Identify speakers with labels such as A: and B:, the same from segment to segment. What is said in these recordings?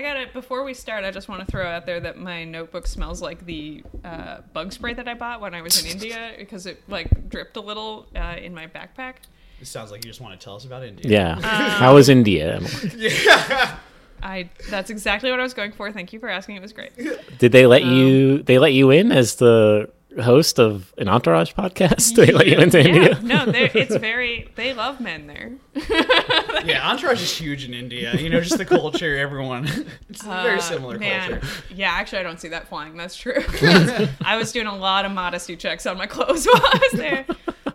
A: got it. Before we start, I just want to throw out there that my notebook smells like the uh, bug spray that I bought when I was in India because it like dripped a little uh, in my backpack.
B: It sounds like you just want to tell us about India.
C: Yeah. How was India? Emily?
A: I that's exactly what I was going for. Thank you for asking. It was great.
C: Did they let you? They let you in as the host of an Entourage podcast? they let you into
A: Yeah,
C: India.
A: no, they're- it's very. They love men there.
B: Yeah, Entourage is huge in India. You know, just the culture, everyone. It's a very
A: Uh,
B: similar
A: man.
B: culture.
A: Yeah, actually, I don't see that flying. That's true. I was doing a lot of modesty checks on my clothes while I was there.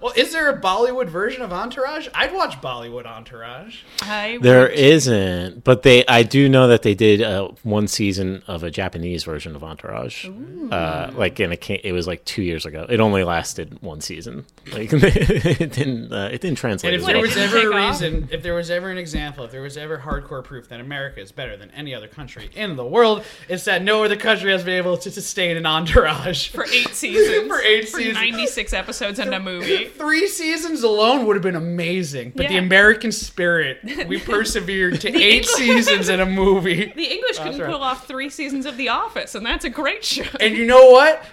B: Well, is there a Bollywood version of Entourage? I'd watch Bollywood Entourage.
A: I
C: There
A: worked-
C: isn't, but they. I do know that they did uh, one season of a Japanese version of Entourage. Uh, like in a, ca- it was like two years ago. It only lasted one season. Like it didn't. Uh, it didn't translate.
B: And if
A: What,
C: as
A: it
B: there
C: well.
B: was
A: didn't
B: ever a
A: take off?
B: reason, if there was ever an example, if there was ever hardcore proof that America is better than any other country in the world, it's that no other country has been able to sustain an Entourage.
A: for eight seasons.
B: For eight seasons.
A: ninety-six episodes and a movie.
B: Three seasons alone would have been amazing, but the
A: Yeah.
B: American spirit, we persevered to eight seasons in a movie.
A: The English couldn't
B: right.
A: pull off three seasons of The Office, and that's a great show.
B: And you know what?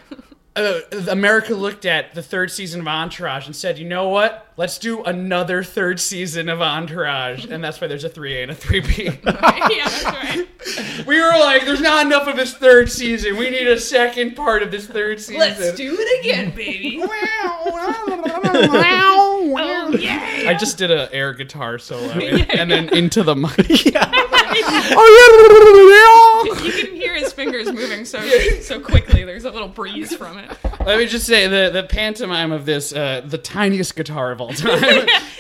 B: Uh, America looked at the third season of Entourage and said, "You know what? Let's do another third season of Entourage." And that's why there's a three A and a three B.
A: yeah, that's right.
B: we were like, "There's not enough of this third season. We need a second part of this third season."
A: Let's do it again, baby. Oh yay!
B: I just did a air guitar solo and, and then into the mic.
A: You can hear his fingers moving so so quickly. There's a little breeze from it.
B: Let me just say the the pantomime of this, uh, the tiniest guitar of all time.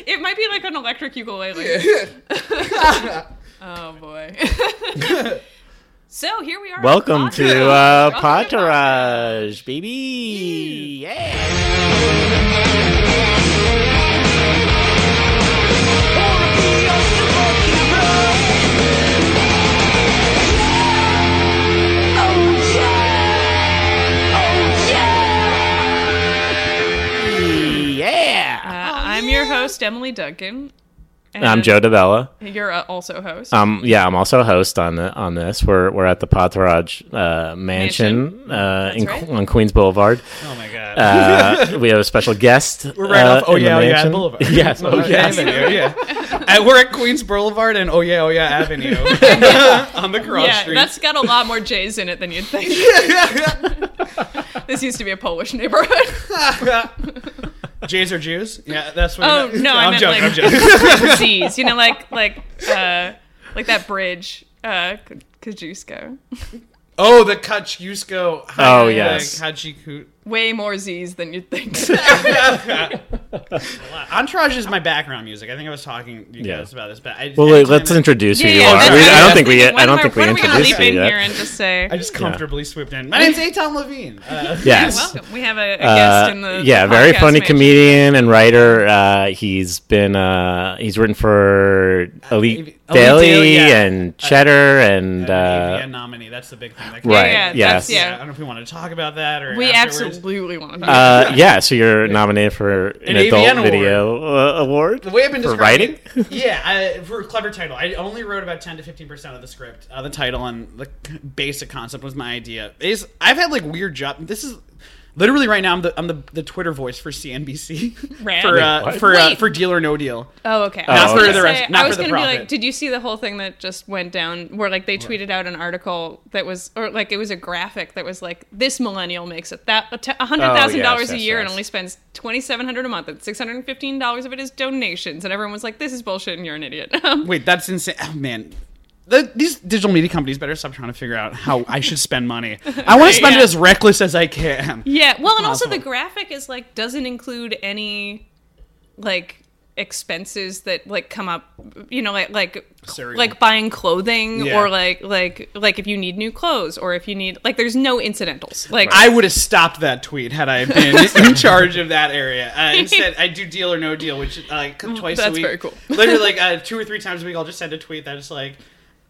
A: It might be like an electric ukulele. oh boy. so here we are.
C: Welcome to uh,
A: Welcome to
C: Potourage, baby. Yeah.
A: Uh,
C: Yeah.
A: I'm your host Emily Duncan. And
C: I'm Joe DeBella.
A: You're uh, also host.
C: Um, yeah, I'm also a host on the, on this. We're we're at the Potourage uh, Mansion, Uh, in,
A: right.
C: Que- on Queens Boulevard.
B: oh my god.
C: Uh, we have a special guest. uh, We're
B: right off Oh Yeah Oh Yeah Boulevard.
C: Yes, oh yeah.
B: Avenue, yeah. Uh, we're at Queens Boulevard and Oh Yeah Oh Yeah Avenue on the cross
A: yeah,
B: street.
A: that's got a lot more J's in it than you'd think. this used to be a Polish neighborhood.
B: Jays or Jews? Yeah, that's what.
A: Oh no, I
B: I'm
A: meant
B: joking.
A: like
B: I'm joking.
A: Z's. You know, like like uh, like that bridge, uh, K- Kosciuszko.
B: Oh, the Kachusco.
C: Oh, yes.
B: Kachiku.
A: Way more Z's than you'd think.
B: Uh, Entourage is my background music. I think I was talking to you
C: Yeah.
B: guys about this, but I,
C: Well,
B: every
C: wait,
B: time
C: let's
B: I,
C: introduce who you
A: Yeah,
C: are.
A: that's
C: We-
A: what
C: I
A: was
C: don't think we.
A: thinking. When
C: I
A: am
C: don't think we
A: when are gonna leap
C: introduced you
A: in here
C: yet.
A: and just say,
B: I just comfortably swooped in. My name's Aton Levine. Uh,
C: Yes.
A: welcome. We have a, a
C: Uh,
A: guest in the
C: yeah,
A: the
C: very
A: podcast
C: funny
A: mansion.
C: comedian and writer. Uh, he's been uh, he's written for Elite,
B: Elite
C: Daily
B: Daily, yeah.
C: and Cheddar and
B: an
C: uh,
B: AVN nominee. That's the big thing. That
A: Yeah,
C: Right,
A: yeah,
C: yes.
A: that's,
B: Yeah, I
A: yeah.
B: don't know if we want to talk about that or
A: We
B: afterwards.
A: absolutely want to. Talk
C: uh, yeah. So you're nominated for
B: An
C: an,
B: AVN
C: adult
B: award.
C: video uh, award
B: The way I've been
C: for
B: describing
C: writing.
B: it- yeah, I, for a clever title. I only wrote about ten to fifteen percent of the script. Uh, the title and the c- basic concept was my idea. Is I've had like weird job. This is literally right now. I'm the I'm the, the Twitter voice for CNBC
A: Rad.
B: for uh,
C: Wait,
B: for uh,
A: Wait.
B: for Deal or No Deal.
A: Oh, okay.
C: Not
A: I was
C: for
A: gonna
C: the
B: rest-
A: say-
B: not
A: I
B: for
A: was
B: the
A: gonna be like,
B: profit.
A: did you see the whole thing that just went down where like they tweeted out an article that was, or like it was a graphic that was like, this millennial makes a thou- a t- a hundred
C: Oh,
A: thousand
C: yes,
A: dollars a
C: yes,
A: year and
C: yes.
A: only spends twenty seven hundred a month, and six hundred and fifteen dollars of it is donations, and everyone was like, this is bullshit, and you're an idiot. Um,
B: Wait, that's insane. Oh, man. The, these digital media companies better stop trying to figure out how I should spend money. I want to spend
A: yeah.
B: it as reckless as I can.
A: yeah. Well, and also the
B: Possible.
A: graphic is like doesn't include any like expenses that like come up you know like like
B: Cereal.
A: like buying clothing
B: Yeah.
A: or like like like if you need new clothes or if you need like there's no incidentals like
B: I would have stopped that tweet had I been in charge of that area. Uh, instead, I do deal or no deal, which uh, like twice
A: Mm,
B: a
A: That's
B: week.
A: very cool.
B: Literally, like uh, two or three times a week, I'll just send a tweet that's like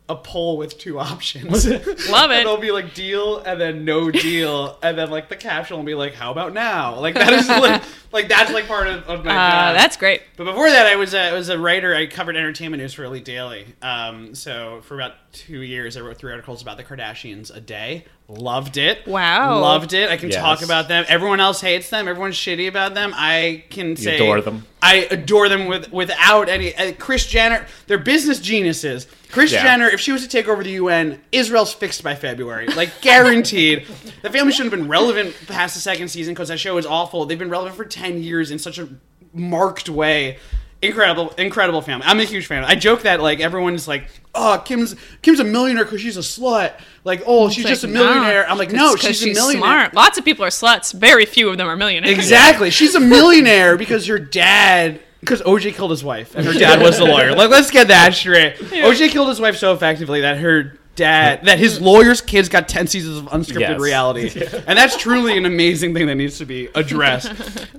B: a poll with two options.
A: Love
B: And
A: it.
B: it'll be like deal and then no deal, and then like the caption will be like, "How about now?" Like that is like, like that's like part of, of my
A: Uh,
B: job.
A: that's great.
B: But before that, I was a, I was a writer. I covered entertainment news for Elite Daily. Um, so for about two years, I wrote three articles about the Kardashians a day. Loved it.
A: Wow.
B: Loved it. I can
C: Yes.
B: talk about them. Everyone else hates them. Everyone's shitty about them. I can say
C: adore them.
B: I adore them with without any. Uh, Chris Jenner, they're business geniuses. Chris
C: Yeah.
B: Jenner, if she was to take over the UN, Israel's fixed by February, like guaranteed. the family shouldn't have been relevant past the second season because that show is awful. They've been relevant for ten years in such a marked way. Incredible, incredible family. I'm a huge fan. I joke that like everyone's like, oh, Kim's Kim's a millionaire because she's a slut. Like, oh, she's
A: It's
B: just a
A: like,
B: millionaire. I'm like, no,
A: it's 'cause
B: she's, a millionaire.
A: Smart. Lots of people are sluts. Very few of them are millionaires.
B: Exactly. She's a millionaire because her dad. Because OJ killed his wife and her dad was the lawyer. Like, let's get that straight. OJ killed his wife so effectively that her dad, that his lawyer's kids got 10 seasons of unscripted
C: Yes.
B: reality. And that's truly an amazing thing that needs to be addressed.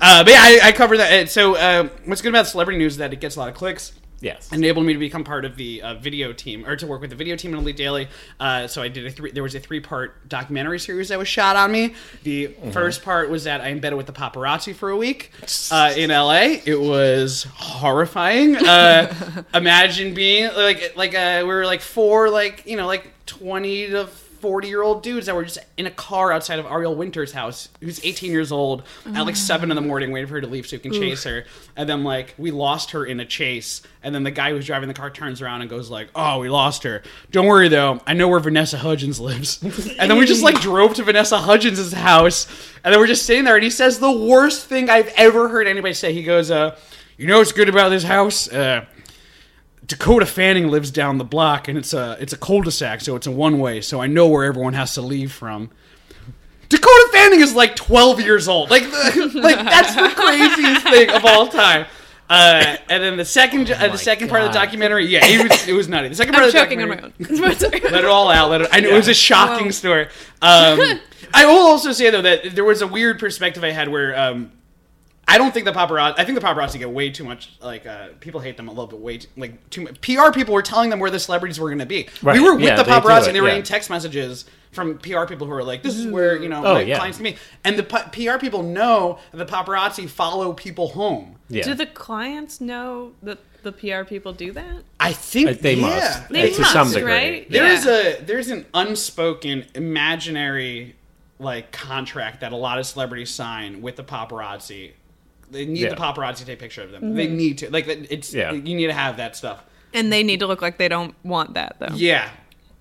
B: uh, but yeah, I, I cover that. And So, uh, what's good about celebrity news is that it gets a lot of clicks
C: Yes.
B: enabled me to become part of the uh, video team or to work with the video team in Elite Daily. Uh, so I did a three. There was a three-part documentary series that was shot on me. The first part was that I embedded with the paparazzi for a week uh, in LA. It was horrifying. Uh, imagine being like like uh, we were like four like you know like twenty to. 40 year old dudes that were just in a car outside of Ariel Winter's house, who's 18 years old, at like 7 in the morning, waiting for her to leave so you can chase her. And then, like, we lost her in a chase. And then the guy who's driving the car turns around and goes, like, oh, we lost her. Don't worry, though. I know where Vanessa Hudgens lives. and then we just, like, drove to Vanessa Hudgens' house. And then we're just sitting there, and he says the worst thing I've ever heard anybody say. He goes, uh, you know what's good about this house? Uh, Dakota Fanning lives down the block, and it's a it's a cul-de-sac, so it's a one way. So I know where everyone has to leave from. Dakota Fanning is like 12 years old. Like, the, like that's the craziest thing of all time. Uh, and then the second uh, the second part of the
C: God.
B: documentary, yeah, it was it was nutty. The 2nd part
A: I'm
B: of the
A: joking on my
B: documentary-
A: own. Sorry.
B: let it all out. Let it, I know it was a shocking
A: Wow.
B: story. Um, I will also say though that there was a weird perspective I had where um, I don't think the paparazzi. I think the paparazzi get way too much. Like uh, people hate them a little bit. Way too, like too much. PR people were telling them where the celebrities were going to be.
C: Right.
B: We were with
C: Yeah,
B: the
C: they do
B: paparazzi.
C: it,
B: and They were
C: yeah.
B: getting text messages from PR people who are like, "This is where you know
C: Oh,
B: my
C: yeah.
B: clients meet," and the p- PR people know that the paparazzi follow people home.
C: Yeah.
A: Do the clients know that the PR people do that?
B: I think
C: Uh, they
B: yeah.
C: must.
A: They
C: Uh,
A: must,
C: to some degree.
A: right?
B: There
A: Yeah.
B: is a there's an unspoken imaginary like contract that a lot of celebrities sign with the paparazzi. They need
C: Yeah. Mm-hmm.
B: the paparazzi to take a picture of them. They need to like it's
C: Yeah.
B: you need to have that stuff.
A: And they need to look like they don't want that though.
B: Yeah.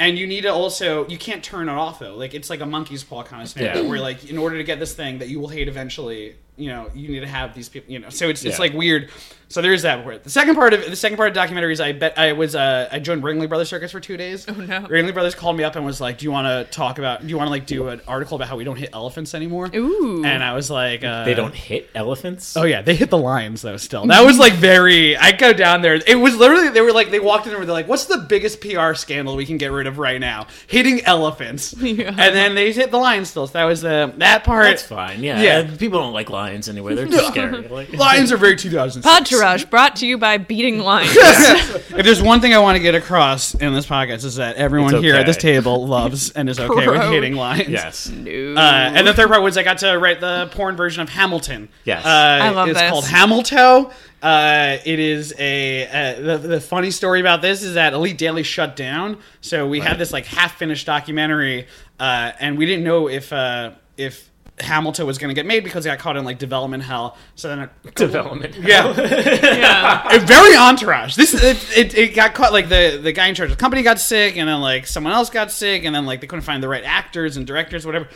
B: And you need to also you can't turn it off though. Like it's like a monkey's paw kind of scenario
C: Yeah.
B: where like in order to get this thing that you will hate eventually, you know, you need to have these people you know. So it's it's
C: Yeah.
B: like weird. So there is that part. The second part of the second part of documentaries I bet I was uh I joined Ringling Brothers Circus for two days. Oh
A: no.
B: Ringling Brothers called me up and was like, Do you wanna talk about do you wanna like do an article about how we don't hit elephants anymore?
A: Ooh.
B: And I was like uh,
C: they don't hit elephants.
B: Oh yeah, they hit the lions though. Still, that was like very. I go down there. It was literally they were like they walked in and were like, "What's the biggest PR scandal we can get rid of right now? Hitting elephants."
A: Yeah.
B: And then they hit the lions still. So that was the that part.
C: That's fine. Yeah.
B: Yeah.
C: Uh, People don't like lions anyway. They're too scary. Like,
B: Lions are very 2000s.
A: Podtourage brought to you by Beating Lions.
B: if there's one thing I want to get across in this podcast is that everyone
C: It's
B: here at
C: okay.
B: this table loves and is okay with
A: Pro.
B: hitting lions.
C: yes.
A: No.
B: Uh, and the third part was I got to write the porn version of Hamilton.
C: Yes.
B: uh,
C: I
A: love
B: it's
A: this.
B: called Hamilton. Uh, it is a uh, the, the funny story about this is that Elite Daily shut down, so we had this like half finished documentary, uh, and we didn't know if uh, if Hamilton was going to get made because it got caught in like development hell. So then, it,
C: Development.
B: yeah,
A: yeah.
B: a very entourage. This it, it, it got caught like the the guy in charge of the company got sick, and then like someone else got sick, and then like they couldn't find the right actors and directors, whatever.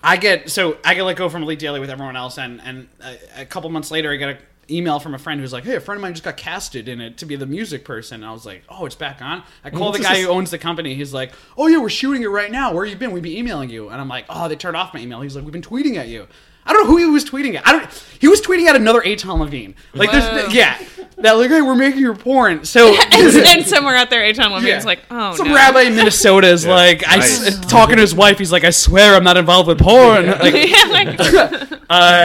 B: I get so I get let go from Elite Daily with everyone else, and and a, a couple months later I get an email from a friend who's like, "Hey, a friend of mine just got casted in it to be the music person." And I was like, "Oh, it's back on." I call the guy who owns the company. He's like, "Oh yeah, we're shooting it right now. Where you been? We've been emailing you." And I'm like, "Oh, they turned off my email." He's like, "We've been tweeting at you." I don't know who he was tweeting at. I don't. He was tweeting at another Aton Levine. Like
A: Whoa.
B: there's yeah. That like, hey, we're making your porn. So
A: and somewhere out there, H.M. Levine's
B: yeah.
A: like, oh
B: Some
A: no.
B: rabbi in Minnesota is like, I s- talking to his wife. He's like, I swear I'm not involved with porn. Like,
A: Yeah, like,
B: uh,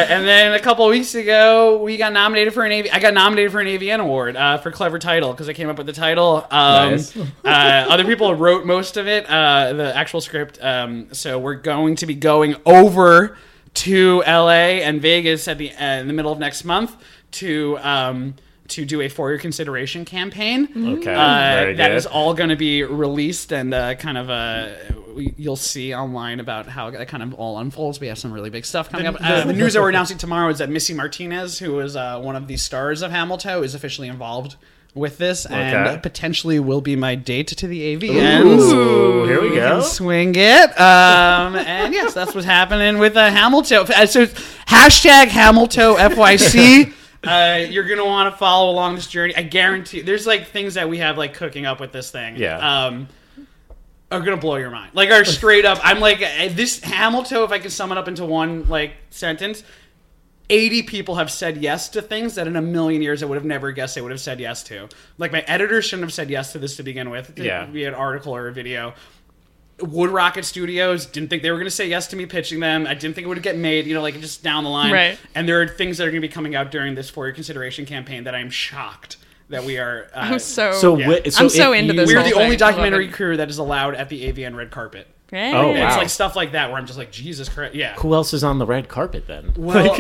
B: and then a couple weeks ago, we got nominated for an AV. I got nominated for an AVN award uh, for clever title because I came up with the title. Um,
C: Nice.
B: uh, other people wrote most of it, uh, the actual script. Um, so we're going to be going over to LA and Vegas at the uh, in the middle of next month to um, to do a for your consideration campaign.
C: Okay,
B: Uh,
C: very
B: that
C: good.
B: is all going to be released and uh, kind of uh, we- you'll see online about how that kind of all unfolds. We have some really big stuff coming up. Uh, the news that we're announcing tomorrow is that Missy Martinez, who is uh, one of the stars of Hamilton, is officially involved with this
C: Okay.
B: and potentially will be my date to the AV
C: Ooh, here we go.
B: swing it. Um, and yes, that's what's happening with uh, Hamilton. Uh, So hashtag Hamilton FYC. Uh, you're gonna want to follow along this journey. I guarantee. There's like things that we have like cooking up with this thing.
C: Yeah.
B: Um, are gonna blow your mind. Like are straight up. I'm like uh, this Hamilton. If I can sum it up into one like sentence. 80 people have said yes to things that in a million years I would have never guessed they would have said yes to. Like, my editor shouldn't have said yes to this to begin with, to
C: Yeah.
B: be an article or a video. Wood Rocket Studios didn't think they were going to say yes to me pitching them. I didn't think it would get made, you know, like just down the line.
A: Right.
B: And there are things that are going to be coming out during this for your consideration campaign that I'm shocked that we are. Uh,
A: I'm so.
C: So, oh,
B: Yeah.
C: whi-
A: I'm so
C: if
A: into
C: you-
A: this
B: we're
A: whole
B: the only
A: thing. I love
B: documentary
A: it.
B: crew that is allowed at the AVN red carpet.
C: Oh,
B: It's
C: wow.
B: like stuff like that where I'm just like, Jesus Christ. Yeah.
C: Who else is on the red carpet then?
B: Well,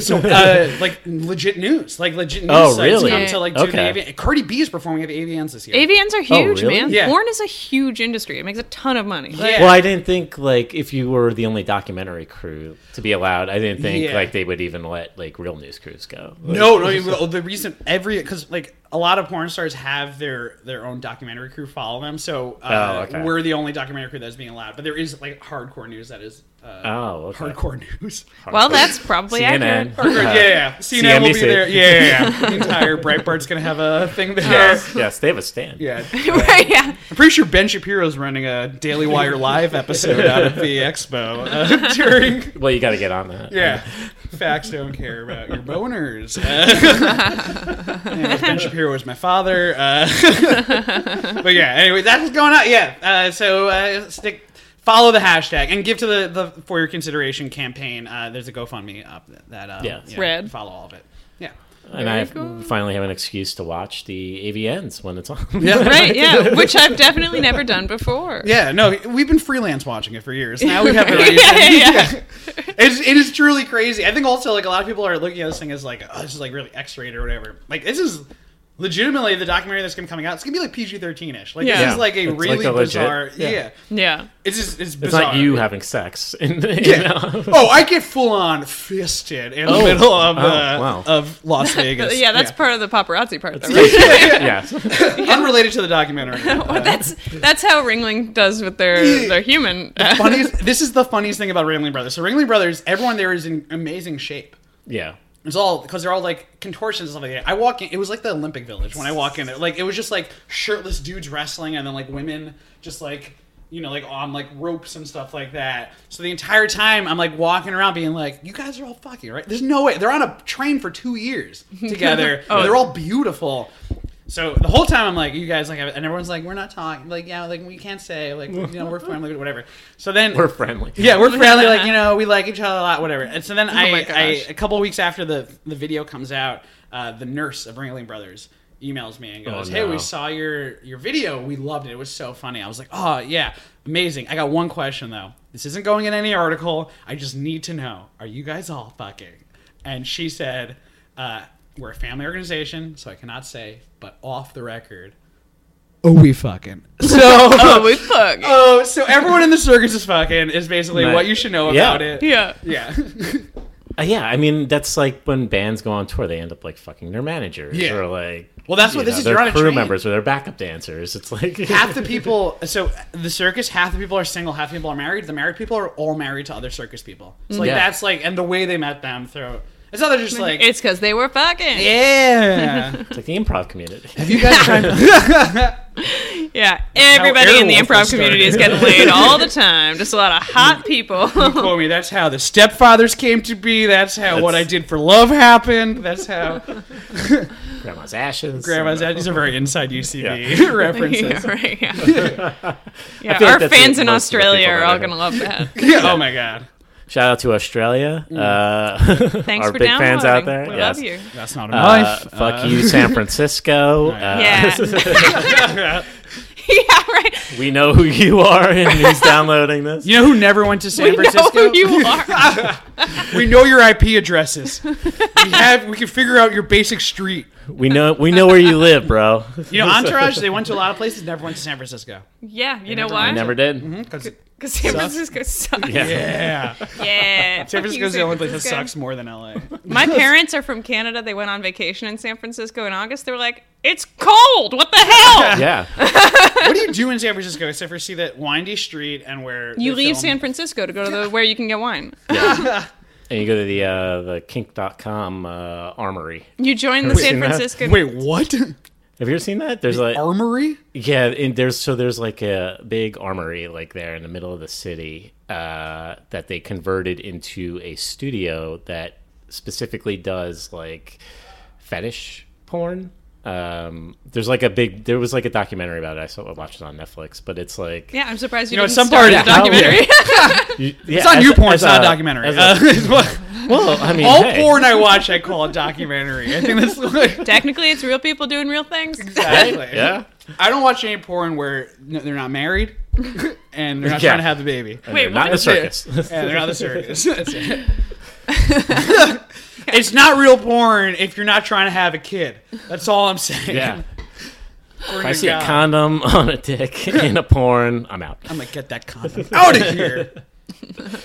B: so uh, like legit news, like legit news
C: Oh,
B: sites
C: really?
B: come to like do
C: Okay.
B: the AVN. Cardi B is performing at the AVNs this year.
A: AVNs are huge,
C: Oh, really?
A: man.
B: Yeah.
A: Porn is a huge industry. It makes a ton of money. Like,
B: Yeah.
C: Well, I didn't think like if you were the only documentary crew to be allowed, I didn't think
B: Yeah.
C: like they would even let like real news crews go. Like,
B: No, no. you- well, the reason every because like a lot of porn stars have their their own documentary crew follow them. So uh,
C: Oh, okay.
B: we're the only documentary crew that's being allowed. But there is like hardcore news that is uh,
C: Oh, okay.
B: hardcore news.
A: well, that's probably
C: CNN.
A: accurate.
B: Hardcore, yeah, yeah. CNN will be
C: CNBC.
B: there. Yeah, yeah, yeah. the entire Breitbart's gonna have a thing there.
C: yes, yes, they have a stand.
B: Yeah,
A: right, yeah.
B: I'm pretty sure Ben Shapiro's running a Daily Wire live episode out of the expo uh, during
C: Well, you got to get on that.
B: Yeah. Facts don't care about your boners. Uh, anyway, ben Shapiro was my father. Uh, but yeah, anyway, that's what's going on. Yeah. Uh, so uh, stick, follow the hashtag and give to the, the For Your Consideration campaign. Uh, there's a GoFundMe up that. Uh,
C: Yeah.
B: yeah,
A: Red.
B: Follow all of it. Yeah.
C: and I
A: cool.
C: finally have an excuse to watch the AVNs when it's on.
A: Right, yeah. Which I've definitely never done before.
B: Yeah, no, we've been freelance watching it for years. Now we have a reason.
A: Yeah, yeah,
B: It's, it is truly crazy. I think also like a lot of people are looking at this thing as like, oh, this is like really X-rated or whatever. Like this is legitimately the documentary that's gonna be coming out. It's gonna be like PG-13 ish. Like
A: Yeah.
B: this
A: Yeah.
B: is like a
C: It's like
B: really
C: a legit-
B: bizarre.
C: yeah.
B: Yeah.
A: Yeah.
B: it's just it's
C: It's
B: bizarre.
C: not you having sex. In, in-
B: Yeah. oh, I get full on fisted in the
C: Oh.
B: middle of
C: Oh,
B: uh,
C: wow.
B: of Las
A: But
B: Vegas.
A: yeah, that's part of the paparazzi part, though, right?
C: yes.
B: unrelated to the documentary.
A: Well, that's that's how Ringling does with their their human.
B: funniest, this is the funniest thing about Ringling Brothers. So Ringling Brothers, everyone there is in amazing shape.
C: Yeah.
B: It's all because they're all like contortions and stuff like that. I walk in, it was like the Olympic Village when I walk in there. Like it was just like shirtless dudes wrestling and then like women just like you know like on like ropes and stuff like that. So the entire time I'm like walking around being like, you guys are all fucking right. There's no way they're on a train for two years together.
A: Oh.
B: They're all beautiful. So the whole time I'm like, you guys like, have- and everyone's like, we're not talking. Like yeah, like we can't say like you know we're friendly whatever. So then
C: We're friendly.
B: yeah, we're friendly. Like you know, we like each other a lot, whatever. And so then I,
A: Oh my
B: I,
A: gosh.
B: a couple of weeks after the the video comes out, uh, the nurse of Ringling Brothers emails me and goes,
C: Oh,
B: "Hey,
C: no.
B: we saw your your video. We loved it. It was so funny." I was like, "Oh yeah, amazing." I got one question though. This isn't going in any article. I just need to know: Are you guys all fucking? And she said, uh, "We're a family organization, so I cannot say, but off the record." Oh, we fucking. So,
A: oh, we fuck.
B: Oh, so everyone in the circus is fucking is basically
C: Nice.
B: what you should know
C: Yeah.
B: about it.
A: yeah.
B: Yeah.
C: Uh, yeah. I mean, that's like when bands go on tour, they end up like fucking their managers
B: Yeah.
C: or like.
B: Well, that's what
C: you
B: this
C: know,
B: is.
C: Their
B: You're on a
C: crew
B: train.
C: members or their backup dancers. It's like
B: half the people, so the circus, half the people are single, half the people are married. The married people are all married to other circus people. So like
C: Yeah.
B: that's like, and the way they met them through. It's not they're just like.
A: It's because they were fucking.
B: yeah.
C: It's like the improv community.
B: Have you guys tried?
A: Yeah, everybody in the
B: Airwolf got
A: improv community is getting laid all the time. Just a lot of hot people.
B: Quote me. That's how the stepfathers came to be. That's how what I
C: That's-
B: did for love happened. That's how
C: Grandma's ashes.
B: grandma's. These are very inside UCB references.
A: yeah, right, yeah. Yeah,
C: feel like
A: our
C: that's
A: fans
C: what
A: in
C: most of the
A: Australia
C: people
A: are
C: that I
A: all
C: know.
A: gonna love that.
B: yeah. Oh my god.
C: Shout out to Australia.
B: Mm.
C: Uh,
A: Thanks
C: our
A: for
C: big
A: downloading.
C: fans out there.
A: We
C: yes.
A: love you.
B: That's not a
C: Uh,
B: knife.
C: fuck you, San Francisco.
A: Yeah.
C: Uh,
A: yeah, right.
C: we know who you are and who's downloading this.
B: You know who never went to San
A: We know
B: Francisco?
A: who you are.
B: we know your IP addresses. we have. We can figure out your basic street.
C: We know we know where you live, bro.
B: You know, Entourage, they went to a lot of places, never went to San Francisco.
A: Yeah, you know
B: never-
A: why?
C: I never did.
B: Because
A: Because San
B: Sucks.
A: Francisco sucks. Yeah.
C: Yeah.
B: yeah, San
A: fuck you,
B: Francisco's the only place that
A: Francisco.
B: sucks more than LA.
A: My parents are from Canada. They went on vacation in San Francisco in August. They were like, it's cold. What the hell?
C: Yeah.
B: what do you do in San Francisco except for see that windy street and where
A: You
B: they
A: leave
B: film-
A: San Francisco to go to the where you can get wine.
C: yeah. And you go to the uh, the kink.com uh, armory.
A: You join the
C: Wait,
A: San
C: and that-
A: Francisco.
B: Wait, what?
C: Have you ever seen that? There's like
B: Armory?
C: yeah, and there's so there's like a big armory like there in the middle of the city uh, that they converted into a studio that specifically does like fetish porn. Um, there's like a big there was like a documentary about it. I saw I watched it on Netflix, but it's like
A: Yeah, I'm surprised you,
B: You know,
A: didn't
B: some
A: start
B: part-
A: the
B: yeah, hell
A: documentary.
C: you- yeah,
B: It's on
C: as-
B: YouPorn.
C: as
B: It's not a documentary.
C: as
B: Uh, it's what-
C: well, I mean,
B: all
C: hey.
B: porn I watch, I call a documentary. I think that's like,
A: Technically, it's real people doing real things.
B: exactly.
C: Yeah.
B: I don't watch any porn where n- they're not married and they're not
C: Yeah.
B: trying to have the baby.
C: And
A: Wait,
C: they're not in a
A: what?
C: circus.
B: And they're not the circus. That's it. it's not real porn if you're not trying to have a kid. That's all I'm saying.
C: yeah.
B: Swear
C: If I
B: to
C: see a
B: God.
C: condom on a dick in a porn, I'm out.
B: I'm gonna get that condom out of here.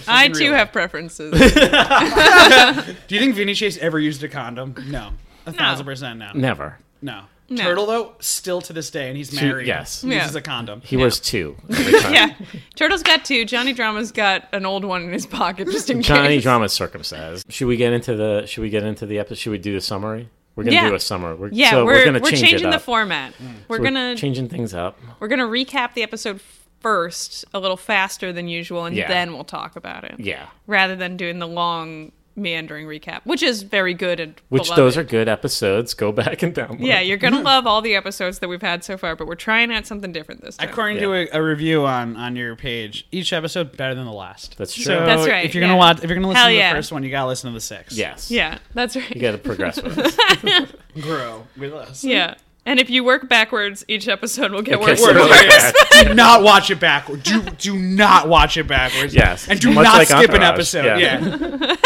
A: I too
B: real.
A: have preferences.
B: Do you think Vinny Chase ever used a condom? No. A thousand percent no.
C: Never.
B: No.
A: No.
B: Turtle though, still to this day, and he's married.
C: yes.
B: He
A: Yeah.
B: uses a condom.
C: He wears two. every time.
A: yeah, Turtle's got two. Johnny Drama's got an old one in his pocket just in
C: Johnny
A: case.
C: drama circumcised. Should we get into the? Should we get into the episode? Should we do the summary? We're gonna
A: Yeah.
C: do a summary. We're,
A: Yeah,
C: so
A: we're,
C: we're, gonna
A: we're
C: change
A: changing
C: it
A: the
C: up. Mm.
A: format. We're,
C: We're
A: gonna
C: changing things up.
A: we're gonna recap the episode first a little faster than usual, and
C: Yeah.
A: then we'll talk about it.
C: Yeah.
A: rather than doing the long meandering recap, which is very good and
C: Which
A: beloved.
C: those are Mm. good episodes. Go back and download.
A: Yeah, you're gonna love all the episodes that we've had so far, but we're trying out something different this time.
B: According to a, a review on, on your page, each episode better than the last.
C: That's true.
B: So
A: That's right,
B: If you're
A: yeah.
B: gonna watch, if you're gonna listen
A: Hell
B: to the
A: yeah.
B: first one, you gotta listen to the sixth.
C: Yes.
A: yeah, that's right.
C: You got to progress with us.
B: grow with us.
A: Yeah. And if you work backwards, each episode will get
C: Okay,
A: worse.
C: so-
A: and worse.
C: Yeah.
B: do not watch it backwards. Do do not watch it backwards.
C: Yes.
B: and do
C: Much
B: not
C: like
B: skip an
C: Entourage.
B: episode.
C: Yeah.
B: yeah.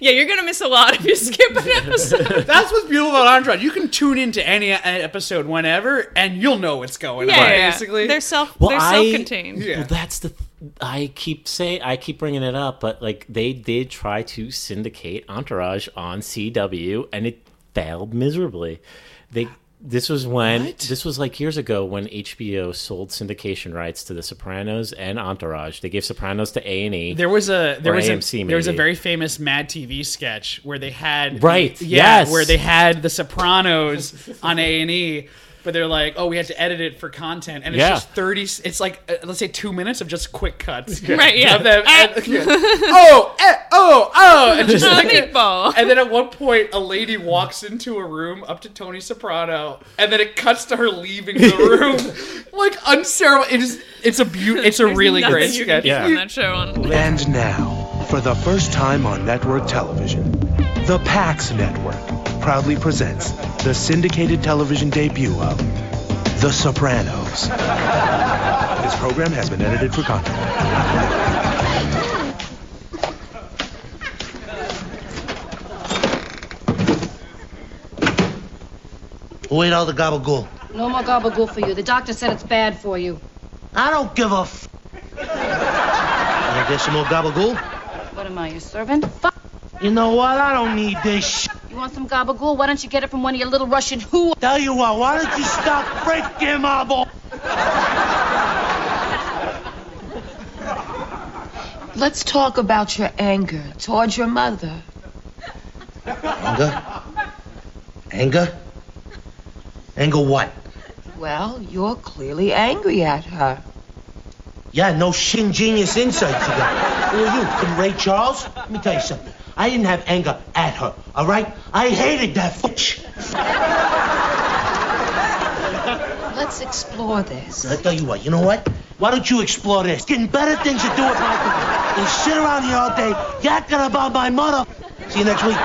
A: Yeah, you're gonna miss a lot if you skip an episode.
B: That's what's beautiful about Entourage. You can tune into any uh, episode whenever, and you'll know what's going
A: yeah,
B: on.
A: yeah.
B: Basically,
A: they're self
C: Well,
A: they're
C: I-
A: self-contained.
B: Yeah.
C: Well, that's the. I keep say I keep bringing it up, but like they did try to syndicate Entourage on CW, and it failed miserably. They this was when this was like years ago when HBO sold syndication rights to The Sopranos and Entourage. They gave Sopranos to A and E.
B: There was a there
C: Or
B: was a
C: AMC
B: there was a
C: maybe.
B: very famous Mad TV sketch where they had
C: Right,
B: yeah
C: yes.
B: where they had The Sopranos on A and E, but they're like oh we had to edit it for content and it's
C: Yeah.
B: just thirty it's like uh, let's say two minutes of just quick cuts
A: Right, yeah.
B: of them,
A: Ah.
B: and- yeah. oh eh, oh oh and just
A: Oh,
B: like a-
A: meatball.
B: and then at one point a lady walks into a room up to Tony Soprano and then it cuts to her leaving the room like unceremonious. It is it's a beaut it's a
A: There's
B: really
A: nothing
B: great
A: you can
B: sketch
A: do
C: Yeah.
A: on that show on
D: And now, for the first time on network television, the PAX Network proudly presents the syndicated television debut of The Sopranos. this program has been edited for content.
E: Who ate all the gabagool?
F: No more gabagool for you. The doctor said it's bad for you.
E: I don't give a f. Wanna get some more gabagool?
F: What am I, your servant? Fuck.
E: You know what? I don't need this sh.
F: You want some gabagool? Why don't you get it from one of your little Russian who?
E: Tell you what, why don't you stop freaking my ball?
G: Let's talk about your anger towards your mother.
E: Anger? Anger? Anger what?
G: Well, you're clearly angry at her.
E: Yeah, no shin genius insights you got. Who are you, from Ray Charles? Let me tell you something. I didn't have anger at her, all right? I hated that f.
G: Let's explore this.
E: I tell you what, you know what? Why don't you explore this? Getting better things to do with my career than sit around here all day yakking about my mother. See you next week.
A: show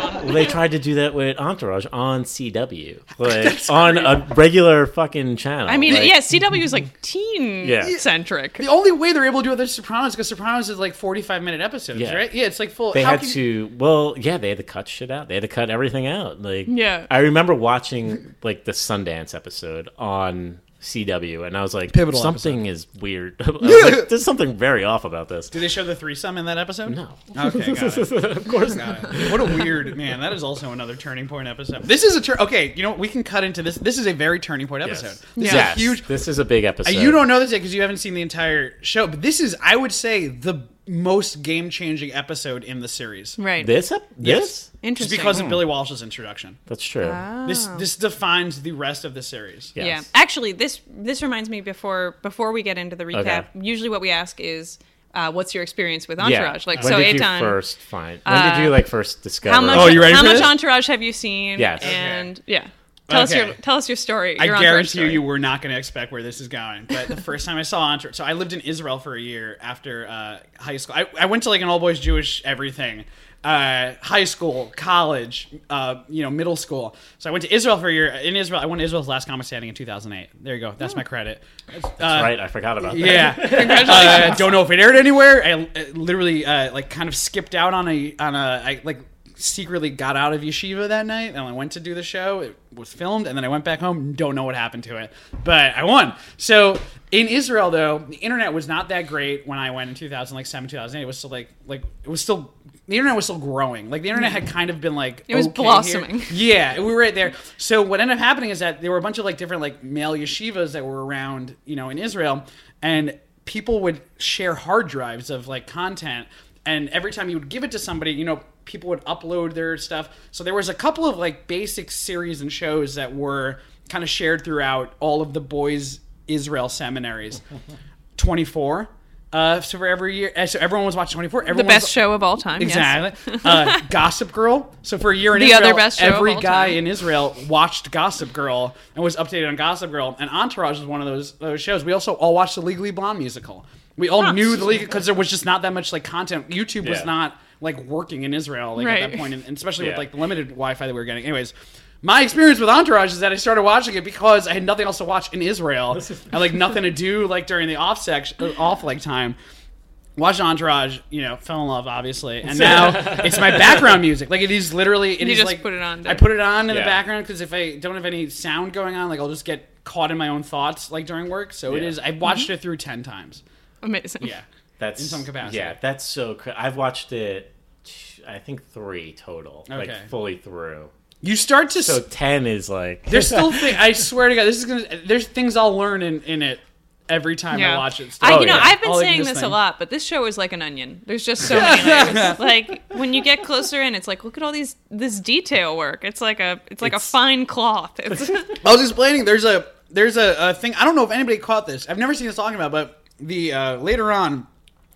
A: on
C: Well, they tried to do that with Entourage on CW, like on a regular fucking channel.
A: I mean,
C: like,
A: yeah, CW is like teen
C: Yeah.
A: centric.
B: The only way they're able to do it is Sopranos because Sopranos is like forty-five minute episodes,
C: Yeah.
B: right? Yeah, it's like full.
C: They
B: how
C: had
B: can-
C: to. Well, yeah, they had to cut shit out. They had to cut everything out. Like,
A: Yeah.
C: I remember watching like the Sundance episode on CW, and I was like,
B: Pivotal
C: something is weird. I was like, There's something very off about this.
B: Did they show the threesome in that episode?
C: No.
B: Okay, got it.
C: of course not.
B: Got it. What a weird man. That is also another turning point episode. This is a turn. Okay, you know what? we can cut into this. This is a very turning point episode. This is
C: Yes.
B: a huge. Uh,
C: This is a big episode.
B: You don't know this yet because you haven't seen the entire show, but this is, I would say, the most game changing episode in the series.
A: Right.
C: this. Up? Yes.
B: Just
A: Interesting. Oh.
B: because of Billy Walsh's introduction.
C: That's true.
B: This this defines the rest of the series.
C: yes.
A: Ah, Yeah. Actually, this this reminds me before before we get into the recap.
C: Okay.
A: Usually, what we ask is, uh, what's your experience with
C: Yeah.
A: Entourage? Like,
C: when
A: so
C: did
A: Eitan,
C: you first find? When did you like first discover?
A: how much
B: Oh, you ready
A: how
B: for
A: much
B: this?
A: Entourage have you seen?
C: Yes. Okay.
A: And yeah, tell us
B: Okay.
A: your tell us your story.
B: I
A: your Entourage
B: guarantee you,
A: story.
B: you were not going to expect where this is going. But the first time I saw Entourage, so I lived in Israel for a year after uh, high school. I, I went to like an all boys Jewish everything, uh, high school, college, uh, you know, middle school. So I went to Israel for a year. In Israel, I won Israel's last comic standing in 2008. There you go. That's my credit. Uh,
C: Right, I forgot about that.
B: yeah, congratulations. Uh, don't know if it aired anywhere. I uh, literally uh, like kind of skipped out on a on a I like secretly got out of yeshiva that night and I went to do the show. It was filmed and then I went back home. Don't know what happened to it, but I won. So in Israel though, the internet was not that great when I went in 2007, 2008. It was still like like it was still the internet was still growing. Like the internet
C: Hmm.
B: had kind of been like
A: It was
B: okay here.
A: blossoming.
B: Yeah, we were right there. So what ended up happening is that there were a bunch of like different like male yeshivas that were around, you know, in Israel, and people would share hard drives of like content, and every time you would give it to somebody, you know, people would upload their stuff. So there was a couple of like basic series and shows that were kind of shared throughout all of the boys Israel seminaries. 24 uh, so for every year, uh, so everyone was watching 24.
A: the
B: Everyone was-
A: best show of all time. yes.
B: Exactly. Uh, Gossip Girl. So for a year in
A: The
B: Israel,
A: other best show of
B: every
A: all
B: guy
A: time.
B: in Israel watched Gossip Girl and was updated on Gossip Girl. And Entourage was one of those those shows. We also all watched the Legally Blonde musical. We all knew the Legally because there was just not that much like content. YouTube was
C: Yeah.
B: not like working in Israel like at
A: Right.
B: that point, and, and especially with
C: Yeah.
B: like the limited Wi-Fi that we were getting. Anyways. My experience with Entourage is that I started watching it because I had nothing else to watch in Israel and like nothing to do like during the off section off like time. Watched Entourage, you know, fell in love obviously, and now it's my background music. Like it is literally, it
A: You
B: is
A: just
B: like
A: put it on
B: I
A: there.
B: put it on in
C: Yeah.
B: the background because if I don't have any sound going on, like I'll just get caught in my own thoughts like during work. So it
C: Yeah.
B: is. I've watched
A: Mm-hmm.
B: it through ten times.
A: Amazing.
B: Yeah,
C: That's
B: in some capacity.
C: Yeah, that's so. Cr- I've watched it. t- I think three total,
B: Okay.
C: like fully through.
B: you start to.
C: So
B: s
C: ten is like
B: there's still. Thi- I swear to God, this is gonna. There's things I'll learn in, in it every time I
A: Yeah.
B: watch it.
A: I, you
C: Oh,
A: know,
C: yeah.
A: I've been
B: All the
A: saying this
B: biggest
A: a
B: thing.
A: lot, but this show is like an onion. There's just so many layers. like when you get closer in, it's like look at all these this detail work. It's like a it's like
C: It's-
A: a fine cloth. It's,
B: I was explaining there's a there's a, a thing I don't know if anybody caught this. I've never seen this talking about, but the uh, later on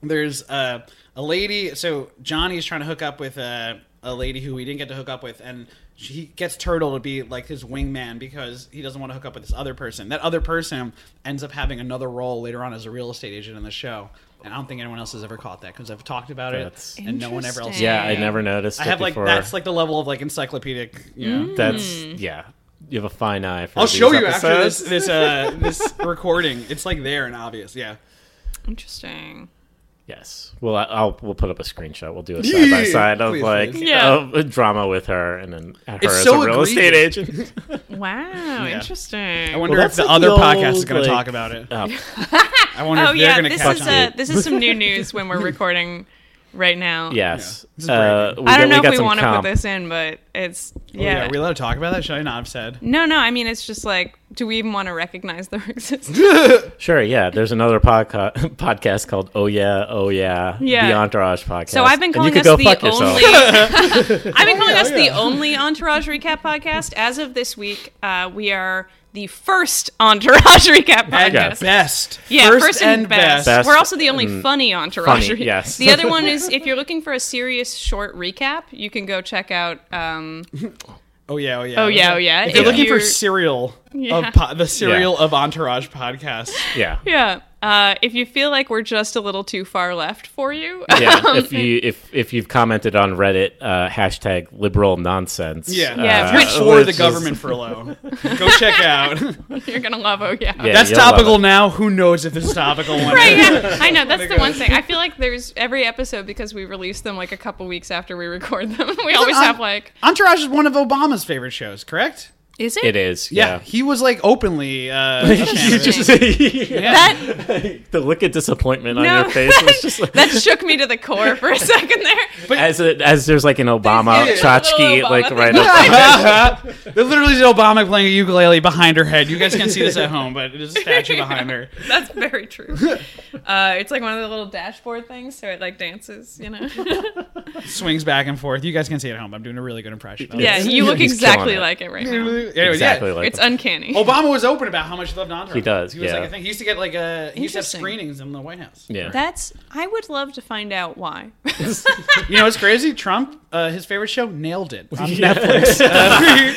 B: there's uh, a lady. So Johnny is trying to hook up with uh, a lady who he didn't get to hook up with, and he gets Turtle to be like his wingman because he doesn't want to hook up with this other person. That other person ends up having another role later on as a real estate agent in the show. And I don't think anyone else has ever caught that because I've talked about
C: That's-
B: it and no one ever else.
A: Interesting.
C: yeah. I never noticed.
B: I
C: it
B: have like
C: before.
B: that's like the level of like encyclopedic. You know.
C: that's
A: Hmm.
C: yeah. You have a fine eye for.
B: I'll
C: these
B: show you after this
C: episodes.
B: this uh, this recording. It's like there and obvious. Yeah.
A: Interesting.
C: Yes. Well, I, I'll we'll put up a screenshot. We'll do a side by side of
B: Please,
C: like
B: please.
A: Yeah.
C: of a drama with her and then her
B: It's
C: as
B: so
C: a real estate
B: egregious.
C: agent.
A: Wow, interesting.
B: I wonder
C: that's
B: if the
C: like
B: other
C: the
B: podcast
C: old,
B: is going
C: like,
B: to talk about it.
C: Oh,
B: I wonder
A: oh
B: if they're
A: yeah,
B: going to
A: this
B: catch
A: is
B: on.
A: uh, this is some new news when we're recording right now.
C: yes.
B: This is
C: Uh,
B: brand
C: we
A: I
C: got-
A: don't know
C: got
A: if we
C: some
A: want to put
C: comp.
A: this in, but it's
B: yeah.
A: yeah. Mm.
B: are we allowed to talk about that? Should I not have said?
A: no, no. I mean, it's just like, do we even want to recognize their existence?
C: Sure, yeah. There's another podca- podcast called Oh Yeah, Oh Yeah,
A: Yeah.
C: the Entourage podcast.
A: So I've been
C: And
A: calling
C: you
A: us
C: could go
A: the
C: fuck
A: only.
C: yourself. Oh,
A: I've been calling us the
B: yeah.
A: only Entourage recap podcast. As of this week, uh, we are the first Entourage recap
B: And
A: podcast.
B: best.
A: Yeah, first, and, best.
C: best.
A: We're also the only funny Entourage.
C: Mm. funny,
A: re-
C: yes.
A: The other one is if you're looking for a serious short recap, you can go check out. Um,
B: Oh yeah, oh yeah.
A: oh yeah, oh yeah.
B: If you're looking for serial
A: Yeah.
B: of po- the serial of Entourage podcast,
C: Yeah.
A: Yeah. Uh, if you feel like we're just a little too far left for you,
C: Yeah, if
A: Um,
C: you if if you've commented on Reddit uh, hashtag liberal nonsense,
H: Yeah,
A: Yeah,
C: uh,
A: which-
H: Which for
C: which
H: the
C: is-
H: government furlough. Go check out.
A: you're gonna love oh yeah.
C: Yeah,
H: That's
C: you'll love
H: topical
C: it.
H: now. Who knows if this is topical? one
A: Right,
H: day.
A: Oh, yeah. I know that's the one thing. I feel like there's every episode because we release them like a couple weeks after we record them. We always
H: I'm-
A: have like,
H: Entourage is one of Obama's favorite shows, correct?
A: is it?
C: It is,
H: Yeah,
C: yeah.
H: he was like openly. Uh, a
C: You
H: candidate.
C: just-
A: That
C: the look of disappointment on
A: No.
C: your face was just like,
A: that shook me to the core for a second there.
C: as it as there's like an Obama
A: Yeah.
C: tchotchke,
A: Little Obama
C: like
A: thing.
C: right up.
H: there literally is Obama playing a ukulele behind her head. You guys can't see this at home, but there's a statue behind her.
A: That's very true. Uh, it's like one of the little dashboard things, so it like dances, you know.
H: Swings back and forth. You guys can see it at home. I'm doing a really good impression. of
A: yeah,
H: it.
A: you look
C: He's
A: exactly
C: killing it. Oh,
A: like it right now.
H: Anyway, yeah.
C: Exactly like
A: It's uncanny.
H: Obama was open about how much he loved Entourage.
C: He does,
H: He was
C: yeah.
H: like, I think he used to get like a he used to have
A: Interesting.
H: screenings in the White House.
C: yeah.
A: That's. I would love to find out why.
H: You know what's crazy? Trump, uh, his favorite show, nailed it on Netflix. Uh, he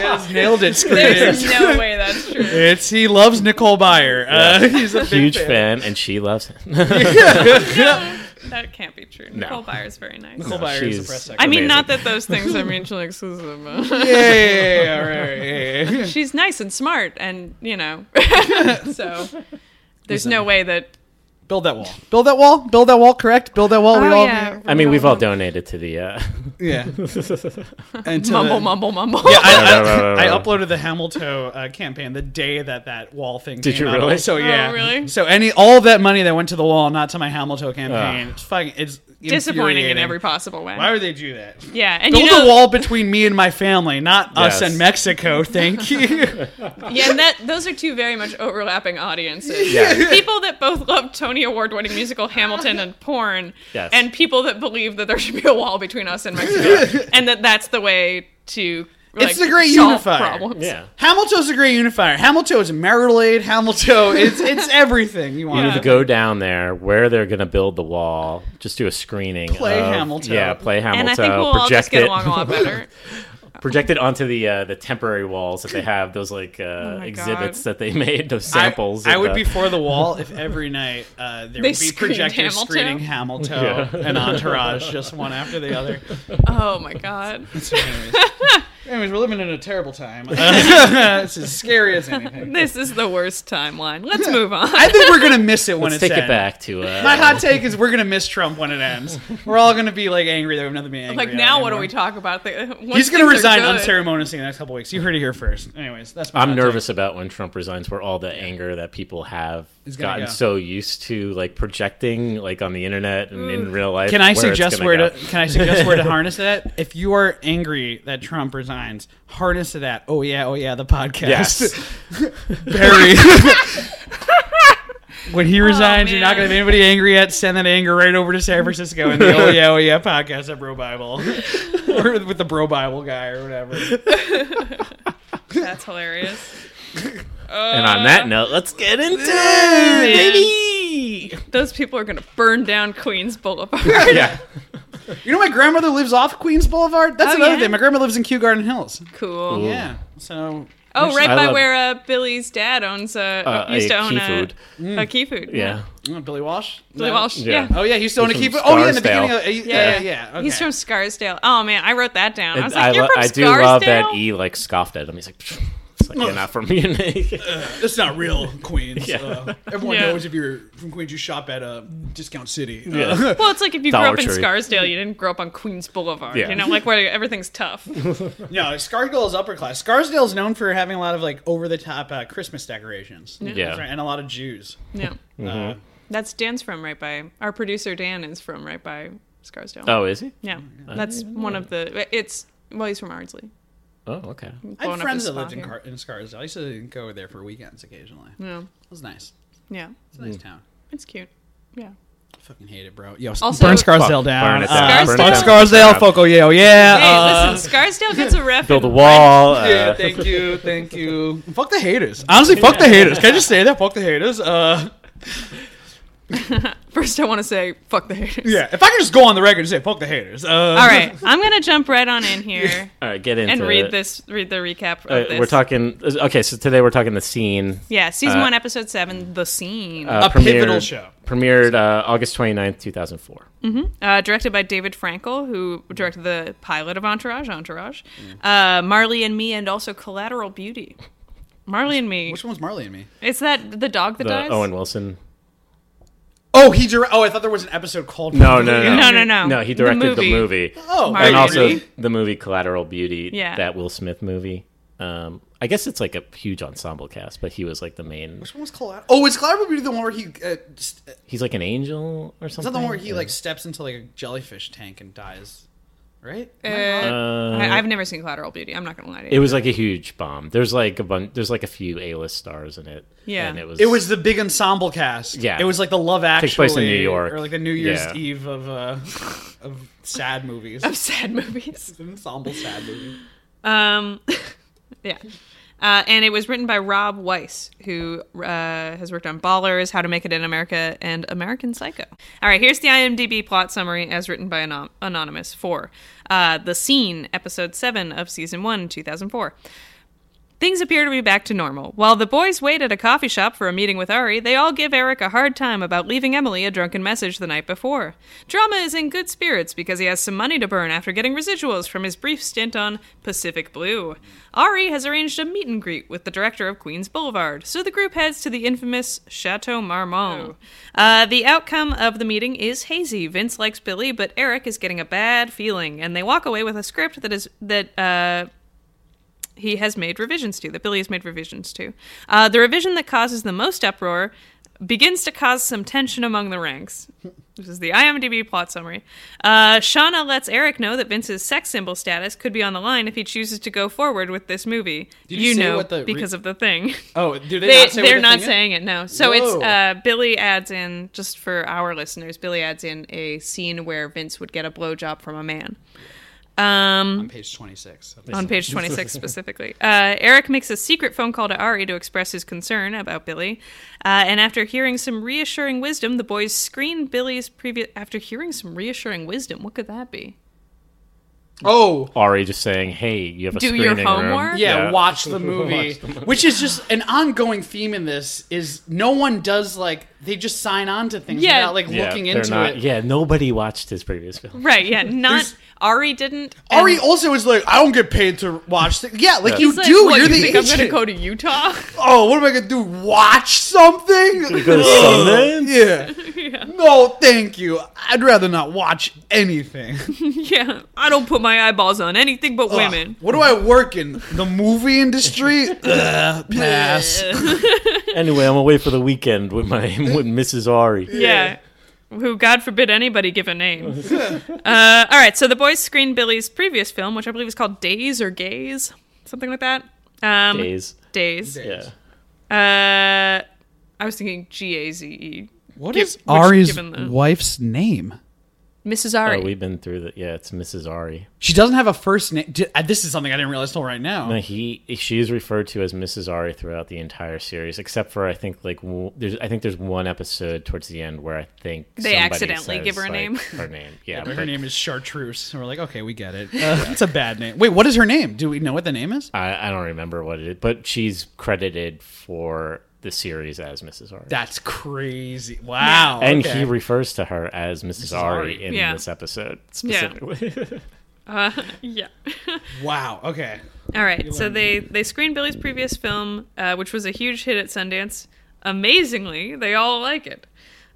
H: has nailed it
A: There's
H: screenings.
A: no way that's true.
H: It's he loves Nicole Byer. Uh, he's a big
C: Huge fan, and she loves him.
A: That can't be true. Nicole Byer's very nice.
H: Nicole Byer is a
C: she's-
H: press secretary.
A: I mean,
C: Amazing.
A: not that those things are mutually exclusive. but-
H: Yeah, yeah, yeah, all right, yeah, yeah, yeah.
A: She's nice and smart, and you know, so there's no way that.
H: Build that wall. Build that wall. Build that wall. Correct. Build that wall. we
A: Oh,
H: all
C: I mean, we've all donated to the. Uh,
H: yeah. And to
A: mumble,
H: the-
A: mumble, mumble.
H: Yeah, I,
C: No, no, no, no,
H: I,
C: no.
H: I uploaded the Hamilton uh, campaign the day that that wall thing.
C: Did
H: came
C: you
H: out.
C: really?
H: So
C: Oh,
H: yeah,
A: really?
H: So any all that money that went to the wall, not to my
C: Ah.
H: Hamilton campaign. It's fucking. It's
A: Disappointing in
H: infuriating.
A: every possible way.
H: Why would they do that?
A: yeah, and
H: Build
A: you know,
H: a wall between me and my family, not us
C: Yes.
H: and Mexico. Thank you.
A: yeah, and that those are two very much overlapping audiences.
C: yeah.
A: People that both love Tony Award-winning musical Hamilton and porn,
C: Yes.
A: and people that believe that there should be a wall between us and Mexico, and that that's the way to. Like,
H: It's the great
A: solve
H: unifier.
A: Problems.
C: yeah.
H: Hamilton's a great unifier. Hamilton is marital aid. Hamilton, it's it's everything you want.
C: You go down there where they're going to build the wall. Just do a screening.
H: Play
C: of-
H: Hamilton.
C: Yeah, play Hamilton.
A: And I think we'll all
C: project
A: just get
C: it-
A: along a lot better.
C: project it onto the uh, the temporary walls that they have. Those like uh,
A: Oh my God.
C: exhibits that they made. Those
H: I-
C: samples.
H: I,
C: of
H: would
C: the-
H: be for the wall if every night uh, there
A: They
H: would be
A: screened
H: projectors
A: Hamilton?
H: screening Hamilton and Entourage, just one after the other.
A: Oh my god.
H: So anyways, anyways, we're living in a terrible time. Uh, it's as scary as anything.
A: This is the worst timeline. Let's move on.
H: I think we're gonna miss it when
C: Let's
H: it's
C: take it
H: end.
C: back to. Uh,
H: My hot take is we're gonna miss Trump when it ends. We're all gonna be like angry that we've nothing to be angry.
A: like
H: at
A: now, what do
H: anymore.
A: we talk about? The- once
H: He's
A: things
H: gonna
A: are
H: resign
A: good-
H: unceremoniously in the next couple weeks. You heard it here first. Anyways, that's my
C: I'm
H: hot take.
C: nervous about when Trump resigns, where all the anger that people have
H: gonna
C: gotten
H: go.
C: so used to, like projecting, like on the internet and in real life.
H: Can I
C: where it's
H: suggest
C: gonna
H: where
C: go.
H: to? Can I suggest where to harness that? If you are angry that Trump resigns, harness to that. Oh yeah, oh yeah, the podcast.
C: Yes.
H: Barry. when he resigns, you're not
A: Oh, man.
H: going to have anybody angry at. Send that anger right over to San Francisco and the oh yeah, oh yeah podcast at Bro Bible, or with the Bro Bible guy or whatever.
A: That's hilarious.
C: and on that note, let's get into it, baby.
A: Those people are gonna burn down Queens Boulevard.
C: Yeah.
H: You know, my grandmother lives off Queens Boulevard. That's
A: Oh,
H: another
A: yeah?
H: thing. My grandma lives in Kew Garden Hills.
A: cool.
H: Yeah, so.
A: Oh, right
C: I
A: by
C: love-
A: where uh, Billy's dad owns a
C: Uh,
A: used
C: a
A: to own
C: Key
A: a
C: Food.
A: a key food.
C: Yeah.
H: Oh, Billy Walsh.
A: Billy
H: No.
A: Walsh. Yeah.
C: Yeah.
H: Oh yeah, he's still in a
C: He's
H: keep.
C: from
H: Oh yeah, in the
C: Scarsdale.
H: beginning. Of, yeah, yeah, yeah. Okay.
A: He's from Scarsdale. Oh man, I wrote that down. I was
C: And
A: like,
C: I,
A: "You're
C: lo-
A: from
C: I do
A: Scarsdale."
C: love that E like scoffed at him. He's like, "Psh," it's like you're not from Munich.
I: That's not real Queens. Uh, everyone
A: Yeah.
I: knows if you're from Queens, you shop at a
H: uh,
I: discount city. Uh,
C: yeah.
A: Well, it's like if you
C: Dollar
A: grew up in
C: Tree.
A: Scarsdale, you didn't grow up on Queens Boulevard.
C: Yeah. Mm-hmm.
A: You know, like where everything's tough.
H: Uh, No, Scarsdale is upper class. Scarsdale is known for having a lot of like over the top uh, Christmas decorations.
C: Yeah.
H: That's right, and a lot of Jews.
A: Yeah.
C: Mm-hmm.
H: Uh,
A: That's Dan's from right by our producer Dan is from right by Scarsdale.
C: Oh, is he?
A: Yeah, that's one of the. It's well, he's from Ardsley.
C: Oh, okay.
H: I
A: Blowing
H: had
A: up
H: friends
A: his
H: that lived in,
A: pocket.
H: Car- in Scarsdale. I used to go there for weekends occasionally. It
A: Yeah,
H: was nice.
A: yeah,
H: It's a
C: Mm.
H: nice town.
A: it's cute. Yeah,
H: I fucking hate it, bro. Yo,
A: Also- burn
H: Scarsdale
C: Fuck, burn it down,
A: Scarsdale.
C: burn it
H: fuck
C: down.
H: Scarsdale. Fuck oh yeah, oh yeah.
A: hey,
H: uh,
A: listen, Scarsdale gets a ref.
C: Build a
A: in-
C: wall. Uh,
H: yeah, thank you, thank you. Fuck the haters. Honestly, fuck the haters. Can I just say that? Fuck the haters. Uh,
A: First, I want to say fuck the haters.
B: Yeah, if I could just go on the record and say fuck the haters. Uh,
A: All right, I'm gonna jump right on in here
C: All right, get into
A: and read
C: it.
A: this. Read the recap. Of
C: Uh,
A: this.
C: we're talking. Okay, so today we're talking the scene.
A: Yeah, season one, episode seven, the scene.
C: Uh,
B: A pivotal show.
C: Premiered uh, August 29th, 2004.
A: uh, directed by David Frankel, who directed the pilot of Entourage, Entourage, uh, Marley and Me, and also Collateral Beauty. Marley and Me.
J: Which one's Marley and me?
A: It's that the dog that
C: The
A: dies.
C: Owen Wilson.
B: Oh, he direct. Oh, I thought there was an episode called.
C: No, no, no.
A: No, no, no.
C: No, he
A: The
C: directed the
A: movie.
C: movie.
B: Oh,
A: Marley
C: And also
B: really?
C: the movie Collateral Beauty,
A: Yeah.
C: that Will Smith movie. Um, I guess it's like a huge ensemble cast, but he was like the main.
B: Which one was Collateral? Oh, is Collateral Beauty the one where he? Uh, s- uh,
C: He's like an angel or something.
B: is that the one where he like
C: Uh,
B: steps into like a jellyfish tank and dies? Right.
A: I, I've never seen Collateral Beauty. I'm not gonna lie to you.
C: uh, It was like a huge bomb. There's like a bunch. There's like a few A-list stars in it.
A: Yeah.
C: and it was
B: It was the big ensemble cast.
C: Yeah.
B: It was like the Love Actually.
C: Takes place in New York.
B: Or like the New Year's
C: Yeah.
B: Eve of uh, of sad movies.
A: sad movies.
B: It's an ensemble sad movie.
A: Um, yeah. Uh, and it was written by Rob Weiss, who uh, has worked on Ballers, How to Make It in America, and American Psycho. All right, here's the IMDb plot summary as written by Anon- Anonymous 4. Uh, the scene, episode 7 of season 1, 2004. Things appear to be back to normal. While the boys wait at a coffee shop for a meeting with Ari, they all give Eric a hard time about leaving Emily a drunken message the night before. Drama is in good spirits because he has some money to burn after getting residuals from his brief stint on Pacific Blue. Ari has arranged a meet and greet with the director of Queens Boulevard, so the group heads to the infamous Chateau Marmont. Uh, the outcome of the meeting is hazy. Vince likes Billy, but Eric is getting a bad feeling, and they walk away with a script that is that. Uh, he has made revisions to, that Billy has made revisions to. Uh, the revision that causes the most uproar begins to cause some tension among the ranks. This is the IMDb plot summary. Uh, Shauna lets Eric know that Vince's sex symbol status could be on the line if he chooses to go forward with this movie.
B: Did you say
A: know,
B: what the re-
A: because of the thing.
B: Oh, do they,
A: They,
B: not say
A: they're
B: what the
A: not
B: thing is?
A: saying it, no. So
B: Whoa.
A: it's uh, Billy adds in, just for our listeners, Billy adds in a scene where Vince would get a blowjob from a man. Um,
J: On page 26.
A: on page 26 specifically. Uh, Eric makes a secret phone call to Ari to express his concern about Billy. Uh, and after hearing some reassuring wisdom, the boys screen Billy's previous. After hearing some reassuring wisdom, what could that be?
B: Oh.
C: Ari just saying, "Hey, you have a
A: Do your
C: screening
A: homework?
C: room."
B: Yeah, watch the movie, which is just an ongoing theme in this. Is no one does like they just sign on to things
A: Yeah.
B: without like
C: Yeah,
B: looking
C: they're
B: into
C: not-
B: it.
C: Yeah, nobody watched his previous film.
A: Right, yeah. Not. Ari didn't. and
B: Ari also is like, I don't get paid to watch. Th-. Yeah, like you
A: he's like,
B: do.
A: "What,
B: you're
A: you
B: the
A: think I'm
B: agent."
A: going to go to Utah?
B: Oh, what am I gonna do? Watch something?
C: Go to Sundance?
B: yeah. No, thank you. I'd rather not watch anything.
A: yeah. I don't put my eyeballs on anything but women.
B: What do I work in? The movie industry? Ugh, pass.
C: Anyway, I'm away for the weekend with my with Mrs. Ari.
A: Yeah. Who, God forbid, anybody give a name. uh, all right, so the boys screened Billy's previous film, which I believe is called Days or Gaze, something like that. Um,
C: Days.
A: Days.
C: Yeah.
A: Uh, I was thinking G A Z E.
B: What
A: Give-
B: is
A: which,
B: Ari's
A: given the-
B: wife's name?
A: Mrs. Ari.
C: Oh, we've been through that. Yeah, it's Mrs. Ari.
B: She doesn't have a first name. Di- uh, This is something I didn't realize till right now.
C: No, he she is referred to as Mrs. Ari throughout the entire series, except for I think like w- there's I think there's one episode towards the end where I think
A: They
C: somebody
A: accidentally
C: says,
A: give her a
C: like,
A: name.
C: Her name, yeah.
B: Her
C: but
B: name is Chartreuse. And we're like, okay, we get it. Uh, it's a bad name. Wait, what is her name? Do we know what the name is?
C: I, I don't remember what it is, but she's credited for the series as Mrs. Ari.
B: That's crazy. Wow.
C: and
B: okay.
C: he refers to her as Mrs. Ari,
B: Ari.
C: in
A: Yeah.
C: this episode
A: Yeah.
C: specifically.
A: yeah.
B: wow. Okay.
A: All right, so they they screened Billy's previous film, uh, which was a huge hit at Sundance. Amazingly, they all like it.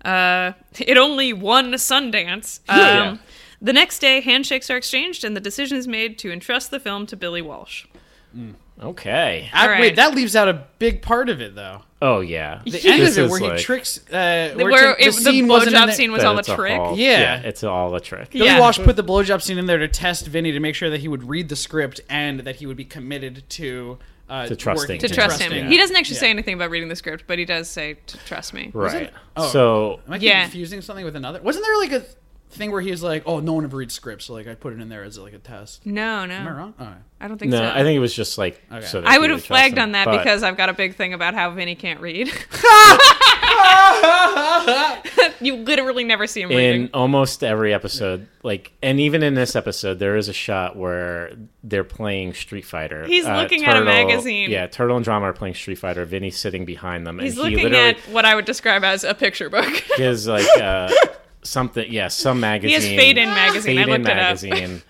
A: Uh, it only won Sundance. Um,
C: Yeah.
A: The next day, handshakes are exchanged, and the decision is made to entrust the film to Billy Walsh.
C: okay.
B: I,
A: All right.
B: Wait, that leaves out a big part of it, though.
C: Oh yeah.
B: The end
C: This
B: of it,
C: is
B: where
C: like-
B: he tricks. Uh, where
A: Where
B: t-
A: it, the
B: wasn't in
A: blowjob
B: there.
A: scene was
C: that
A: all a
C: it's
A: trick.
C: whole-
B: Yeah.
C: it's all a trick.
B: Billy
A: Yeah.
B: Walsh put the blowjob scene in there to test Vinny to make sure that he would read the script and that he would be committed to uh,
C: To trusting
B: working-
C: him.
A: to
C: Yeah.
A: trust him.
C: Trusting.
A: He doesn't actually say
B: Yeah.
A: anything about reading the script, but he does say to trust me.
C: Right.
B: Oh.
C: So
B: Am I
A: Yeah.
B: confusing something with another? Wasn't there like a thing where he's like, "Oh, no one ever reads scripts, so like I put it in there as like a test."
A: No, no,
B: Am I wrong? All right.
A: I don't think
C: no,
A: so.
C: I think it was just like so that
A: I
C: he
A: would have
C: trust
A: flagged
C: him,
A: on that
C: but-
A: because I've got a big thing about how Vinny can't read. you literally never see him
C: in
A: reading.
C: almost every episode like and even in this episode there is a shot where they're playing street fighter Uh,
A: He's looking at a magazine.
C: yeah turtle and drama are playing street fighter vinny's sitting behind them
A: He's
C: and he
A: looking
C: literally
A: at what I would describe as a picture book.
C: gives like uh, something yeah some magazine
A: he has Fade In magazine.
C: Fade
A: I looked
C: in
A: it up.
C: magazine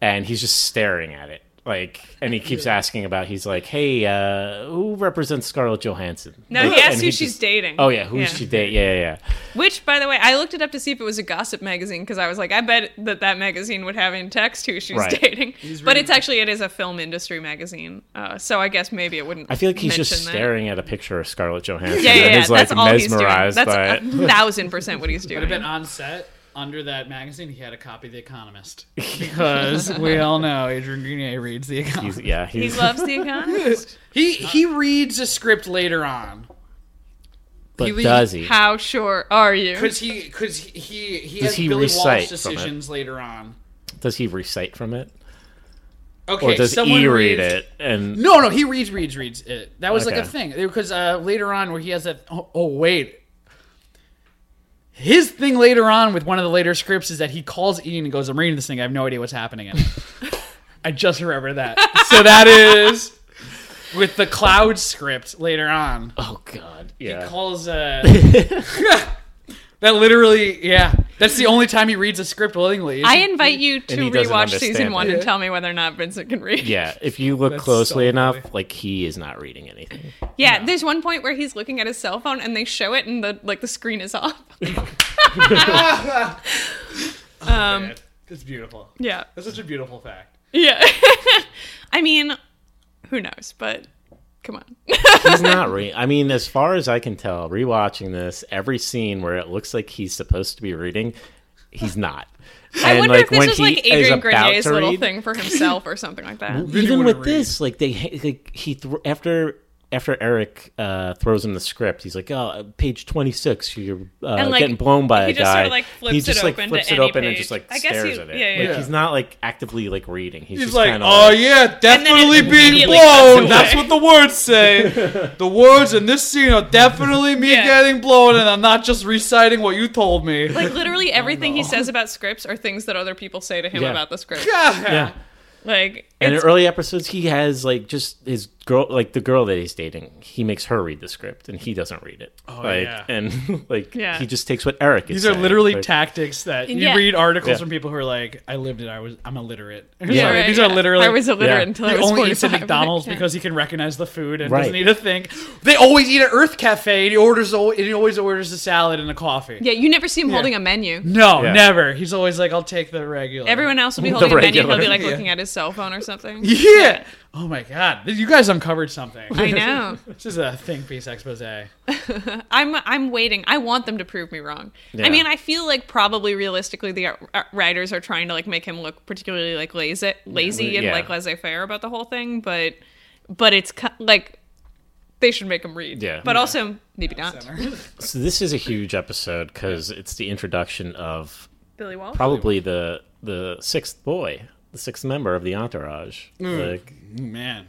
C: and he's just staring at it like and he keeps asking about he's like hey uh who represents scarlett johansson
A: No,
C: Like,
A: he asked
C: and
A: who she's
C: just-
A: dating.
C: oh yeah who's
A: Yeah.
C: she date yeah yeah, yeah
A: Which, by the way, I looked it up to see if it was a gossip magazine because I was like, I bet that that magazine would have in text who she's
C: Right.
A: dating. But it's actually it is a film industry magazine, uh, so I guess maybe it wouldn't.
C: I feel like he's just
A: mention that.
C: staring at a picture of Scarlett Johansson
A: Yeah, yeah,
C: and
A: yeah.
C: he's like
A: That's all he's doing.
C: mesmerized
A: That's
C: by
A: a
C: it.
A: thousand percent what he's
B: But I bet
A: doing.
B: on set, under that magazine, he had a copy of The Economist. Because we all know Adrian Grenier reads The Economist.
C: He's- yeah,
A: He
C: he's,
A: loves The Economist.
B: He he reads a script later on.
C: but
B: he-
C: does he?
A: How sure are you?
B: Because he, cause he, he, he
C: Does
B: has
C: he
B: Billy Walsh
C: recite from it?
B: decisions later on.
C: Does he recite from it,
B: Okay,
C: or does
B: someone
C: he read
B: reads-
C: it? And
B: No, no, he reads, reads, reads it. That was like a
C: Okay.
B: thing because uh, later on, where he has that. Oh, oh, wait. His thing later on with one of the later scripts is that he calls Ian and goes, "I'm reading this thing. I have no idea what's happening." In it. I just remember that. So that is with the cloud script later on.
C: oh god, yeah,
B: Calls uh, that literally, yeah. That's the only time he reads a script willingly.
A: I invite you
C: And
A: to
C: he doesn't
A: rewatch season
C: understand
A: one
C: it.
A: and tell me whether or not Vincent can read.
C: yeah. If you look
B: That's
C: closely
B: so
C: enough, like he is not reading anything.
A: Yeah, there's one point where he's looking at his cell phone and they show it and the like the screen is off.
B: um, it's beautiful.
A: yeah.
B: That's such a beautiful fact.
A: Yeah. I mean, who knows, but come on.
C: He's not reading. I mean, as far as I can tell, rewatching this, every scene where it looks like he's supposed to be reading, he's not.
A: I
C: And,
A: wonder if this
C: when
A: is like
C: he is
A: Adrian
C: about
A: Grenier's
C: to
A: little
C: read-
A: thing for himself or something like that.
C: even with this, like they like he thr after after Eric uh, throws him the script, he's like, "Oh, page twenty six, you're uh,
A: And, like,
C: getting blown by
A: he
C: a
A: just
C: guy."
A: sorta, like, flips
C: he
A: it
C: just like
A: open to
C: flips it
A: any
C: open and
A: page.
C: just like
A: I guess
C: stares
A: he-
C: at it.
A: yeah,
C: Like
A: yeah.
C: he's not like actively like reading. He's,
B: He's
C: just
B: like,
C: kinda
B: oh yeah, definitely
A: it
B: being
A: immediately cuts
B: blown. That's
A: away.
B: what the words say. the words in this scene are definitely me
A: Yeah.
B: getting blown, and I'm not just reciting what you told me.
A: Like literally everything he says about scripts are things that other people say to him
C: Yeah.
A: about the script.
C: yeah.
A: Like
C: And in
A: it's-
C: early episodes, he has like just his girl, like the girl that he's dating. He makes her read the script, and he doesn't read it. Oh like,
B: yeah.
C: And like
A: Yeah.
C: he just takes what Eric is.
B: These are
C: saying.
B: literally
C: Like,
B: tactics that you
A: Yeah.
B: read articles
C: Yeah.
B: from people who are like, "I lived it. I was. I'm illiterate."
C: Yeah.
B: Sorry,
A: Right,
B: these are
A: yeah.
B: literally.
A: I was illiterate
C: Yeah.
A: until
B: He
A: I was
B: only eats at
A: 45.
B: McDonald's
A: Yeah.
B: because he can recognize the food and
C: Right.
B: doesn't need a thing. They always eat at Earth Cafe, and he orders. al- And he always orders a salad and a coffee.
A: Yeah, you never see him holding a menu.
B: No,
C: Yeah.
B: never. He's always like, "I'll take the regular."
A: Everyone else will be holding a menu. He'll
C: regular.
A: be like looking at his cell phone or something.
B: Yeah. Oh my God, you guys uncovered something.
A: I know.
B: This is a think piece expose. I
A: I'm I'm waiting. I want them to prove me wrong. I
C: Yeah.
A: mean, I feel like probably realistically the uh, uh, writers are trying to like make him look particularly like lazy, lazy and
C: yeah.
A: like laissez faire about the whole thing, but but it's ki- like they should make him read.
C: Yeah.
A: But also maybe not.
C: So this is a huge episode because it's the introduction of
A: Billy Walsh.
C: probably the the sixth boy, the sixth member of the entourage.
B: Mm.
C: Like,
B: man,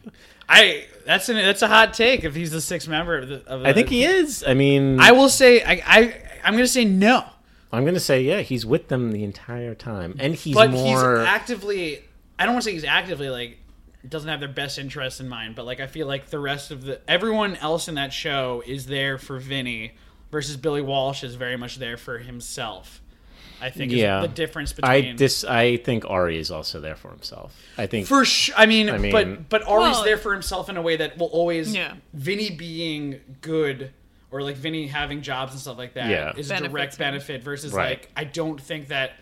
B: I that's an that's a hot take. If he's the sixth member of the, of the
C: I think he is. I mean,
B: I
C: I,
B: will say I I I'm gonna say no,
C: am going to say yeah, he's with them the entire time, and he's
B: but
C: more.
B: he's actively. I don't want to say he's actively like doesn't have their best interests in mind, but like I feel like the rest of the everyone else in that show is there for Vinny, versus Billy Walsh is very much there for himself. I think
C: yeah,
B: is the difference between
C: I dis. I think Ari is also there for himself. I think
B: For sure. I mean,
C: I mean-
B: but but Ari's
A: Well-
B: there for himself in a way that will always
A: Yeah.
B: Vinny being good or like Vinny having jobs and stuff like that is
C: Yeah.
B: a
A: Benefits
B: direct
A: him.
B: benefit versus
C: Right.
B: like I don't think that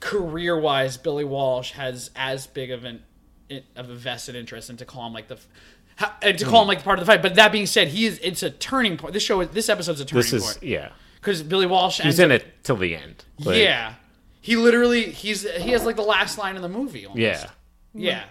B: career wise Billy Walsh has as big of an it- of a vested interest in to call him like the f- ha- and
C: Hmm.
B: to call him like part of the fight. But that being said, he is it's a turning point. This show is this episode's a turning
C: this is
B: point
C: yeah.
B: because Billy Walsh
C: He's
B: ends
C: in
B: up-
C: it till the end. Like,
B: yeah. He literally he's he has like the last line in the movie. Almost.
C: yeah.
B: yeah.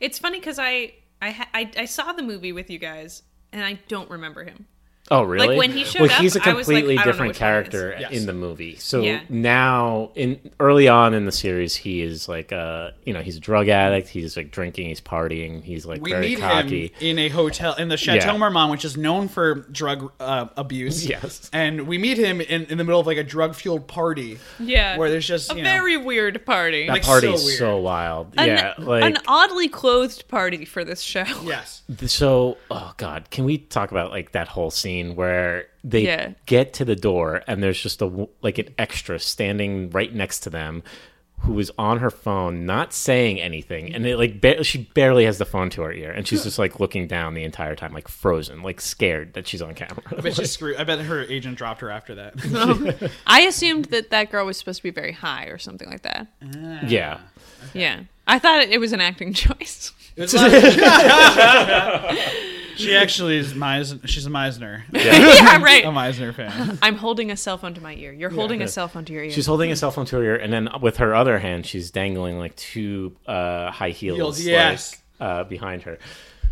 A: It's funny because I I, ha- I I saw the movie with you guys and I don't remember him.
C: Oh, really?
A: when he showed
C: well,
A: up,
C: he's a
A: I was like,
C: completely
A: I don't know
C: different
A: which one it is.
C: character
H: Yes.
C: in the movie. So
A: Yeah.
C: now, in early on in the series, he is like, uh, you know, he's a drug addict. He's like drinking. He's partying. He's like
H: We
C: very
H: meet
C: cocky.
H: him in a hotel in the Chateau
C: Yeah.
H: Marmont, which is known for drug uh, abuse.
C: Yes.
H: and we meet him in, in the middle of like a drug fueled party.
A: Yeah.
H: where there's just
A: a
H: you know,
A: very weird party.
C: That
H: Like,
C: party
H: so
C: is
H: weird.
C: so wild.
A: an,
C: yeah, like
A: an oddly clothed party for this show.
H: yes,
C: so oh god can we talk about like that whole scene where they
A: Yeah.
C: get to the door and there's just a w- like an extra standing right next to them who is on her phone not saying anything and it like ba- she barely has the phone to her ear and she's just like looking down the entire time like frozen like scared that she's on camera
H: I bet she's screwed. I bet her agent dropped her after that.
A: I assumed that that girl was supposed to be very high or something like that.
C: yeah
A: Yeah. I thought it was an acting choice.
H: It was like- she actually is Meisner. She's a Meisner.
A: yeah,
H: A
A: right.
H: Meisner fan.
A: I'm holding a cell phone to my ear. You're holding a cell phone to your ear.
C: She's holding a cell phone to her ear, and then with her other hand, she's dangling like two uh, high heels,
H: Heels, yes.
C: like, uh, behind her.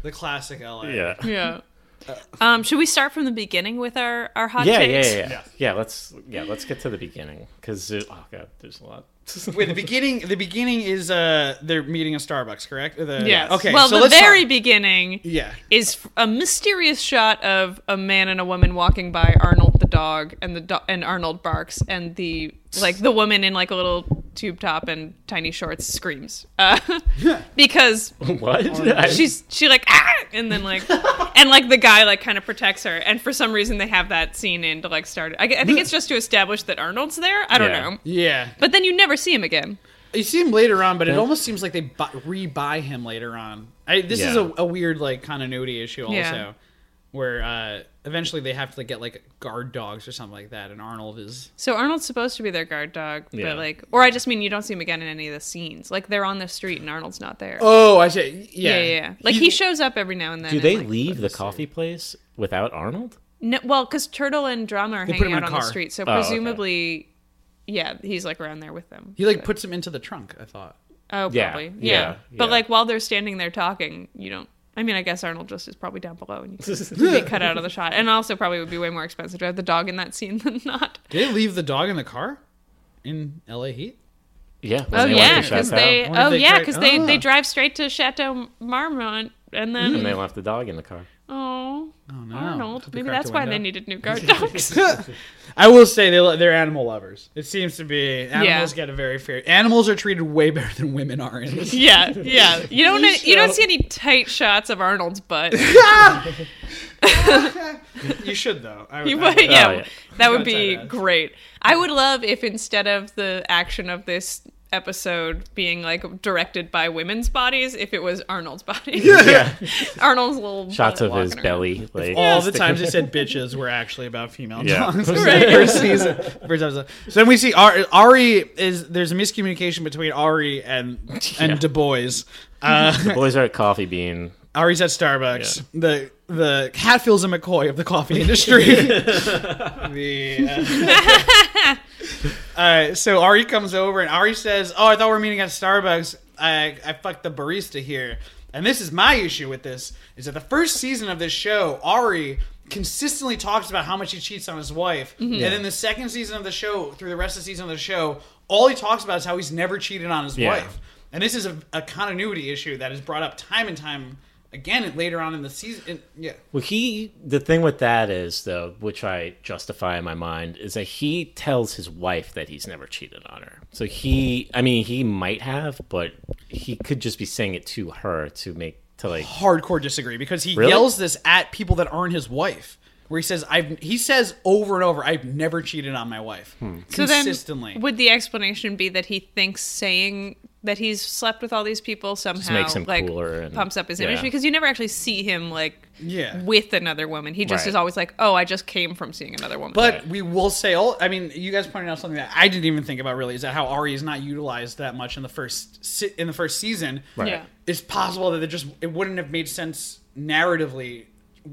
H: The classic LA.
C: Yeah,
A: yeah.
H: uh,
A: Um, should we start from the beginning with our our hot
C: yeah, yeah,
A: takes?
C: yeah, yeah, Yeah, Let's yeah, let's get to the beginning because oh god, there's a lot.
H: Wait, the beginning. The beginning is uh, they're meeting a Starbucks, correct? The,
A: Yes.
H: Okay.
A: Well,
H: so
A: the
H: let's talk-
A: very beginning
H: Yeah.
A: is f- a mysterious shot of a man and a woman walking by Arnold the dog, and the do- and Arnold barks, and the like the woman in like a little tube top and tiny shorts screams uh, because
C: what?
A: she's she like ah! and then like and like the guy like kind of protects her, and for some reason they have that scene in to like start. I, g- I think it's just to establish that Arnold's there. I don't
C: Yeah.
A: know,
H: Yeah.
A: but then you never see him again.
H: You see him later on, but it almost seems like they bu- re-buy him later on. I, this is
C: Yeah.
H: a, a weird like continuity issue also,
A: Yeah.
H: where uh, eventually they have to like, get like guard dogs or something like that, and Arnold is
A: So Arnold's supposed to be their guard dog,
C: Yeah.
A: but like, or I just mean you don't see him again in any of the scenes. Like they're on the street and Arnold's not there.
H: oh, I see,
A: yeah, yeah, yeah. Like he shows up every now and then.
C: Do
A: and,
C: they
A: like-
C: leave the coffee place without Arnold?
A: No, well, because Turtle and Drama are
H: They put
A: hanging
H: him in
A: out on
H: a
A: the
H: car. Oh,
A: street, so
C: okay.
A: presumably, yeah, he's like around there with them.
H: He like puts him into the trunk. I thought.
A: Oh,
C: Yeah,
A: probably. Yeah.
C: yeah,
A: But
C: yeah.
A: like while they're standing there talking, you don't. I mean, I guess Arnold just is probably down below and you can be cut out of the shot. And also probably would be way more expensive to have the dog in that scene than not.
H: Did they leave the dog in the car in L.A. Heat?
C: Yeah.
A: Oh
C: wasn't he
A: yeah,
C: like the
A: because
C: chef out?
A: they.
H: I wonder if
A: Oh
H: they
A: yeah,
H: tried-
A: because they,
H: Ah.
A: they drive straight to Chateau Marmont and then
C: and they left the dog in the car.
A: Oh, Arnold.
H: Put the
A: Maybe
H: crack
A: that's
H: to
A: why
H: window.
A: they needed new guard dogs.
H: I will say they lo- they're animal lovers. It seems to be
A: Yeah.
H: animals get a very fair. Animals are treated way better than women are in this.
A: yeah, yeah. You don't you don't see any tight shots of Arnold's butt.
H: you should though. I,
A: You
H: I-
A: would- yeah,
C: Oh, yeah.
A: that would
H: Not
A: be
H: tight ass.
A: great. I would love if instead of the action of this episode being like directed by women's bodies, if it was Arnold's body. Yeah, Arnold's little
C: Shots
A: butt
C: of his
A: walking around.
C: belly. Like
H: all the times they said bitches were actually about female
C: Yeah.
H: dogs. first season, first episode. So then we see Ari, Ari is there's a miscommunication between Ari and and
C: Yeah.
H: Du Bois. Uh,
C: the boys are at Coffee Bean.
H: Ari's at Starbucks. The the Hatfields and McCoy of the coffee industry. the, uh, uh, so Ari comes over and Ari says, "Oh, I thought we were meeting at Starbucks. I I fucked the barista here." And this is my issue with this is that the first season of this show, Ari consistently talks about how much he cheats on his wife,
C: Mm-hmm.
B: Hmm.
H: and then the second season of the show, through the rest of the season of the show, all he talks about is how he's never cheated on his
C: Yeah.
H: wife. And this is a, a continuity issue that is brought up time and time again later on in the season. in- yeah.
C: Well, he the thing with that is though, which I justify in my mind, is that he tells his wife that he's never cheated on her. So he, I mean, he might have, but he could just be saying it to her to make to like
H: Hardcore disagree because he
C: Really?
H: yells this at people that aren't his wife. Where he says, "I've," he says over and over, "I've never cheated on my wife
A: So then,
H: consistently."
A: would the explanation be that he thinks saying that he's slept with all these people somehow
C: makes him
A: like
C: cooler and-
A: pumps up his image
C: yeah.
A: because you never actually see him like
H: Yeah.
A: with another woman. He just
C: Right.
A: is always like, oh, I just came from seeing another woman.
H: but we will say, all, I mean, you guys pointed out something that I didn't even think about really is that how Ari is not utilized that much in the first se- in the first season.
C: Right.
A: yeah,
H: it's possible that it just it wouldn't have made sense narratively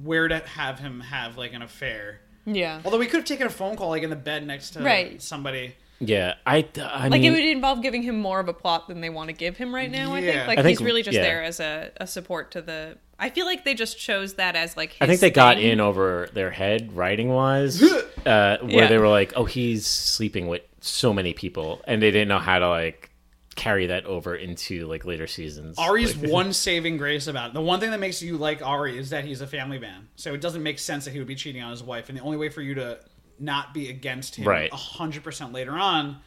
H: where to have him have like an affair.
A: yeah,
H: Although we could have taken a phone call like in the bed next to
A: Right.
H: somebody.
C: yeah. I I
A: like
C: mean,
A: it would involve giving him more of a plot than they want to give him right now. I
H: Yeah.
A: think like
C: I think-
A: he's really just
C: yeah.
A: there as a, a support to the I feel like they just chose that as like. His
C: I think they got
A: thing.
C: in over their head writing wise, uh, where
A: Yeah.
C: they were like, "Oh, he's sleeping with so many people," and they didn't know how to like carry that over into like later seasons.
H: Ari's
C: Like-
H: one saving grace about it. The one thing that makes you like Ari is that he's a family man. So it doesn't make sense that he would be cheating on his wife. And the only way for you to not be against him
C: Right.
H: 100% later on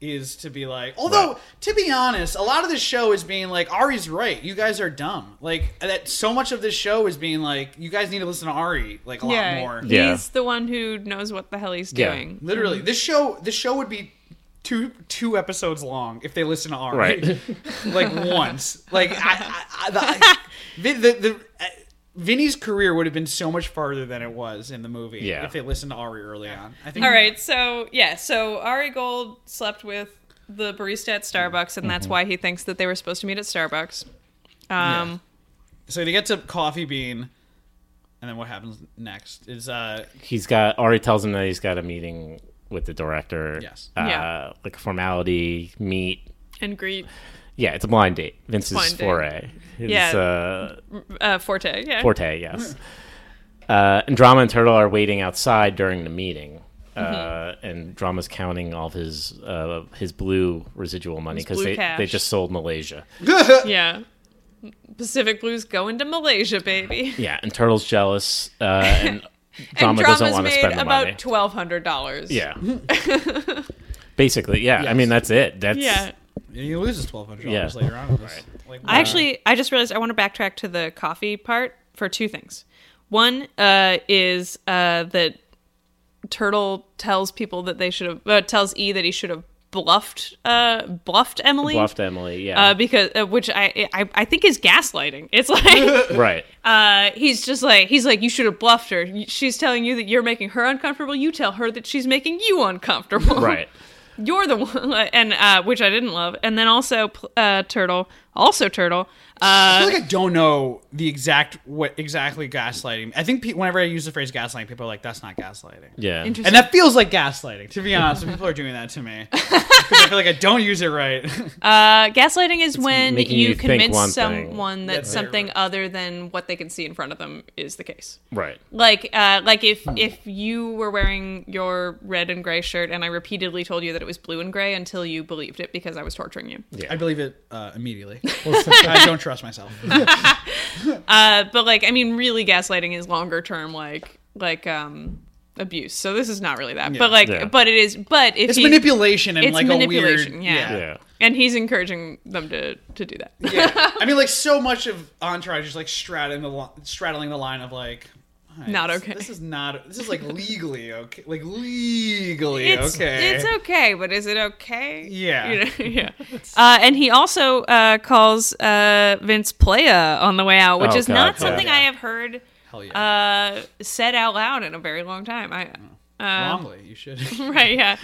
H: is to be like, although, to be honest, a lot of this show is being like, Ari's right. You guys are dumb. Like, that so much of this show is being like, you guys need to listen to Ari like a lot more.
A: He's
C: Yeah.
A: the one who knows what the hell he's
C: Yeah.
A: doing.
H: Literally, this show this show would be two two episodes long if they listen to Ari
C: Right.
H: like once. Like I, I, I, the, I- Vin- the, the uh, Vinny's career would have been so much farther than it was in the movie
C: Yeah.
H: if they listened to Ari early on. I think.
A: All right, so yeah, so Ari Gold slept with the barista at Starbucks, and
C: Mm-hmm.
A: that's why he thinks that they were supposed to meet at Starbucks. Um,
H: So they get to Coffee Bean, and then what happens next is uh
C: he's got Ari tells him that he's got a meeting with the director.
H: Yes.
C: uh,
A: Yeah.
C: like a formality meet.
A: and greet
C: Yeah, it's a blind date. Vince's
A: Blind date.
C: foray. His,
A: Yeah.
C: uh,
A: uh, Forte. Yeah,
C: forte. Yes. Uh, and Drama and Turtle are waiting outside during the meeting. Uh,
A: Mm-hmm.
C: and drama's counting all of his uh, his blue residual money because
A: blue
C: they,
A: cash.
C: they just sold Malaysia.
A: yeah. Pacific Blues going to Malaysia, baby.
C: Yeah, and Turtle's jealous, uh, and
A: And
C: Drama doesn't
A: Drama's
C: want to
A: made
C: spend the money.
A: about twelve hundred dollars.
C: yeah, basically, yeah. I mean, that's it. That's
A: yeah.
H: he loses twelve hundred dollars
C: Yeah.
H: later on. Right. Like,
A: I actually, I just realized I want to backtrack to the coffee part for two things. One uh, is uh, that Turtle tells people that they should have uh, tells E that he should have bluffed uh, bluffed Emily
C: bluffed Emily. Yeah,
A: uh, because uh, which I, I I think is gaslighting. It's like
C: right.
A: uh, he's just like he's like you should have bluffed her. She's telling you that you're making her uncomfortable. You tell her that she's making you uncomfortable.
C: right.
A: You're the one, and uh, which I didn't love. And then also uh, Turtle, also Turtle. Uh,
H: I feel like I don't know the exact what exactly gaslighting. I think pe- whenever I use the phrase gaslighting, people are like, "That's not gaslighting."
C: Yeah.
A: Interesting.
H: And that feels like gaslighting, to be honest. when people are doing that to me. 'Cause I feel like I don't use it right.
A: Uh, gaslighting is when
C: making
A: you,
C: you think one
A: convince
C: thing.
A: someone that something other than what they can see in front of them is the case.
C: Right.
A: Like, uh, like if
C: Hmm.
A: if you were wearing your red and gray shirt, and I repeatedly told you that it was blue and gray until you believed it because I was torturing you.
H: I believe it uh, immediately. I don't trust myself.
A: Uh, but like, I mean, really, gaslighting is longer term, like like um abuse. So this is not really that. But like,
C: Yeah.
A: but it is. But if
H: It's
A: he-
H: manipulation and
A: it's
H: like
A: manipulation,
H: a weird.
A: yeah.
C: Yeah.
A: and he's encouraging them to to do that.
H: yeah. I mean, like so much of Entourage is like straddling the li- straddling the line of like. all right,
A: Not
H: this-
A: okay.
H: This is not. This is like legally okay. Like legally
A: it's
H: okay.
A: it's okay, but is it okay?
H: Yeah.
A: You know, yeah. Uh, and he also uh, calls uh, Vince Playa on the way out, which
C: Oh,
A: is
C: God,
A: not
C: yeah.
A: something I have heard
H: Hell yeah.
A: uh, said out loud in a very long time. I
H: Wrongly, you should. I'm
A: right, yeah.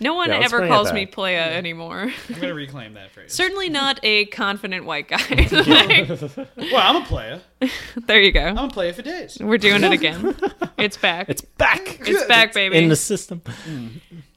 A: No one
C: Yeah, let's
A: ever
C: bring it
A: calls
C: back.
A: me Playa anymore.
H: gonna reclaim that phrase.
A: Certainly not a confident white guy. Like,
H: Well, I'm a player.
A: there you go.
H: I'm a player for days.
A: We're doing it again. It's back. It's,
C: Back
A: back, baby.
C: in the system.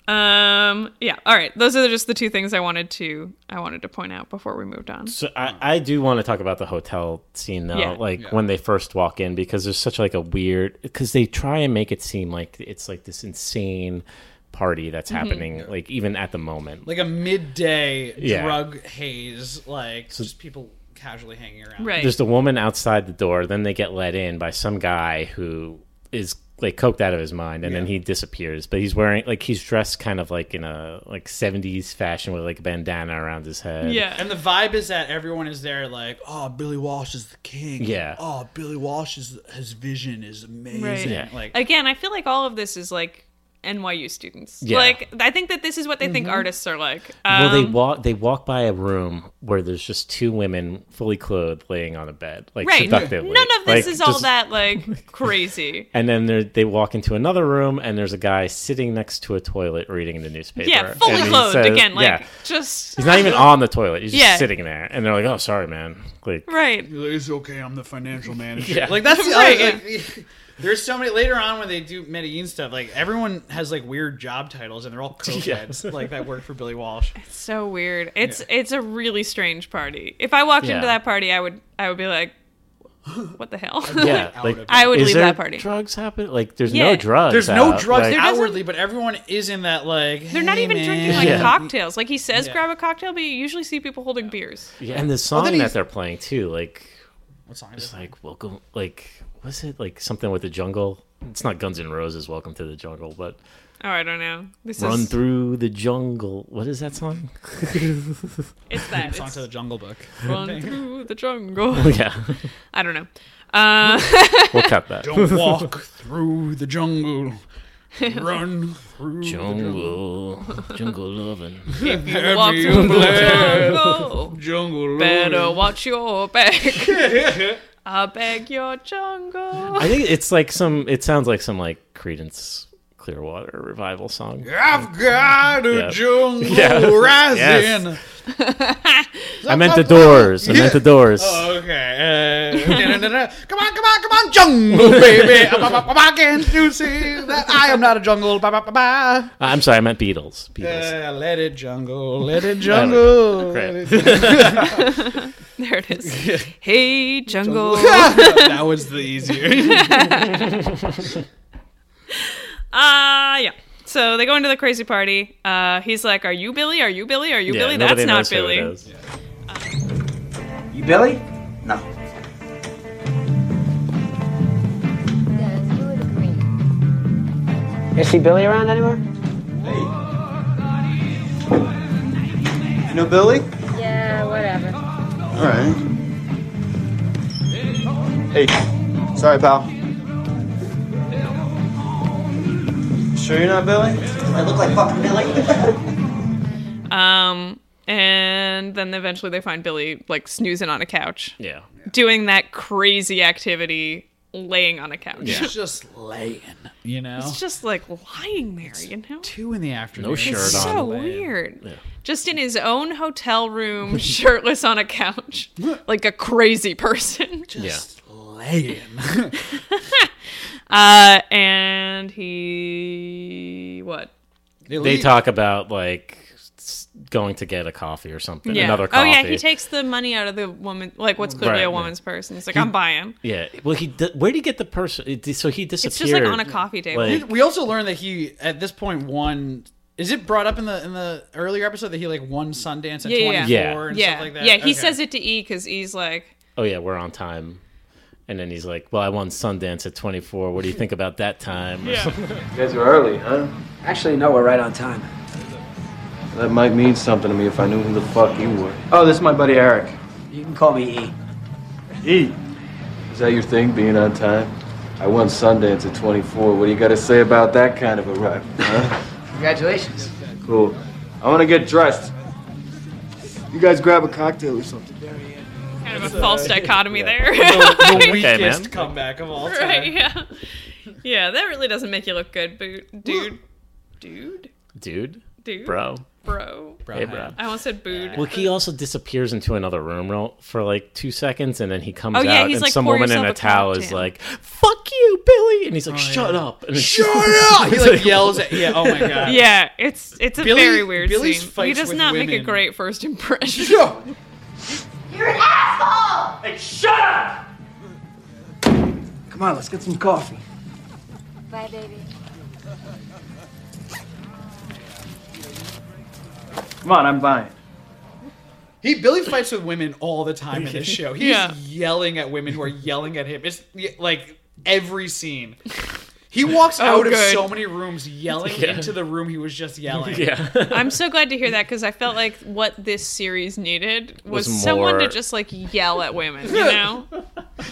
A: Um. Yeah. All right. Those are just the two things I wanted to I wanted to point out before we moved on.
C: So I, I do want to talk about the hotel scene though,
A: Yeah.
C: like when they first walk in, because there's such like a weird because they try and make it seem like it's like this insane party that's
A: Mm-hmm.
C: happening, like even at the moment.
H: Like a midday
C: Yeah.
H: drug haze. Like just people casually hanging around.
A: Right.
C: there's the woman outside the door, then they get let in by some guy who is like coked out of his mind, and then he disappears. But he's wearing like he's dressed kind of like in a like 70s fashion with like a bandana around his head.
A: yeah.
H: And the vibe is that everyone is there, like, oh, Billy Walsh is the king.
C: Yeah.
H: Oh, Billy Walsh is his vision is amazing.
A: Right.
C: Yeah.
H: Like,
A: again i feel like all of this is like nyu students
C: Yeah.
A: like i think that this is what they think artists are like um,
C: Well, they walk. They walk by a room where there's just two women, fully clothed, laying on a bed, like
A: right none of
C: seductively.
A: this
C: Like,
A: is all
C: just-
A: that like crazy
C: And then they're- they walk into another room, and there's a guy sitting next to a toilet reading the newspaper.
A: yeah fully
C: And he
A: clothed
C: says-
A: again like
C: yeah,
A: just
C: he's not even on the toilet. He's just
A: Yeah.
C: sitting there, and they're like, "Oh, sorry, man." Like,
A: right
K: It's okay. I'm the financial manager.
C: yeah,
H: like that's the
A: Right,
H: other, like, There's so many later on when they do Medellin stuff. Like everyone has like weird job titles, and they're all cokeheads
C: Yes.
H: like that work for Billy Walsh.
A: so weird it's it's a really strange party if i walked
C: Yeah.
A: into that party i would i would be like what the hell?
C: yeah,
B: out of
C: like
B: it.
A: I would
C: is
A: leave
C: there
A: that party.
C: Drugs happen? Like there's
A: Yeah.
C: no drugs.
B: There's no
C: out,
B: drugs
C: like-
A: There doesn't-
B: outwardly, but everyone is in that like.
A: They're not
B: hey,
A: even
B: man.
A: drinking like
C: Yeah.
A: cocktails. Like he says,
B: Yeah.
A: grab a cocktail, but you usually see people holding beers.
C: Yeah, and the song
B: then he's-
C: that they're playing too, like
B: What song is
C: it's
B: it?
C: like welcome, like was it like something with the jungle? It's not Guns N' Roses, Welcome to the Jungle, but
A: Oh, I don't know. This
C: Run
A: is
C: Through the Jungle. What is that song?
A: it's that.
B: Song
A: It's
B: to the Jungle Book.
A: run through the jungle.
C: yeah,
A: I don't know. Uh,
C: we'll cut that.
B: Don't walk through the jungle. Run through
C: Jungle, jungle loving.
A: walk through the jungle.
B: jungle.
A: Better watch your back. I beg your jungle.
C: I think it's like some. It sounds like some like Credence Clearwater Revival song.
B: I've got a
C: Yeah.
B: jungle
C: Yeah.
B: rising.
C: Yes. I meant the Doors. I meant the Doors.
B: Oh, okay. Uh, da-da-da-da. come on, come on, come on, jungle, baby. Ah, bah, bah, bah, bah, Can't you see that I am not a jungle? Bah, bah, bah, bah.
C: I'm sorry, I meant Beatles. Beatles.
B: Uh, let it
C: Oh,
B: jungle, let it
A: Oh,
B: jungle.
C: Great.
B: let it jungle.
A: There it is. Hey, jungle.
B: that was the easier.
A: Ah, yeah. So they go into the crazy party. Uh, he's like, "Are you Billy? Are you Billy? Are you Billy? That's
C: nobody
A: not
C: knows who
A: Billy."
C: it is.
L: You Billy? No. You see Billy around anywhere?
M: You know Billy?
F: Yeah, whatever.
M: All right. Hey, sorry, pal. Sure you're not Billy?
L: I look like fucking Billy.
A: Um, and then eventually they find Billy like snoozing on a couch,
C: Yeah.
A: doing that crazy activity, laying on a couch.
B: She's just laying, you know.
C: Oh.
A: It's just like lying there, you know.
B: Two in the afternoon.
C: No shirt
A: It's
C: on.
A: so weird. Just in his own hotel room, shirtless on a couch, like a crazy person.
C: Yeah.
B: Laying.
A: Uh, and he what?
C: They talk about like s- going to get a coffee or something. Another coffee.
A: Oh yeah, he takes the money out of the woman, like what's clearly
C: Right,
A: a
C: yeah.
A: woman's purse, and he's like, "I'm buying."
C: Yeah. Well, he di- where did he get the person? it di- So he disappeared.
A: It's just like on a coffee table.
C: Like,
B: We also learned that he, at this point, won. Is it brought up in the in the earlier episode that he like won Sundance at
A: Yeah, yeah,
B: 24
C: yeah.
B: and
A: yeah,
B: stuff like that?
A: yeah. He
B: Okay.
A: says it to E because E's like,
C: oh yeah, we're on time. And then he's like, "Well, I won Sundance at 24. What do you think about that time?" Yeah.
L: You guys were early, huh? Actually, no, we're right on time.
M: That might mean something to me if I knew who the fuck you were. Oh, this is my buddy Eric.
L: You can call me E.
M: E. Is that your thing, being on time? I won Sundance at 24. What do you got to say about that kind of a ride? Huh?
L: Congratulations.
M: cool. I want to get dressed. You guys grab a cocktail or something.
A: kind of a
B: uh,
A: false dichotomy
B: the
A: there.
B: weakest
C: man.
B: comeback of all time.
A: right? Yeah, yeah. That really doesn't make you look good, but dude, dude,
C: Dude,
A: dude,
C: bro.
A: bro.
C: Hey, bro.
A: I almost said booed.
C: Well, he also disappears into another room real- for like two seconds, and then he comes
A: Oh, yeah,
C: out,
A: he's
C: and
A: like,
C: some
A: "Pour
C: woman in
A: yourself
C: a
A: a
C: towel is
A: cocktail."
C: like, "Fuck you, Billy," and he's like, "Shut up!" And shut
B: Oh, he like yells at yeah. Oh my god.
A: Yeah, it's it's a
B: Billy-
A: very weird
B: Billy's
A: scene. He
B: fights
A: does
B: with
A: not make a
B: women-
A: great first impression.
N: You're an asshole!
L: Come on, let's get some coffee.
N: Bye, baby.
L: Come on, I'm buying.
B: He Billy fights with women all the time in this show. He's
A: Yeah.
B: yelling at women who are yelling at him. It's y- like every scene. He walks out of
A: good.
B: so many rooms yelling into the room he was just yelling.
C: Yeah.
A: I'm so glad to hear that because I felt like what this series needed was,
C: Was
A: someone to
C: more-
A: just like yell at women, you know?
C: Not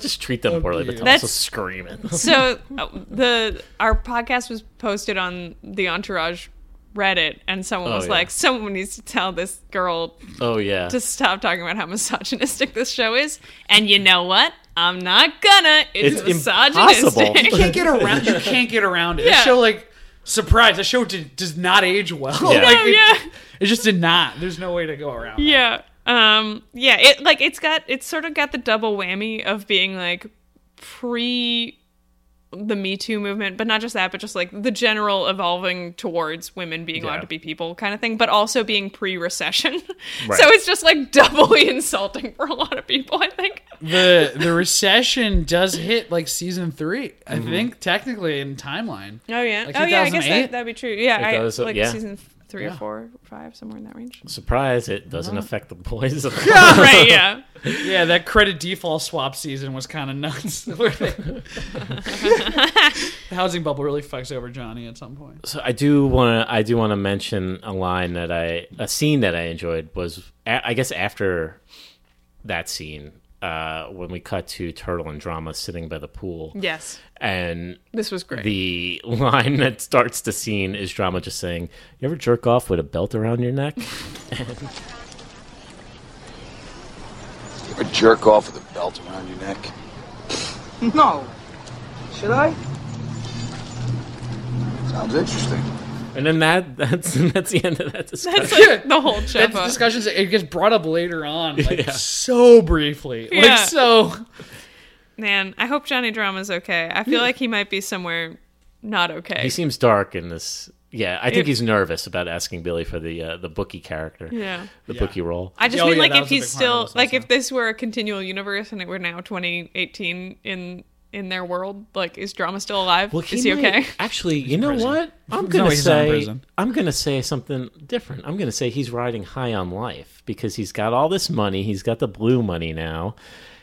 C: just treat them poorly, but
A: That's-
C: also scream at them.
A: so uh, the our podcast was posted on the Entourage Reddit, and someone
C: Oh,
A: was
C: yeah.
A: like, "Someone needs to tell this girl
C: Oh yeah.
A: to stop talking about how misogynistic this show is." And you know what? I'm not gonna. It's,
C: It's
A: misogynistic.
B: You can't get around. You can't get around it.
A: Yeah.
B: This show like surprise. The show did, does not age well.
C: Yeah.
B: Like,
A: Oh,
B: it,
A: yeah.
B: it just did not. There's no way to go around. that.
A: Yeah. Um yeah, it like it's got it's sort of got the double whammy of being like pre the Me Too movement, but not just that, but just like the general evolving towards women being allowed
C: Yeah.
A: to be people kind of thing, but also being pre recession.
C: Right.
A: So it's just like doubly insulting for a lot of people, I think.
B: the the recession does hit like season 3 I think technically in timeline.
A: Oh yeah.
B: Like
A: oh yeah. I guess
B: 2008?
A: that, that'd be true. Yeah.
C: It
A: I,
C: goes up-
A: like
C: yeah.
A: season three or
B: Yeah.
A: four, five, somewhere in that range.
C: Surprise! It doesn't affect the boys. at all.
B: Yeah,
A: right, yeah.
B: yeah, that credit default swap season was kind of nuts. the housing bubble really fucks over Johnny at some point.
C: So I do want to. I do want to mention a line that I, a scene that I enjoyed was, a- I guess, after that scene uh, when we cut to Turtle and Drama sitting by the pool.
A: Yes.
C: And
A: This was great.
C: The line that starts the scene is Drama just saying, "You ever jerk off with a belt around your neck?"
O: Or jerk off with a belt around your neck.
L: No. Should I?
O: Sounds interesting.
C: and then that that's that's the end of that discussion.
A: like the whole
B: That
A: chapa.
B: discussions it gets brought up later on, like
C: Yeah.
B: so briefly,
A: Yeah.
B: like so.
A: Man, I hope Johnny Drama's okay. I feel like he might be somewhere not okay.
C: He seems dark in this. Yeah, I think
A: If-
C: he's nervous about asking Billy for the uh, the bookie character.
A: Yeah.
C: the bookie role.
A: I just
B: Oh,
A: mean
B: yeah,
A: like
B: that
A: if
B: was a
A: he's
B: big part of
A: still like if this were a continual universe and it were now 2018 in in their world, like is Drama still alive?
C: he
A: is he
C: might-
A: okay?
C: Actually, you know
A: prison.
C: what? I'm
A: No,
C: gonna
A: he's not in
C: say
A: prison.
C: I'm gonna say something different. I'm gonna say he's riding high on life because he's got all this money. He's got the blue money now.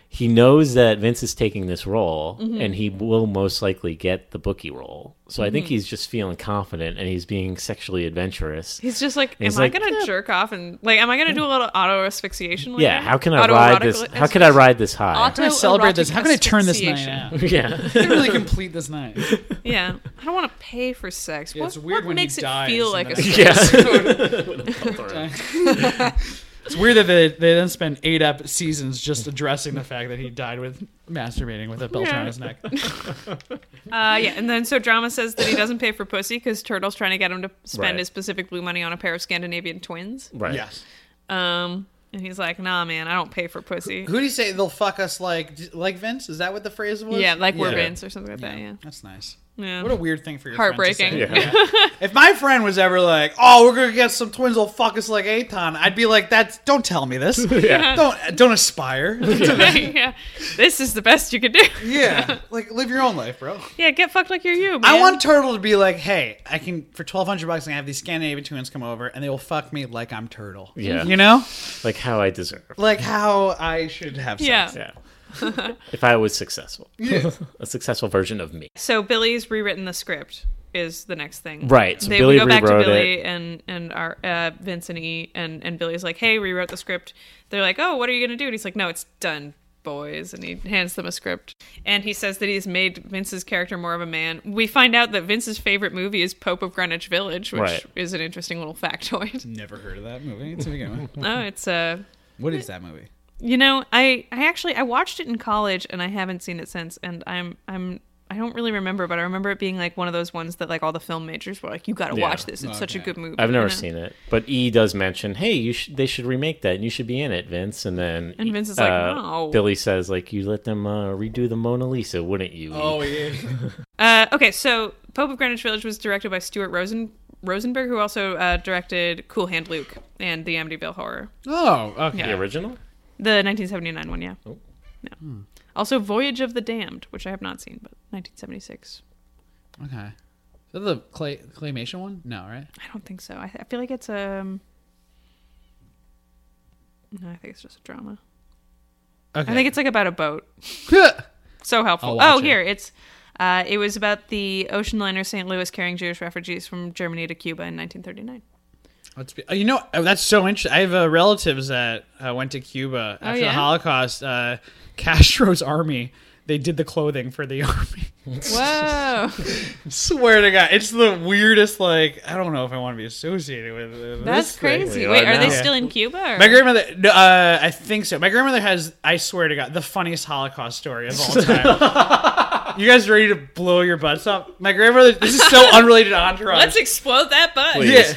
C: He knows that Vince is taking this role,
A: Mm-hmm.
P: Mhm.
C: and he will most likely get the bookie role. So I think
A: Mhm.
C: he's just feeling confident, and he's being sexually adventurous.
A: He's just like,
C: And he's
A: am I gonna jerk off and like, am I gonna do a little auto asphyxiation?
C: Yeah, how can I ride this? How can I ride this high?
B: How can I celebrate this? How can I turn this night out?
A: asphyxiation.
C: Yeah.
B: I can really complete this night.
A: Yeah, I don't want to pay for sex.
B: Yeah,
A: what
B: it's weird
A: what
B: when he
A: makes it
B: dies
A: feel
B: in
A: like a
B: the
A: sex?
B: next
A: episode?
B: it's weird that they, they then spend eight ep- seasons just addressing the fact that he died with masturbating with a belt
A: Yeah.
B: around his neck.
A: Uh, yeah, and then so drama says that he doesn't pay for pussy because Turtle's trying to get him to spend
B: Right.
A: his Pacific Blue money on a pair of Scandinavian twins.
C: Right.
B: Yes.
A: Um, and he's like, nah, man, I don't pay for pussy.
B: Who do you say they'll fuck us like like Vince? Is that what the phrase was?
A: Yeah, like we're Vince or something like that, yeah.
B: that's nice.
A: Yeah.
B: What a weird thing for your
A: Heartbreaking.
B: Friend to say. Yeah. if my friend was ever like, "Oh, we're gonna get some twins, will fuck us like Aton," I'd be like, "That's don't tell me this.
A: Yeah.
B: Don't don't aspire.
A: yeah, this is the best you could do.
B: yeah, like live your own life, bro."
A: yeah, get fucked like you're you. Man.
B: I want Turtle to be like, hey, I can for twelve hundred bucks, I can have these Scandinavian twins come over, and they will fuck me like I'm Turtle.
C: Yeah,
B: you know,
C: like how I deserve.
B: like how I should have sex.
A: Yeah.
C: if I was successful,
A: Yeah.
C: a successful version of me.
A: So Billy's rewritten the script is the next thing,
C: Right, so
A: they
C: Billy
A: go back to
C: rewrote
A: Billy and and our uh, Vince and E and and Billy's like, "Hey, rewrote the script." They're like, "Oh, what are you gonna do?" And he's like, "No, it's done, boys." And he hands them a script, and he says that he's made Vince's character more of a man. We find out that Vince's favorite movie is Pope of Greenwich Village, which
B: Right.
A: is an interesting little factoid.
B: Never heard of that movie to begin with.
A: No, it's uh,
B: What is that movie?
A: you know, I I actually I watched it in college and I haven't seen it since and I'm I'm I don't really remember, but I remember it being like one of those ones that like all the film majors were like, "You got to
C: Yeah.
A: watch this. It's such a good movie."
C: I've
A: you
C: never
A: know?
C: seen it, but E does mention, "Hey, you sh- they should remake that, and you should be in it, Vince." And then
A: And Vince is like,
C: uh,
A: "No."
C: Billy says, "Like you let them uh, redo the Mona Lisa, wouldn't you?" E?"
A: Uh, okay, so Pope of Greenwich Village was directed by Stuart Rosen Rosenberg, who also uh, directed Cool Hand Luke and the Amityville Horror.
B: Oh, okay.
C: The original.
A: The 1979 one, yeah.
C: Oh.
A: Yeah.
B: Hmm.
A: Also, Voyage of the Damned, which I have not seen, but 1976.
B: Okay, is that the clay, claymation one? No, right?
A: I don't think so. I, I feel like it's um. No, I think it's just a drama. I think it's like about a boat. so
B: I'll
A: helpful.
B: watch
A: Oh,
B: it.
A: here it's. Uh, it was about the ocean liner St. Louis carrying Jewish refugees from Germany to Cuba in 1939.
B: Let's be, oh, you know oh, that's so interesting. I have uh, relatives that uh, went to Cuba
A: Oh,
B: after the
A: yeah?
B: Holocaust. Uh, Castro's army. They did the clothing for the army.
A: Whoa!
B: Swear to God, it's the weirdest. Like I don't know if I want to be associated with. with
A: That's
B: this thing.
A: crazy. Wait, are they still in Cuba? Or?
B: My grandmother, no, uh, I think so. My grandmother has, I swear to God, the funniest Holocaust story of all time. you guys ready to blow your butts up? My grandmother, this is so unrelated to Entourage.
A: Let's explode that butt.
B: Yeah.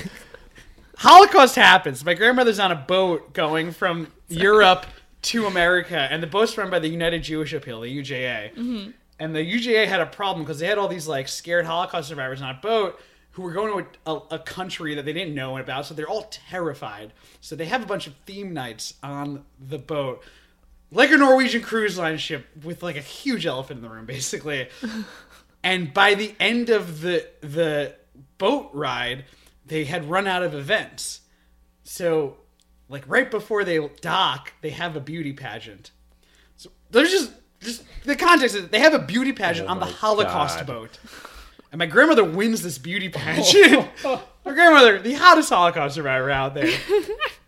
B: Holocaust happens. My grandmother's on a boat going from Europe to America, and the boat's run by the United Jewish Appeal, the UJA.
A: Mhm.
B: And the UJA had a problem because they had all these like scared Holocaust survivors on a boat who were going to a, a, a country that they didn't know about, so they're all terrified. So they have a bunch of theme nights on the boat. like a Norwegian cruise line ship with like a huge elephant in the room, basically. and by the end of the the boat ride, they had run out of events. So, like right before they dock, they have a beauty pageant. So there's just just the context is they have a beauty pageant
P: Oh
B: on the
P: my
B: Holocaust
P: God.
B: boat. And my grandmother wins this beauty pageant. my grandmother, the hottest Holocaust survivor out there.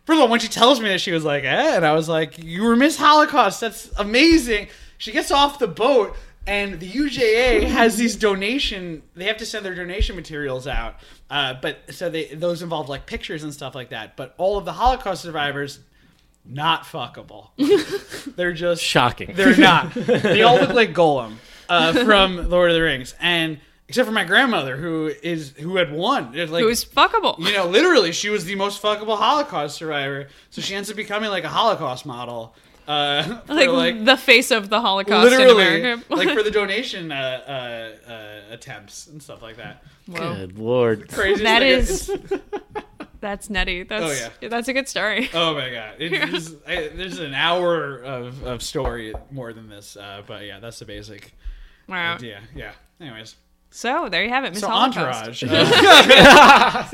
B: First of all, when she tells me that she was like, eh, and I was like, you were Miss Holocaust. That's amazing. She gets off the boat, and the UJA has these donation. They have to send their donation materials out, uh, but so they those involve like pictures and stuff like that. But all of the Holocaust survivors, not fuckable. they're just
C: Shocking.
B: They're not. They all look like Golem uh, from Lord of the Rings, and except for my grandmother, who is who had won. It was like,
A: Who is fuckable.
B: You know, literally, she was the most fuckable Holocaust survivor. So she ends up becoming like a Holocaust model. Uh, for,
A: Like,
B: like,
A: the face of the Holocaust in
B: literally,
A: America.
B: like for the donation uh, uh, uh, attempts and stuff like that.
A: Wow.
C: Good lord.
B: Crazy.
A: That
B: thing
A: is. That's nutty. That's
B: Oh,
A: that's a good story.
B: Oh my god! It, there's, I, there's an hour of, of story more than this, uh, but yeah, that's the basic
A: Wow.
B: idea. Yeah. Anyways,
A: So there you have it, Miss
B: so
A: Holocaust.
B: entourage. Uh,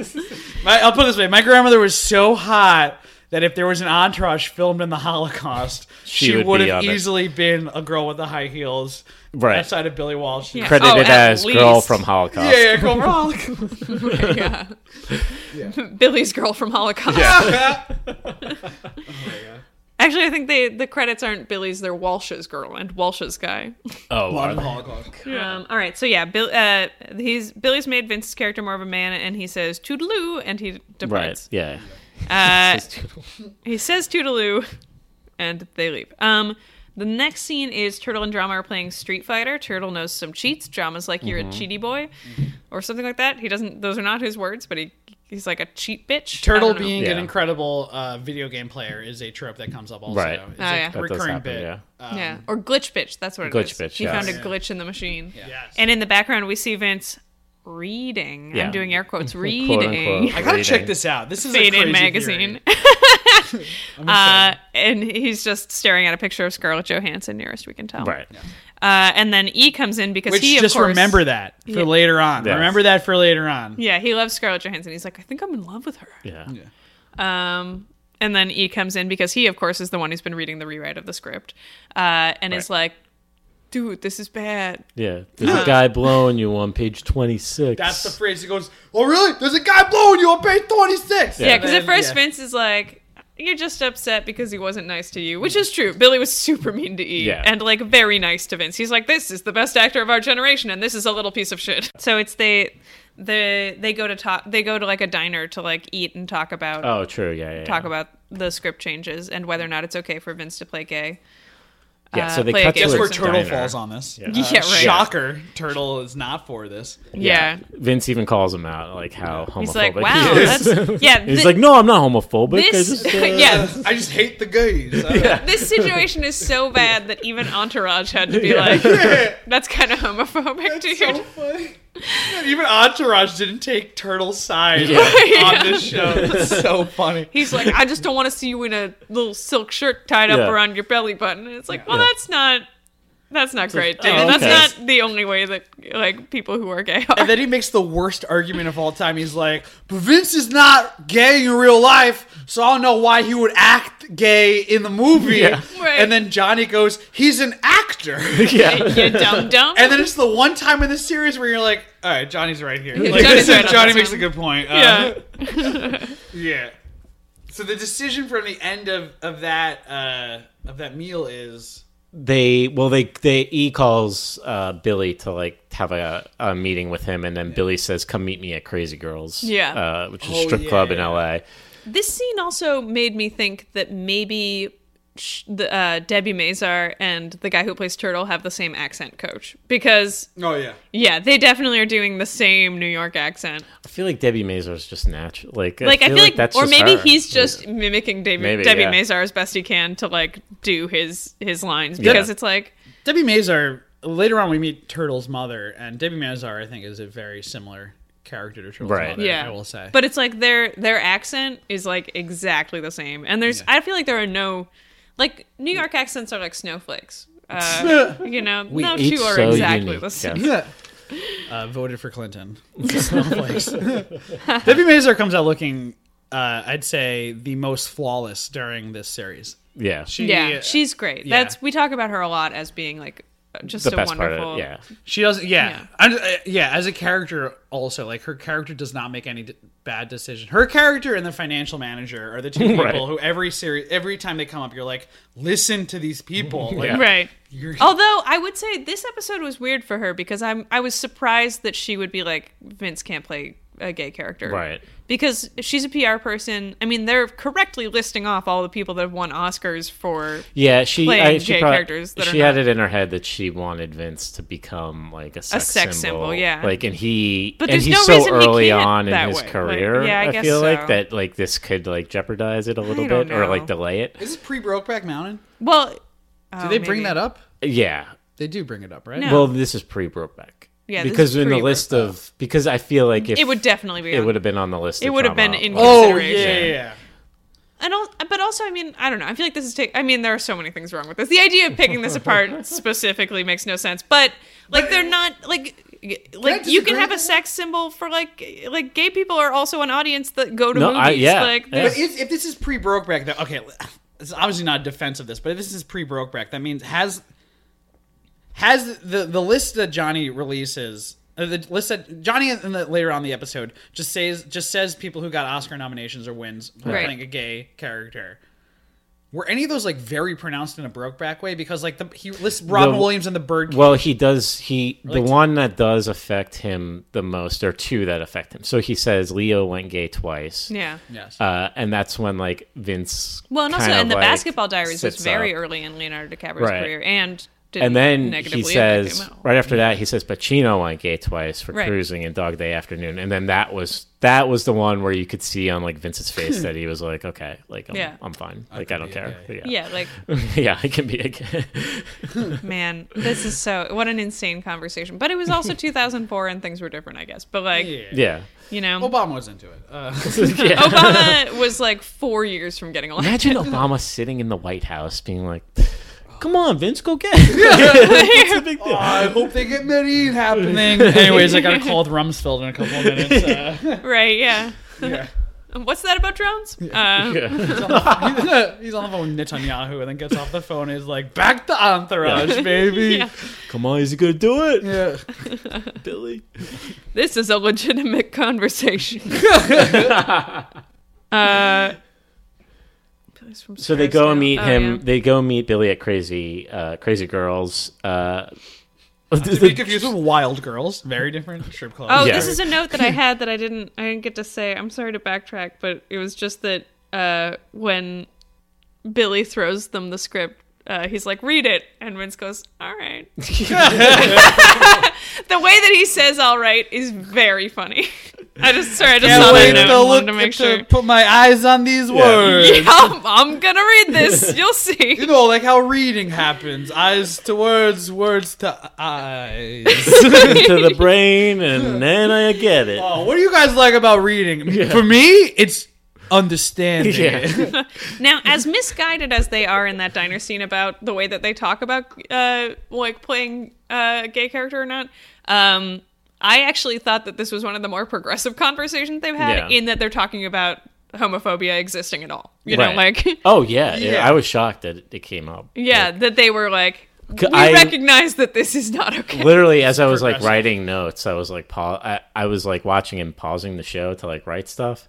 B: my, I'll put it this way: my grandmother was so hot that if there was an entourage filmed in the Holocaust,
C: She
B: she,
C: would
B: would,
C: be
B: have
C: on it.
B: easily been a girl with the high heels,
C: Right.
B: Outside of Billy Walsh,
A: Yeah.
C: Credited
A: Oh, at
C: as girl
A: least.
C: from Holocaust.
B: Yeah, yeah, girl from Holocaust.
A: yeah.
B: Yeah.
A: Billy's girl from Holocaust.
B: Yeah. Oh,
A: Actually, I think they the credits aren't Billy's; they're Walsh's girl and Walsh's guy.
C: Oh,
B: Blood
C: are
B: and
C: they?
B: Holocaust.
A: Um, all right, so yeah, Bill, uh, he's Billy's made Vince's character more of a man, and he says "toodaloo," and he
C: Right.
A: departs.
C: Yeah.
A: Uh, he says "toodaloo," and they leave. Um, the next scene is Turtle and Drama are playing Street Fighter. Turtle knows some cheats. Drama's like, "You're
C: Mm-hmm.
B: Mhm.
A: a cheaty boy," or something like that. He doesn't; those are not his words, but he he's like a cheat bitch. I
B: Turtle
A: don't know.
B: being an incredible uh, video game player is a trope that comes up also.
C: Right.
B: It's
A: Oh,
B: a
A: yeah. That does
B: recurring
C: happen,
B: bit.
C: yeah.
B: Um,
A: yeah, or glitch bitch. That's what it
C: Glitch
A: is.
C: bitch,
A: He
C: yes.
A: found a
C: Yeah.
A: glitch in the machine.
B: Yes.
A: And in the background, we see Vince reading.
C: Yeah.
A: I'm doing air quotes.
C: Quote,
A: Reading.
C: unquote,
B: I gotta
C: reading.
B: check this out. This is
A: Fade
B: a crazy
A: in magazine.
B: I'm
A: uh, and he's just staring at a picture of Scarlett Johansson. Nearest we can tell.
B: Right.
A: Uh, and then E comes in because
B: Which
A: he of
B: just
A: course-
B: remember that for
A: Yeah.
B: later on.
C: Yes.
B: Remember that for later on.
A: Yeah, he loves Scarlett Johansson. He's like, I think I'm in love with her.
C: Yeah.
A: Um, and then E comes in because he, of course, is the one who's been reading the rewrite of the script, uh, and is like, "Dude, this is bad."
C: Yeah. There's a guy blowing you on page 26.
B: That's the phrase that goes, Oh really? There's a guy blowing you on page twenty six.
A: Yeah, because at first Vince is like, "You're just upset because he wasn't nice to you," which is true. Billy was super mean to E,
B: Yeah.
A: and like very nice to Vince. He's like, "This is the best actor of our generation, and this is a little piece of shit." So it's they, the they go to talk, they go to like a diner to like eat and talk about.
C: Oh, true. Yeah. yeah, yeah.
A: talk about the script changes and whether or not it's okay for Vince to play gay.
C: Yeah,
A: Uh,
C: so they
A: play a
C: cut
A: gay
C: to
A: person.
B: where
C: a
B: Turtle
C: diner.
B: falls on this.
C: Yeah.
B: Uh,
A: Yeah, right.
B: Shocker. Turtle is not for this.
A: Yeah.
C: Vince even calls him out, like how homophobic.
A: He's like,
C: he
A: "Wow,
C: is."
A: that's- yeah,
C: he's
A: thi-
C: like, no, I'm not homophobic. I
A: this,
C: just,
A: yeah,
B: I just hate the gays. I-
A: this situation is so bad that even Entourage had to be
B: Yeah.
A: like, "That's kind of homophobic, dude."
B: Even Entourage didn't take Turtle's side
A: Yeah.
B: on this show. It's so funny.
A: He's like, "I just don't want to see you in a little silk shirt tied up
B: Yeah.
A: around your belly button." And it's like, well,
B: Yeah.
A: that's not. That's not great,
B: oh,
A: David. That's
B: okay.
A: not the only way that like people who are gay are.
B: And then he makes the worst argument of all time. He's like, but Vince is not gay in real life, so I don't know why he would act gay in the movie.
C: Yeah.
A: Right.
B: And then Johnny goes, he's an actor.
C: Yeah. You
A: dumb dumb.
B: And then it's the one time in the series where you're like, all right, Johnny's right here.
A: Yeah,
B: Like,
A: Johnny's right on
B: Johnny
A: this
B: makes
A: one.
B: a good point.
C: Uh-huh.
B: Uh, yeah. So the decision from the end of, of that uh, of that meal is
C: they well they they e calls uh, Billy to like have a, a meeting with him, and then Billy says, "Come meet me at Crazy Girls."
A: Yeah.
C: uh, which is a
A: Oh,
C: strip
A: yeah,
C: club in
A: yeah.
C: L.A.
A: This scene also made me think that maybe sh- the uh, Debbie Mazar and the guy who plays Turtle have the same accent coach because
B: Oh yeah.
A: yeah, they definitely are doing the same New York accent.
C: I feel like Debbie Mazur is just natural. Like,
A: Like I feel, like,
C: that's
A: or
C: just
A: maybe
C: her.
A: he's just mimicking Debbie,
C: Maybe,
A: Debbie
C: yeah.
A: Mazar as best he can to like do his his lines
B: Yeah.
A: because it's like
B: Debbie Mazar. Later on, we meet Turtle's mother, and Debbie Mazar, I think, is a very similar character to Turtle's
C: Right.
B: mother.
A: yeah,
B: I will say.
A: But it's like their their accent is like exactly the same, and there's I feel like there are no Like New York accents are like snowflakes. Uh, you know,
B: We
A: no
B: each
A: two are
B: so
A: exactly
B: unique,
A: the same.
B: yes. uh, voted for Clinton. Snowflakes. Debbie Mazur comes out looking, uh, I'd say, the most flawless during this series.
C: Yeah.
B: She,
A: yeah, she's great.
B: yeah.
A: That's we talk about her a lot as being like uh, just a wonderful.
B: she does. Yeah, yeah. I'm, uh, yeah. As a character, also like her character does not make any d- bad decision. Her character and the financial manager are the two people
C: Right.
B: who every series, every time they come up, you're like, listen to these people, Like,
A: Right. Oh.
B: You're,
A: Although I would say this episode was weird for her because I'm I was surprised that she would be like Vince can't play a gay character.
C: Right.
A: Because she's a PR person. I mean, they're correctly listing off all the people that have won Oscars for
C: Yeah, she
A: playing
C: I, she
A: gay
C: prob-
A: characters that
C: she
A: are
C: had
A: not.
C: it in her head that she wanted Vince to become like a sex,
A: sex symbol, yeah.
C: Like, and he,
A: But
C: and
A: there's
C: he's
A: no
C: so
A: reason he
C: early
A: can't
C: on in
A: that
C: his
A: way. Like,
C: career.
A: yeah, I
C: I,
A: guess
C: feel
A: so.
C: like that like this could like jeopardize it a little
A: don't
C: bit or like
A: know.
C: delay it.
B: Is this pre Brokeback Mountain?
A: Well, oh, do
B: they bring that up?
C: Yeah.
B: They do bring it up, right?
C: Well, this is pre Brokeback.
A: Yeah, this
C: because
A: is
C: in the
A: pre-Brokeback.
C: list of because I feel like if
A: It would definitely be
C: it
A: on-
C: would have been on the list.
A: It
C: of
A: would have
C: trauma
A: been in
C: outlaws.
B: Oh, yeah, yeah, yeah.
A: And al- but also, I mean, I don't know. I feel like this is. Ta- I mean, there are so many things wrong with this. The idea of picking this apart specifically makes no sense. But like, they're not like. Like you can
B: disagree
A: have a
B: with
A: sex symbol for like like gay people are also an audience that go to
C: No,
A: movies.
C: I- yeah,
A: like
C: yeah.
A: there's-
B: But if, if this is pre Brokeback, though, okay, it's obviously not a defense of this, but if this is pre Brokeback, that means has has the the list that Johnny releases. uh, The list that Johnny in the, later on in the episode just says just says people who got Oscar nominations or wins for
A: Right.
B: playing a gay character. Were any of those like very pronounced in a Brokeback way? Because like the he lists Robin
C: The-
B: Williams and the Bird.
C: Well, he does. He the
B: Like-
C: one that does affect him the most, or two that affect him. So he says Leo went gay twice.
A: Yeah.
B: Yes.
C: Uh, and that's when like Vince.
A: well, and also,
C: kind of,
A: and the
C: like,
A: Basketball Diaries was
C: sits
A: very
C: up.
A: early in Leonardo DiCaprio's
C: Right.
A: career, and didn't
C: And then
A: negatively
C: he
A: impact
C: says
A: him at all.
C: right after that he says Pacino went gay twice for
A: Right.
C: cruising and Dog Day Afternoon, and then that was that was the one where you could see on like Vince's face that he was like, okay, like I'm,
A: Yeah.
C: I'm fine, like I, don't care,
A: Yeah, like-
C: yeah, I can be a gay.
A: Man, this is so what an insane conversation. But it was also 2004 and things were different, I guess. But like,
B: Yeah.
C: Yeah.
A: you know,
B: Obama was into it. Uh,
C: Yeah.
A: Obama was like four years from getting elected.
C: Imagine Obama sitting in the White House being like, "Come on, Vince, go get." it."
B: Oh, I hope they get Medellin happening. Anyways, I got a call with Rumsfeld in a couple of minutes. Uh,
A: right? Yeah.
B: Yeah.
A: What's that about drones? Uh,
B: he's, on the, uh, he's on the phone with Netanyahu and then gets off the phone and is like, back to Entourage,
C: Yeah.
B: baby.
A: Yeah.
C: Come on, is he gonna do it?
B: Yeah.
C: Billy.
A: This is a legitimate conversation. uh, Billy's from
C: So they go and meet
A: Oh,
C: him.
A: yeah.
C: They go meet Billy at Crazy uh, Crazy Girls. Uh,
B: To be confused with Wild Girls. Very different strip club.
A: Oh,
C: Yeah.
A: this is a note that I had that I didn't I didn't get to say. I'm sorry to backtrack, but it was just that uh, when Billy throws them the script, uh, he's like, "Read it," and Vince goes, "All right." the way that he says "all right" is very funny. I just sorry, I just
B: Can't
A: saw
B: wait
A: that
B: to
A: note and
B: look
A: wanted to make
B: to
A: sure.
B: put my eyes on these words.
A: Yeah, I'm, I'm gonna read this. You'll see.
B: You know, like how reading happens. Eyes to words, words to eyes.
C: to the brain, and then I get it.
B: Oh, what do you guys like about reading? For me, it's understanding.
C: Yeah.
A: now, as misguided as they are in that diner scene about the way that they talk about uh, like playing a gay character or not, um, I actually thought that this was one of the more progressive conversations they've had
C: Yeah.
A: in that they're talking about homophobia existing at all. You know,
C: Right.
A: like
C: oh yeah, yeah,
A: Yeah.
C: I was shocked that it, it came up.
A: yeah, that they were like.
C: C-
A: We
C: I-
A: recognize that this is not okay.
C: Literally, as I was like
A: Progressive.
C: writing notes, I was like, pa- I, I was like watching and pausing the show to like write stuff.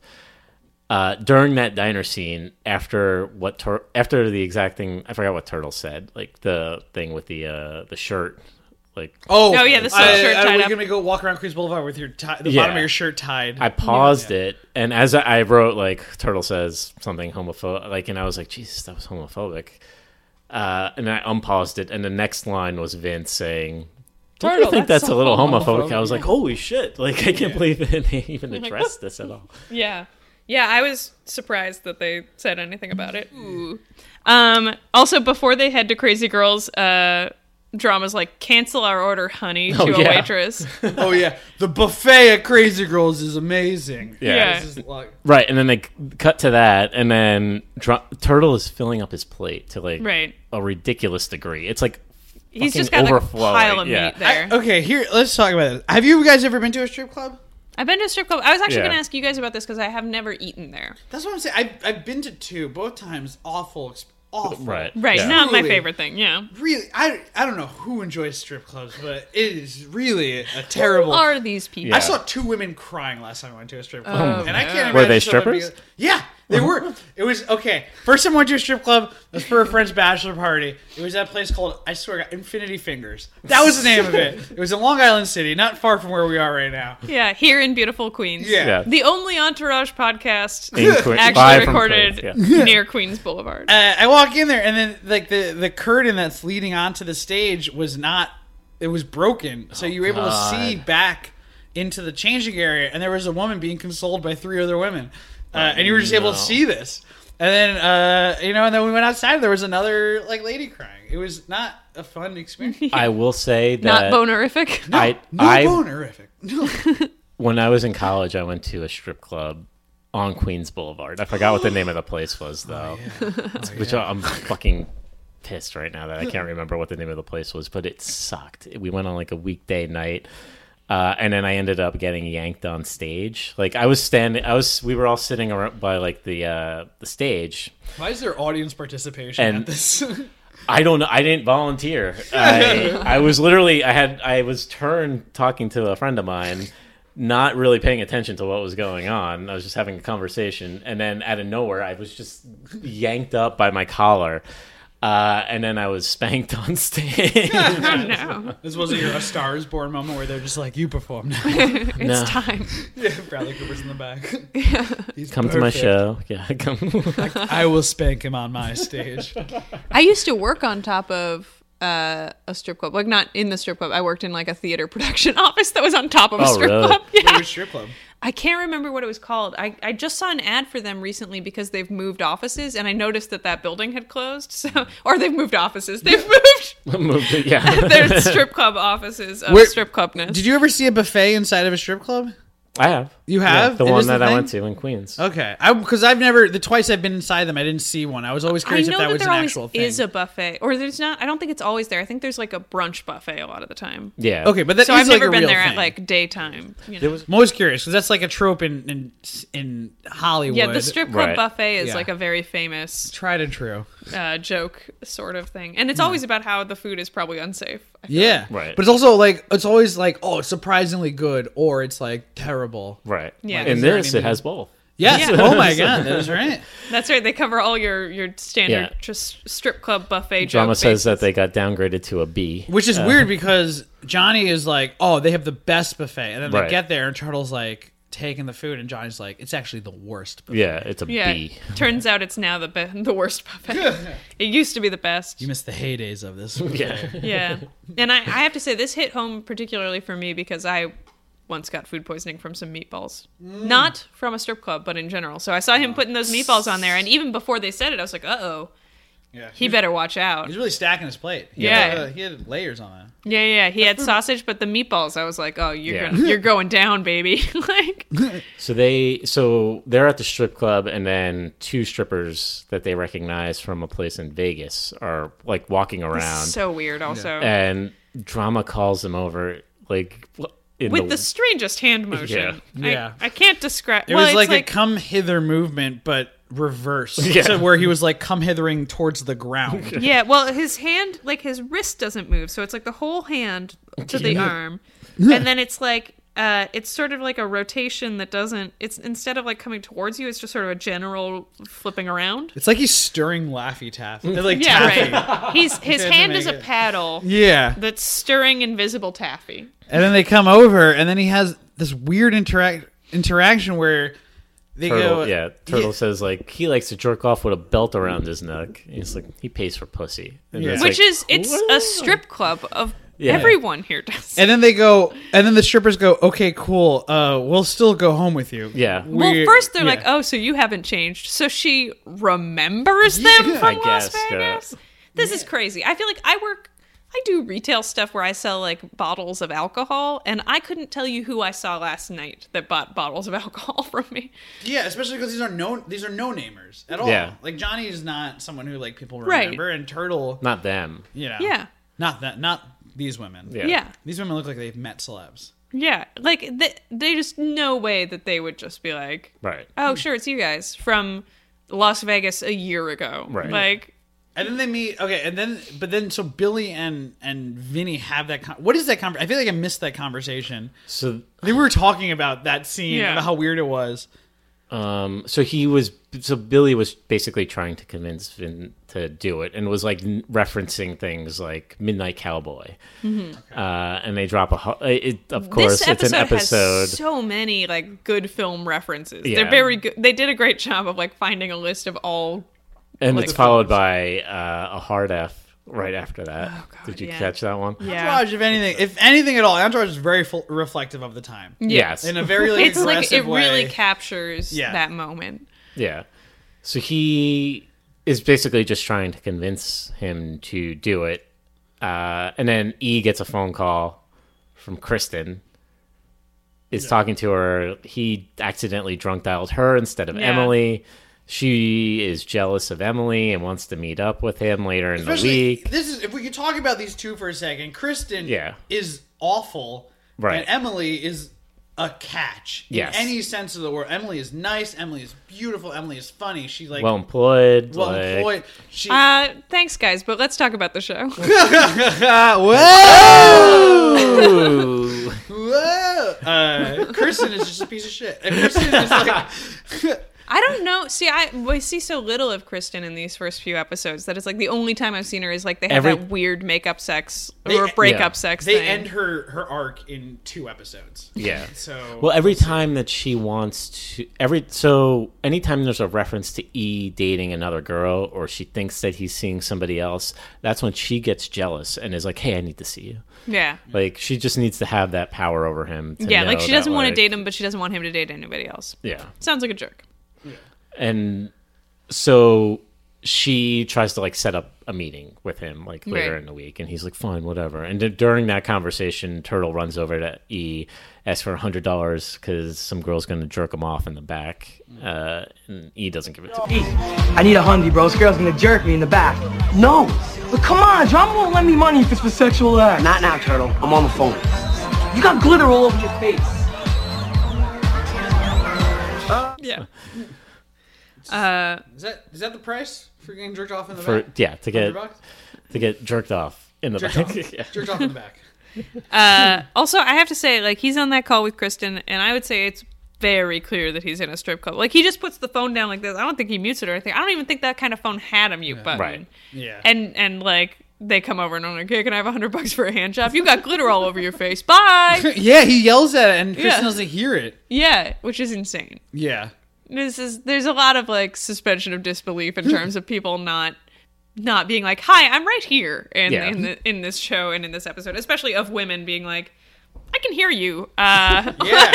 C: Uh, during that diner scene, after what tur- after the exact thing, I forgot what Turtle said, like the thing with the uh, the shirt, like
B: Oh,
A: Oh, yeah, the silk
B: I-
A: shirt
B: I-
A: tied
B: We're
A: up.
B: gonna go walk around Cruise Boulevard with your tie, the
C: Yeah.
B: bottom of your shirt tied.
C: I paused it, and as I, I wrote, like Turtle says something homophobic, like, and I was like, Jesus, that was homophobic. Uh, and I unpaused it, and the next line was Vince saying, "Don't you
A: Turtle,
C: think
A: that's
C: that's,
A: so
C: a little homophobic?"
A: homophobic.
C: I was like, "Holy shit!" Like, I can't believe that they even
A: You're like,
C: addressed this at all.
A: Yeah. Yeah, I was surprised that they said anything about it. Ooh. Um, also, before they head to Crazy Girls, uh, Drama's like, cancel our order, honey, to
H: Oh,
A: a
H: yeah.
A: waitress.
H: oh yeah, the buffet at Crazy Girls is amazing.
C: Yeah. Yeah.
H: This is like-
C: Right, and then they c- cut to that, and then Dr- Turtle is filling up his plate to like
A: Right.
C: a ridiculous degree. It's like
A: He's
C: fucking
A: just got, like, a
C: overflowing.
A: pile of
C: yeah.
A: meat there.
H: I- uh, okay, here let's talk about this. Have you guys ever been to a strip club?
A: I've been to a strip club. I was actually
H: Yeah.
A: going to ask you guys about this because I have never eaten there.
H: That's what I'm saying. I've, I've been to two, both times. Awful, exp- awful.
C: Right.
A: Right, not my
H: Truly.
A: favorite thing. Yeah.
H: Really, I, I don't know who enjoys strip clubs, but it is really a terrible.
A: Who are these people?
H: I saw two women crying last time I went to a strip club,
A: Oh,
H: and I
A: no.
H: can't.
C: Were they
H: imagine someone being-
C: strippers?
H: yeah, they were. It was okay. First time I went to a strip club it was for a friend's bachelor party. It was that place called I swear to God, Infinity Fingers. That was the name of it. It was in Long Island City, not far from where we are right now.
A: Yeah, here in beautiful Queens.
H: Yeah. Yeah.
A: The only Entourage podcast
H: In Que- live
A: actually
H: from
A: recorded
H: Queens, yeah.
A: near Queens Boulevard.
H: uh, I walk in there, and then like the the curtain that's leading onto the stage was not. It was broken, so you were able
C: God.
H: to see back into the changing area, and there was a woman being consoled by three other women, uh, and you were just able to
C: no.
H: see this. And then uh, you know, and then we went outside. There was another like lady crying. It was not a fun experience.
C: I will say
H: Not
C: that
A: bonerific?
H: No,
C: I,
H: no
C: I-
H: bonerific. No.
C: When I was in college, I went to a strip club on Queens Boulevard. I forgot what the name of the place was though, which I- I'm fucking pissed right now that I can't remember what the name of the place was, but it sucked. We went on like a weekday night. Uh, and then I ended up getting yanked on stage. Like I was standing, I was, we were all sitting around by like the uh, the stage,
H: Why is there audience participation
C: And-
H: at this?
C: I don't know. I didn't volunteer. I, I was literally, I had, I was turned talking to a friend of mine, not really paying attention to what was going on. I was just having a conversation, and then out of nowhere, I was just yanked up by my collar, uh, and then I was spanked on stage.
A: no.
H: This wasn't your A Star Is Born moment where they're just like, "You perform now.
A: It's No. time.
H: Yeah, Bradley Cooper's in the back. He's
C: Come to my
H: perfect.
C: show. Yeah, come.
H: I, I will spank him on my stage.
A: I used to work on top of uh, a strip club. Like, not in the strip club. I worked in like a theater production office that was on top of a
C: Oh,
A: strip
C: really?
A: club. Yeah.
H: Wait, which strip club?
A: I can't remember what it was called. I, I just saw an ad for them recently because they've moved offices, and I noticed that that building had closed. So, or they've moved offices. They've moved.
C: Moved it, yeah.
A: Their strip club offices of
H: Where-
A: strip clubness.
H: Did you ever see a buffet inside of a strip club?
C: I have.
H: You
C: Yeah,
H: have
C: the
H: It
C: one
H: is
C: that I
H: thing? Oh.
C: went to in Queens.
H: Okay, because I've never the twice I've been inside them, I didn't see one. I was always
A: I
H: curious
A: know
H: if that,
A: that
H: was
A: there
H: an
A: always
H: actual thing.
A: is a buffet, or there's not. I don't think it's always there. I think there's like a brunch buffet a lot of the time.
C: Yeah. Okay,
H: but that
A: so
H: is,
A: I've
H: like,
A: never
H: a
A: been
H: real
A: there at
H: thing.
A: like daytime. You know?
H: There was most curious because that's like a trope in in, in Hollywood.
A: yeah, the strip club buffet is
H: Yeah.
A: like a very famous
H: tried and true.
A: uh, joke sort of thing, and it's
H: Hmm.
A: always about how the food is probably unsafe.
H: Yeah,
C: Right.
H: But it's also like it's always like oh, it's surprisingly good, or it's like terrible.
C: Right.
A: Yeah.
H: Like,
C: In
H: is there
C: this,
H: any-
C: it has both.
H: Yes.
A: Yeah.
H: Oh my god, that is right.
A: That's right. They cover all your your standard
C: Yeah.
A: just strip club buffet.
C: Drama
A: joke
C: says
A: bases.
C: that they got downgraded to a B,
H: Which is
C: Uh,
H: weird because Johnny is like, oh, they have the best buffet, and then they
C: Right.
H: get there and Turtle's like taking the food, and Johnny's like, it's actually the worst. Buffet.
C: Yeah, it's a
A: Yeah.
C: B.
A: Turns out it's now the be- the worst buffet. it used to be the best.
H: You missed the heydays of this.
C: Yeah.
A: yeah and I, I have to say this hit home particularly for me because i once got food poisoning from some meatballs
H: Mm.
A: not from a strip club but in general so i saw
H: Oh.
A: him putting those meatballs on there and even before they said it i was like uh-oh
H: Yeah.
A: he better watch out
H: He's really stacking his plate. He
A: Yeah.
H: had, uh, he had layers on it.
A: yeah yeah he had sausage but the meatballs i was like oh you're
C: Yeah.
A: gonna, you're going down baby like
C: So they so they're at the strip club and then two strippers that they recognize from a place in Vegas are like walking around.
A: so weird also
C: And drama calls them over like wh- in
A: with the strangest hand motion
C: Yeah.
A: I,
H: Yeah.
A: I can't describe
H: It
A: well
H: was
A: it's
H: like,
A: like,
H: a come hither movement, but reverse.
C: Yeah.
H: So where he was like come hithering towards the ground.
A: yeah, well, his hand, like his wrist, doesn't move, so it's like the whole hand to the
H: Yeah.
A: arm, and then it's like uh, it's sort of like a rotation that doesn't. It's instead of like coming towards you, it's just sort of a general flipping around.
H: It's like he's stirring Laffy Taffy. They're like
A: yeah,
H: taffy.
A: right. He's his
H: doesn't
A: hand
H: make
A: is a
H: it-
A: paddle.
H: Yeah.
A: that's stirring invisible taffy.
H: And then they come over, and then he has this weird interact interaction where they
C: Turtle,
H: go,
C: yeah, Turtle says like he likes to jerk off with a belt around his neck. And He's like he pays for pussy, And
H: Yeah.
C: it's
A: Which
C: like,
A: is it's a strip club of
C: Yeah.
A: everyone here does.
H: And then they go, and then the strippers go, okay, cool. Uh, we'll still go home with you.
C: Yeah.
A: well, first they're
H: yeah.
A: like, "Oh, so you haven't changed." So she remembers them from
C: I
A: Las
C: guess, uh, yeah.
A: Vegas. This is crazy. I feel like I work. I do retail stuff where I sell like bottles of alcohol, and I couldn't tell you who I saw last night that bought bottles of alcohol from me.
H: Yeah, especially because these are no these are no namers at all.
C: Yeah.
H: Like Johnny is not someone who like people
A: Right.
H: remember, and Turtle,
C: Not them.
H: you know,
A: Yeah.
H: not that, not these women.
A: Yeah. Yeah.
H: these women look like they've met celebs.
A: Yeah, like they, they just no way that they would just be like,
C: Right.
A: oh sure, it's you guys from Las Vegas a year ago,
H: Right.
A: Like
H: And then they meet. Okay, and then but then so Billy and and Vinny have that. Con- what is that conversation? I feel like I missed that conversation.
C: So
H: They were talking about that scene
C: Yeah.
H: and how weird it was.
C: Um, so he was, so Billy was basically trying to convince Vin to do it, and was like n- referencing things like Midnight Cowboy,
A: Mhm.
C: uh, and they drop a. ho- It, of course,
A: this
C: it's an
A: episode,
C: episode.
A: has so many like good film references.
C: Yeah.
A: They're very good. They did a great job of like finding a list of all.
C: and
A: like,
C: it's followed by uh, a hard F right after that. Did you
A: Oh, yeah.
C: catch that one?
H: Entourage, if anything, if anything at all, Entourage is very full, reflective of the time.
C: Yes.
H: in a very like,
A: it's like it
H: aggressive way.
A: really captures
H: Yeah.
A: that moment.
C: Yeah. So he is basically just trying to convince him to do it. Uh, and then E gets a phone call from Kristen. Is talking to her. He accidentally drunk dialed her instead of
H: Yeah.
C: Emily. She is jealous of Emily and wants to meet up with him later in the
H: Especially,
C: week.
H: this is if we could talk about these two for a second. Kristen,
C: Yeah.
H: is awful,
C: Right.
H: And Emily is a catch in
C: Yes.
H: any sense of the word. Emily is nice. Emily is beautiful. Emily is funny. She like
C: well employed.
H: well
C: like-
H: employed. She
A: Uh, thanks guys, but let's talk about the show.
C: Whoa!
H: Whoa! Uh, Kristen is just a piece of shit. And Kristen is like,
A: I don't know. See, I we see so little of Kristen in these first few episodes that it's like the only time I've seen her is like they have
C: Every-
A: that weird makeup sex
H: They- e-,
A: or breakup
C: Yeah.
A: sex.
H: they
A: thing.
H: end her her arc in two episodes.
C: Yeah.
H: So
C: well, every time that she wants to every so anytime there's a reference to E dating another girl or she thinks that he's seeing somebody else, that's when she gets jealous and is like, "Hey, I need to see you."
A: Yeah.
C: Like she just needs to have that power over him. To
A: Yeah, like
C: know
A: she
C: that,
A: doesn't want to
C: like-
A: date him, but she doesn't want him to date anybody else.
C: Yeah.
A: Sounds like a jerk.
C: And so she tries to like set up a meeting with him like later
A: Right.
C: in the week and he's like fine whatever and d- during that conversation turtle runs over to e asks for a hundred dollars because some girl's gonna jerk him off in the back uh, and e doesn't give it to e
F: I need a hundred, bro. This girl's gonna jerk me in the back. No, but come on, John won't lend me money if it's for sexual act. Not now, Turtle. I'm on the phone. You got glitter all over your face.
A: yeah. Uh,
H: is that is that the price for getting jerked off in the
C: for
H: back?
C: yeah to get
H: 100 bucks?
C: to get jerked off in the
H: jerked
C: back
H: off,
C: Yeah.
H: jerked off in the back.
A: uh, also, I have to say, like, he's on that call with Kristen, and I would say it's very clear that he's in a strip club. Like, he just puts the phone down like this. I don't think he mutes it or anything. I don't even think that kind of phone had a mute button.
C: Right.
H: Yeah.
A: And and like they come over and I'm like, "Hey, can I have a hundred bucks for a hand job? You got glitter all over your face. Bye."
H: yeah, he yells at it, and Kristen
A: Yeah.
H: doesn't hear it.
A: yeah, which is insane.
H: Yeah.
A: This is there's a lot of like suspension of disbelief in terms of people not not being like, "Hi, I'm right here," in
C: Yeah.
A: in, the, in this show and in this episode, especially of women being like, "I can hear you." Uh,
H: Yeah.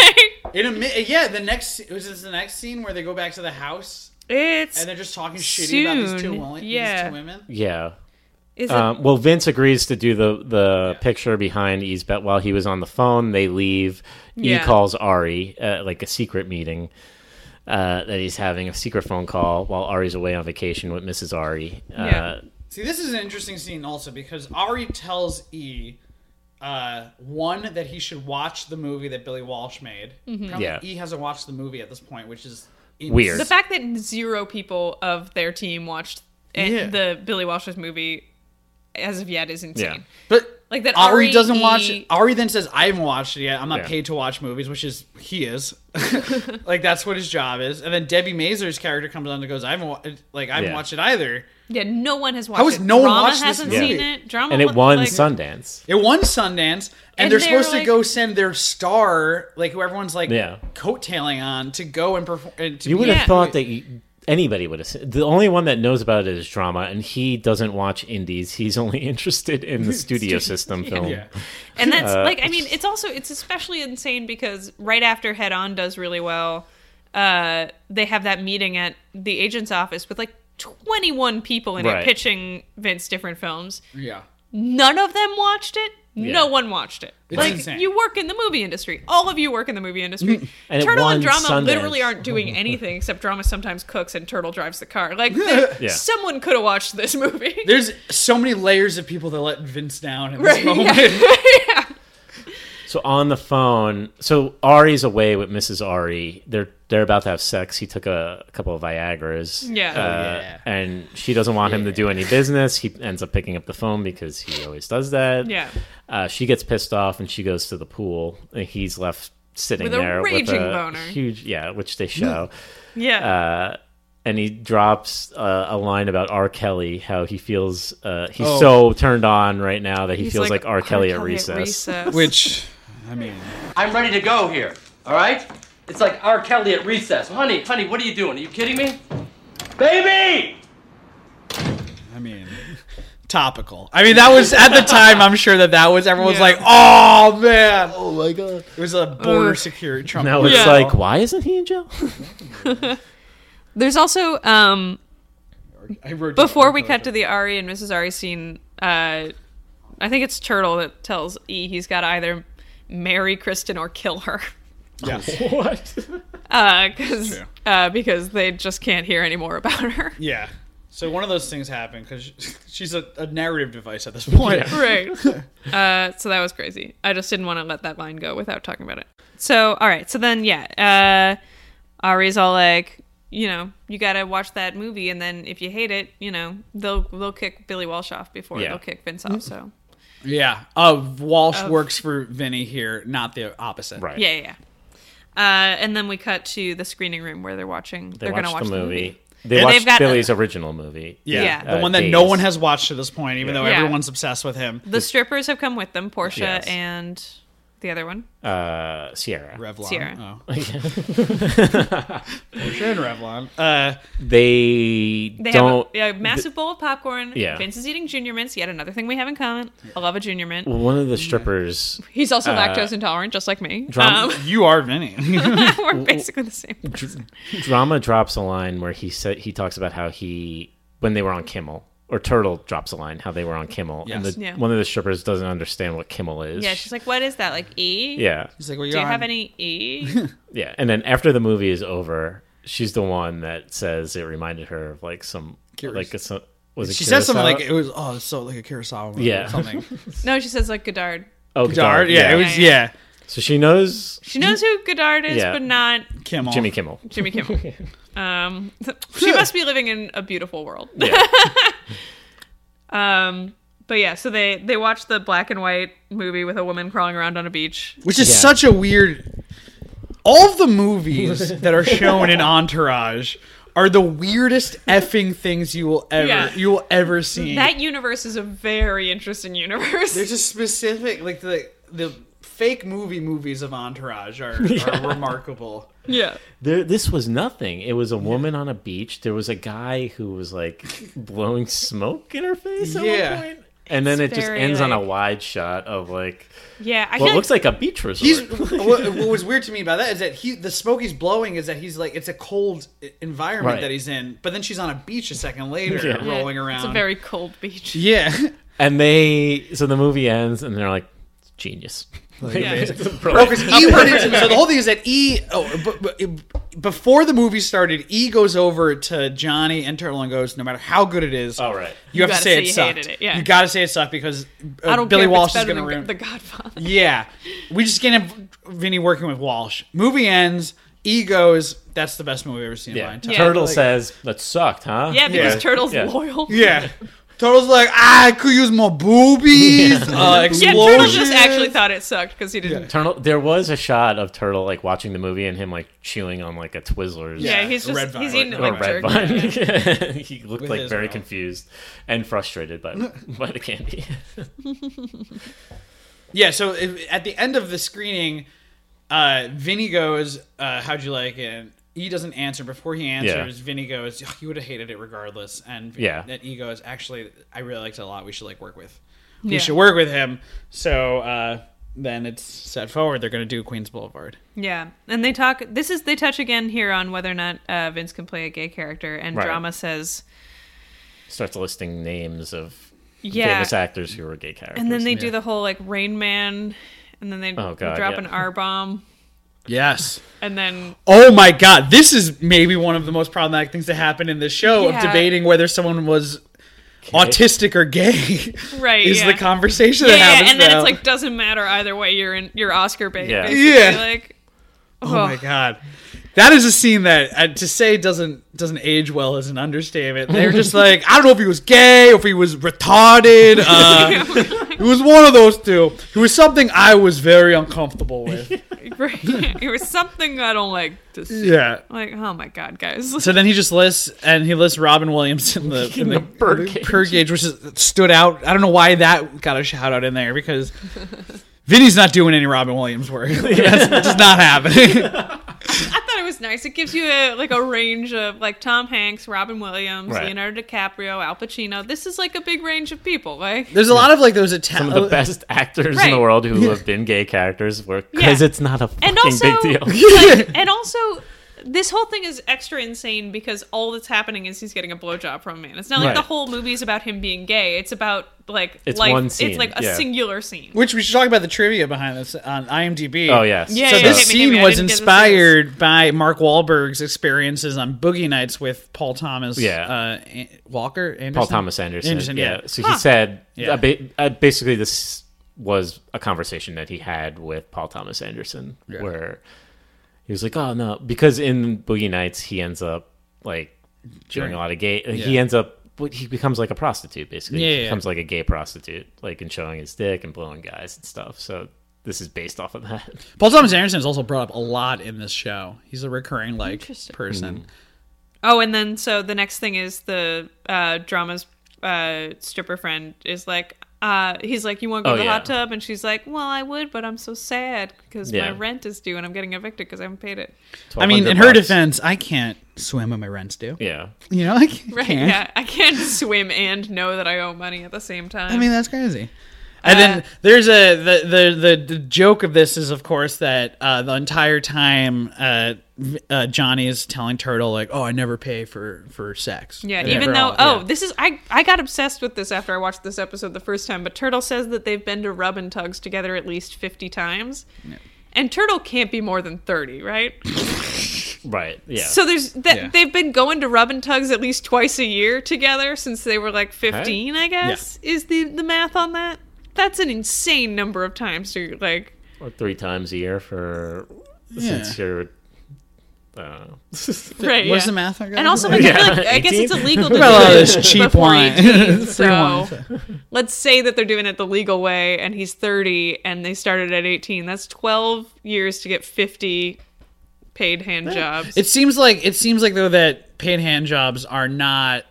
H: In a mi- yeah, the next was this the next scene where they go back to the house
A: It's
H: and they're just talking shitty about these two,
A: soon.
H: wo- these
A: Yeah.
H: two women.
C: yeah
A: Is it-
C: um, well vince agrees to do the the picture behind e's bet while he was on the phone they leave
A: Yeah.
C: e calls ari uh, like a secret meeting uh, that he's having a secret phone call while ari's away on vacation with mrs ari uh,
H: Yeah. See, this is an interesting scene also because Ari tells E, uh, one that he should watch the movie that Billy Walsh made.
A: Mhm.
H: Apparently
C: Yeah.
H: E hasn't watched the movie at this point, which is
C: Weird.
A: The fact that zero people of their team watched a-
H: Yeah.
A: the Billy Walsh's movie as of yet is insane.
H: Yeah. But
A: like that E
H: Ari,
A: RE
H: doesn't watch. Ari then says, "I haven't watched it yet. I'm not
C: Yeah.
H: paid to watch movies," which is he is. like that's what his job is. And then Debbie Mazur's character comes on and goes, "I haven't wa- like I haven't
C: Yeah.
H: watched it either."
A: Yeah, no one has watched.
H: How has
A: it.
H: no one
A: Drama
H: watched this
A: hasn't
H: movie?
A: seen it. Drama
C: and it won
A: like-
C: sundance
H: It won Sundance, and,
A: And
H: they're,
A: they're
H: supposed to
A: like-
H: go send their star, like who everyone's like
C: Yeah.
H: coattailing on, to go and perform. And to
C: you would
H: be-
C: have thought that you, anybody would have seen the only one that knows about it is drama and he doesn't watch indies he's only interested in the studio system film
A: Yeah. and that's
C: Uh,
A: like I mean, it's also it's especially insane because right after Head On does really well, uh, they have that meeting at the agent's office with like twenty one people in
C: Right.
A: it pitching Vince different films.
H: yeah.
A: None of them watched it. No
C: Yeah.
A: one watched it.
C: It's
A: like
C: insane.
A: you work in the movie industry. All of you work in the movie industry.
C: And it
A: Turtle
C: won
A: and Drama
C: Sundance.
A: literally aren't doing anything except Drama sometimes cooks and Turtle drives the car. Like there-
H: Yeah.
A: someone could have watched this movie.
H: There's so many layers of people that let Vince down in
A: Right,
H: this moment.
C: So on the phone, so Ari's away with Mrs. Ari. They're they're about to have sex. He took a, a couple of Viagra's.
A: Yeah. Oh,
C: uh,
A: yeah.
C: And she doesn't want him to do any business. He ends up picking up the phone because he always does that.
A: Yeah.
C: Uh, she gets pissed off and she goes to the pool and he's left sitting
A: With a
C: there
A: raging
C: with a
A: boner.
C: huge yeah, which they show.
A: Yeah.
C: Uh, and he drops uh, a line about R. Kelly, how he feels uh, he's
H: Oh.
C: so turned on right now that he
H: He's
C: feels
H: like
C: like, R. Kelly, at recess.
H: Which, I mean,
Q: I'm ready to go here. All right? It's like R. Kelly at recess. Honey, honey, what are you doing? Are you kidding me? Baby!
H: I mean, topical. I mean, that was at the time. I'm sure that that was everyone's
C: Yeah.
H: like, oh man, oh my god, it was a border
A: Ugh.
H: security Trump.
C: Now it's
H: Yeah.
C: like, why isn't he in jail?
A: There's also um
H: I wrote down-
A: before we cut to the Ari and Mrs. Ari scene, uh I think it's Turtle that tells E he's got to either marry Kristen or kill her.
H: Yeah.
C: what?
A: Uh, cause,
H: True.
A: uh, because they just can't hear any more about her.
H: Yeah. So one of those things happened because she's a, a narrative device at this point.
A: right. Uh, so that was crazy. I just didn't want to let that line go without talking about it. So, all right. So then, yeah, uh, Ari's all like, you know, you gotta watch that movie, and then if you hate it, you know, they'll they'll kick Billy Walsh off before
H: Yeah.
A: they'll kick Vince off. So,
H: Yeah. Uh, Walsh
A: Of-
H: works for Vinny here, not the opposite.
C: Right.
A: yeah, yeah. yeah. Uh, and then we cut to the screening room where they're watching.
C: They
A: are
C: watch
A: gonna watch
C: the movie. They
A: They
C: watched
A: have got
C: Billy's original movie.
H: Yeah.
A: Yeah.
H: The
C: Uh,
H: one that no
C: Days.
H: one has watched to this point, even
C: Yeah.
H: though
A: Yeah.
H: everyone's obsessed with him.
A: The strippers have come with them, Portia
H: Yes.
A: and the other one.
C: Uh, Sierra.
H: Revlon.
A: Sierra.
H: Oh. Portia and Revlon. Uh,
C: They,
A: They
C: don't.
A: have a, a massive bowl of popcorn.
C: Yeah.
A: Vince is eating Junior Mints. Yet another thing we have in common. I love a Junior Mint.
C: one of the strippers.
A: He's also
C: uh,
A: lactose intolerant, just like me. Um,
C: Drum-
H: you are Vinny.
A: we're basically the same. person.
C: Drama drops a line where he said he talks about how he when they were on Kimmel or Turtle drops a line how they were on Kimmel and
A: Yes.
C: the,
A: Yeah.
C: one of the strippers doesn't understand what Kimmel is.
A: Yeah, she's like, "What is that? Like E?"
C: Yeah.
H: He's like, "Well,
A: do
H: you're
A: you have
H: on-
A: any E?"
C: Yeah, and then after the movie is over, she's the one that says it reminded her of like some
H: Curious.
C: like it's a, was it
H: she said something
C: Kurosawa?
H: like it was oh it's so like a Kurosawa movie
C: yeah
H: or something.
A: no, she says like Godard.
C: oh
H: Godard,
C: Godard
H: yeah, it was- yeah.
C: so she knows
A: She knows who Godard is,
C: Yeah.
A: but not
H: Kimmel.
C: Jimmy Kimmel
A: Jimmy Kimmel. um, she must be living in a beautiful world.
C: Yeah.
A: um, but yeah, so they they watch the black and white movie with a woman crawling around on a beach,
H: Which is such a weird all of the movies that are shown in Entourage are the weirdest effing things you will ever
A: Yeah.
H: you will ever see.
A: That universe is a very interesting universe.
H: There's a specific like the the fake movie movies of Entourage are, are remarkable.
A: Yeah.
C: There, this was nothing. It was a woman on a beach. There was a guy who was like blowing smoke, in her face at one point. and then
A: It's
C: it just
A: very,
C: ends on a
A: like-
C: wide shot of like
A: Yeah, I
C: what
A: feel
C: looks
A: like-
C: like, a beach resort.
H: He's what, what was weird to me about that is that he the smoke he's blowing is that he's like it's a cold i- environment
C: Right.
H: that he's in, but then she's on a beach a second later
C: Yeah.
H: rolling
A: Yeah,
H: around.
A: It's a very cold beach.
H: yeah,
C: and they so the movie ends, and they're like genius. Like,
H: Yeah.
C: it's brilliant.
H: Well, 'cause E went into- so the whole thing is that E, oh, b- b- before the movie started, E goes over to Johnny and Turtle and goes, no matter how good it is, all right, you,
A: You
H: have to
A: gotta
H: say,
A: say
H: it
A: you
H: sucked.
A: hated it, yeah.
H: You got to say it sucked because uh,
A: I don't
H: Billy
A: care
H: Walsh
A: if it's
H: is
A: better
H: going to
A: than
H: ruin
A: The Godfather.
H: Yeah, we just can't have Vinny working with Walsh. Movie ends. E goes, that's the best movie I've ever seen.
C: Yeah.
H: In my entire
C: Turtle
H: life."
C: says that sucked, huh?
A: Yeah, because Turtle's loyal.
H: Yeah. Turtle's like, "Ah, I could use more boobies, uh,
A: yeah,
H: explosions.
A: Turtle just actually thought it sucked because he didn't.
C: Turtle. There was a shot of Turtle like watching the movie and him like chewing on like a Twizzlers.
A: Yeah, he's just
H: red vine.
A: he's eating it
C: or
A: like
C: red
A: jerky.
C: vine. he looked
H: With
C: like
H: his
C: very
H: mouth.
C: confused and frustrated by by the candy.
H: Yeah, so if, at the end of the screening, uh, Vinny goes, uh, "How'd you like it?" And E doesn't answer. Before he answers, Vinny goes, "Ugh, "You would have hated it regardless." And Vin-
C: Yeah.
H: then E goes, "Actually, I really liked it a lot. We should like work with. We
A: Yeah.
H: should work with him." So uh, then it's set forward. They're going to do Queens Boulevard.
A: Yeah, and they talk. This is they touch again here on whether or not uh, Vince can play a gay character, and
C: Right.
A: drama says
C: Starts listing names of
A: Yeah.
C: famous actors who were gay characters.
A: And then they do the whole like Rain Man, and then they
C: Oh, God,
A: drop
C: yeah.
A: an R bomb,
H: Yes.
A: and then
H: Oh my god, this is maybe one of the most problematic things to happen in this show
A: Yeah.
H: of debating whether someone was autistic or gay.
A: right
H: Oh, is
A: yeah.
H: the conversation
A: yeah,
H: that
A: yeah,
H: happens
A: and then
H: now.
A: it's like doesn't matter either way. You're in you're Oscar bait.
H: Yeah.
A: basically.
H: Yeah.
A: Like,
H: Oh my god, that is a scene that uh, to say doesn't doesn't age well is an understatement. They're just like I don't know if he was gay, or if he was retarded. Uh, it was one of those two. It was something I was very uncomfortable with.
A: Right. it was something I don't like to see.
H: Yeah.
A: Like, oh my god, guys.
H: So then he just lists and he lists Robin Williams in the in, the, per
A: cage.
H: cage. which is, stood out. I don't know why that got a shout out in there because Vinny's not doing any Robin Williams work. Like, That's just not happening.
A: I thought it was nice. It gives you a, like a range of like Tom Hanks, Robin Williams,
H: Right.
A: Leonardo DiCaprio, Al Pacino. This is like a big range of people. Like
H: There's a lot of like those uh, Italian
C: Some of the best actors in
A: Right.
C: the world who have been gay characters were because
A: Yeah.
C: it's not a fucking
A: and also
C: big deal.
A: like, and also this whole thing is extra insane because all that's happening is he's getting a blowjob from a man. It's not like
C: Right.
A: the whole movie is about him being gay. It's about like
H: It's
A: life.
H: one scene,
A: It's like a
H: yeah.
A: singular scene.
H: Which we should talk about the trivia behind this on IMDb.
C: Oh, yes.
A: Yeah,
H: so
A: yeah,
H: this
A: hit me, hit
H: scene
A: me. I
H: was
A: didn't get the
H: inspired by Mark Wahlberg's experiences on Boogie Nights with Paul Thomas.
C: Yeah.
H: Uh, An- Walker. Anderson?
C: Paul Thomas Anderson. yeah. So he
H: Huh.
C: said
H: Yeah.
C: uh, ba- uh, basically this was a conversation that he had with Paul Thomas Anderson where he was like, "Oh no," because in Boogie Nights he ends up like doing a lot of gay. He
H: Yeah.
C: ends up what- he becomes like a prostitute basically.
H: Yeah,
C: he
H: yeah.
C: becomes like a gay prostitute, like and showing his dick and blowing guys and stuff. So this is based off of that.
H: Paul Thomas Anderson is also brought up a lot in this show. He's a recurring like person.
A: Oh, and then so the next thing is the uh, drama's uh, stripper friend is like, uh, he's like, "You want to go
C: Oh,
A: to the
C: yeah.
A: hot tub?" And she's like, "Well, I would, but I'm so sad because
H: Yeah.
A: my rent is due and I'm getting evicted because I haven't paid it."
H: I mean, in her defense, I can't swim when my rents due.
C: Yeah.
H: You know, I can't.
A: Right?
H: can't.
A: Yeah, I can't swim and know that I owe money at the same time.
H: I mean, that's crazy.
A: Uh,
H: And then there's a the, the the the joke of this is of course that uh, the entire time uh, v- uh, Johnny is telling Turtle like, "Oh, I never pay for for sex."
A: Yeah,
H: And
A: even
H: for
A: though
H: all-
A: oh,
H: yeah.
A: this is I I got obsessed with this after I watched this episode the first time, but Turtle says that they've been to rub and tugs together at least 50 times. And Turtle can't be more than 30, right?
C: Right. Yeah.
A: So there's that
C: Yeah.
A: they've been going to rub and tugs at least twice a year together since they were like 15, I guess. Is the the math on that? That's an insane number of times to like
C: or three times a year for since you're. Uh,
A: right.
H: what's
A: yeah.
H: the math on that?
A: And also, like, I, feel like, I guess it's
H: 18?
A: illegal to do
H: Look at all
A: it
H: this cheap
A: before
H: wine.
A: 18,
H: Free wine.
A: so let's say that they're doing it the legal way, and he's 30, and they started at 18. That's 12 years to get 50 paid hand jobs.
H: It seems like it seems like though that paid hand jobs are not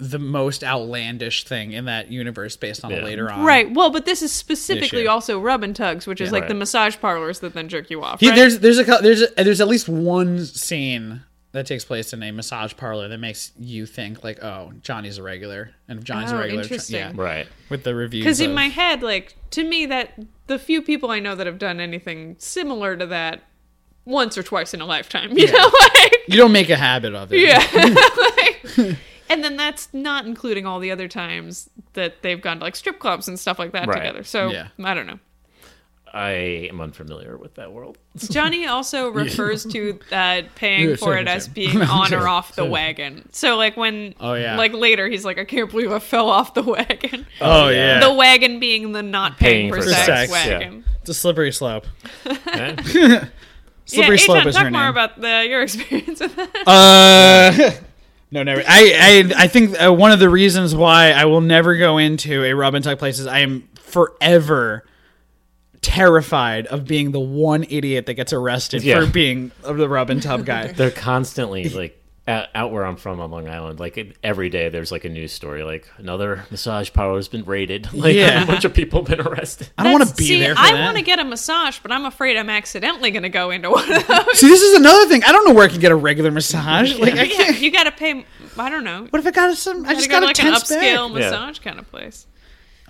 H: the most outlandish thing in that universe based on the later on.
A: Right. Well, but this is specifically
H: Issue.
A: also rub and tugs, which is
H: Yeah.
A: like
H: Right.
A: the massage parlors that then jerk you off.
H: He,
A: right?
H: There's there's a cou- there's a, there's at least one scene that takes place in a massage parlor that makes you think like, oh, Johnny's a regular, and if Johnny's
A: Oh,
H: a regular, tr-
A: interesting.
H: yeah,
C: right.
H: With the reviews,
A: Because in
H: of-
A: my head, like to me, that the few people I know that have done anything similar to that once or twice in a lifetime, you
H: Yeah.
A: know, like
H: you don't make a habit of it.
A: yeah, Like, and then that's not including all the other times that they've gone to like strip clubs and stuff like that
C: Right.
A: together. So
C: Yeah.
A: I don't know.
C: I am unfamiliar with that world.
A: Johnny also refers to uh, paying
C: Yeah,
A: for
C: same,
A: it as
C: same.
A: being on or
C: Same,
A: off the
C: same.
A: wagon. So like when,
C: Oh, yeah.
A: like later he's like, I can't believe I fell off the wagon.
H: Oh, yeah.
A: the wagon being the not paying, for, sex, wagon.
H: It's a slippery slope.
A: Yeah,
H: slippery slope
A: Adrian,
H: is
A: talk
H: her
A: more
H: name.
A: about the, your experience with that.
H: Uh, no, never. I, I, I think uh, one of the reasons why I will never go into a rub and tuck place is I am forever terrified of being the one idiot that gets arrested
C: Yeah.
H: for being of the rub and tub guy.
C: They're constantly like out, out where I'm from on Long Island. Like it- every day, there's like a news story. Like another massage parlor has been raided. Like
H: Yeah.
C: a bunch of people have been arrested.
H: I don't want to
A: That's-
H: be
A: see,
H: there for
A: I
H: that.
A: want to get a massage, but I'm afraid I'm accidentally going to go into one of those.
H: See, this is another thing. I don't know where I can get a regular massage. Like, I
A: Yeah,
H: can't.
A: you got to pay. I don't know.
H: What if I got some? I just got
A: to
H: a
A: like an
H: tense bag.
A: upscale
H: Yeah.
A: massage kind of place.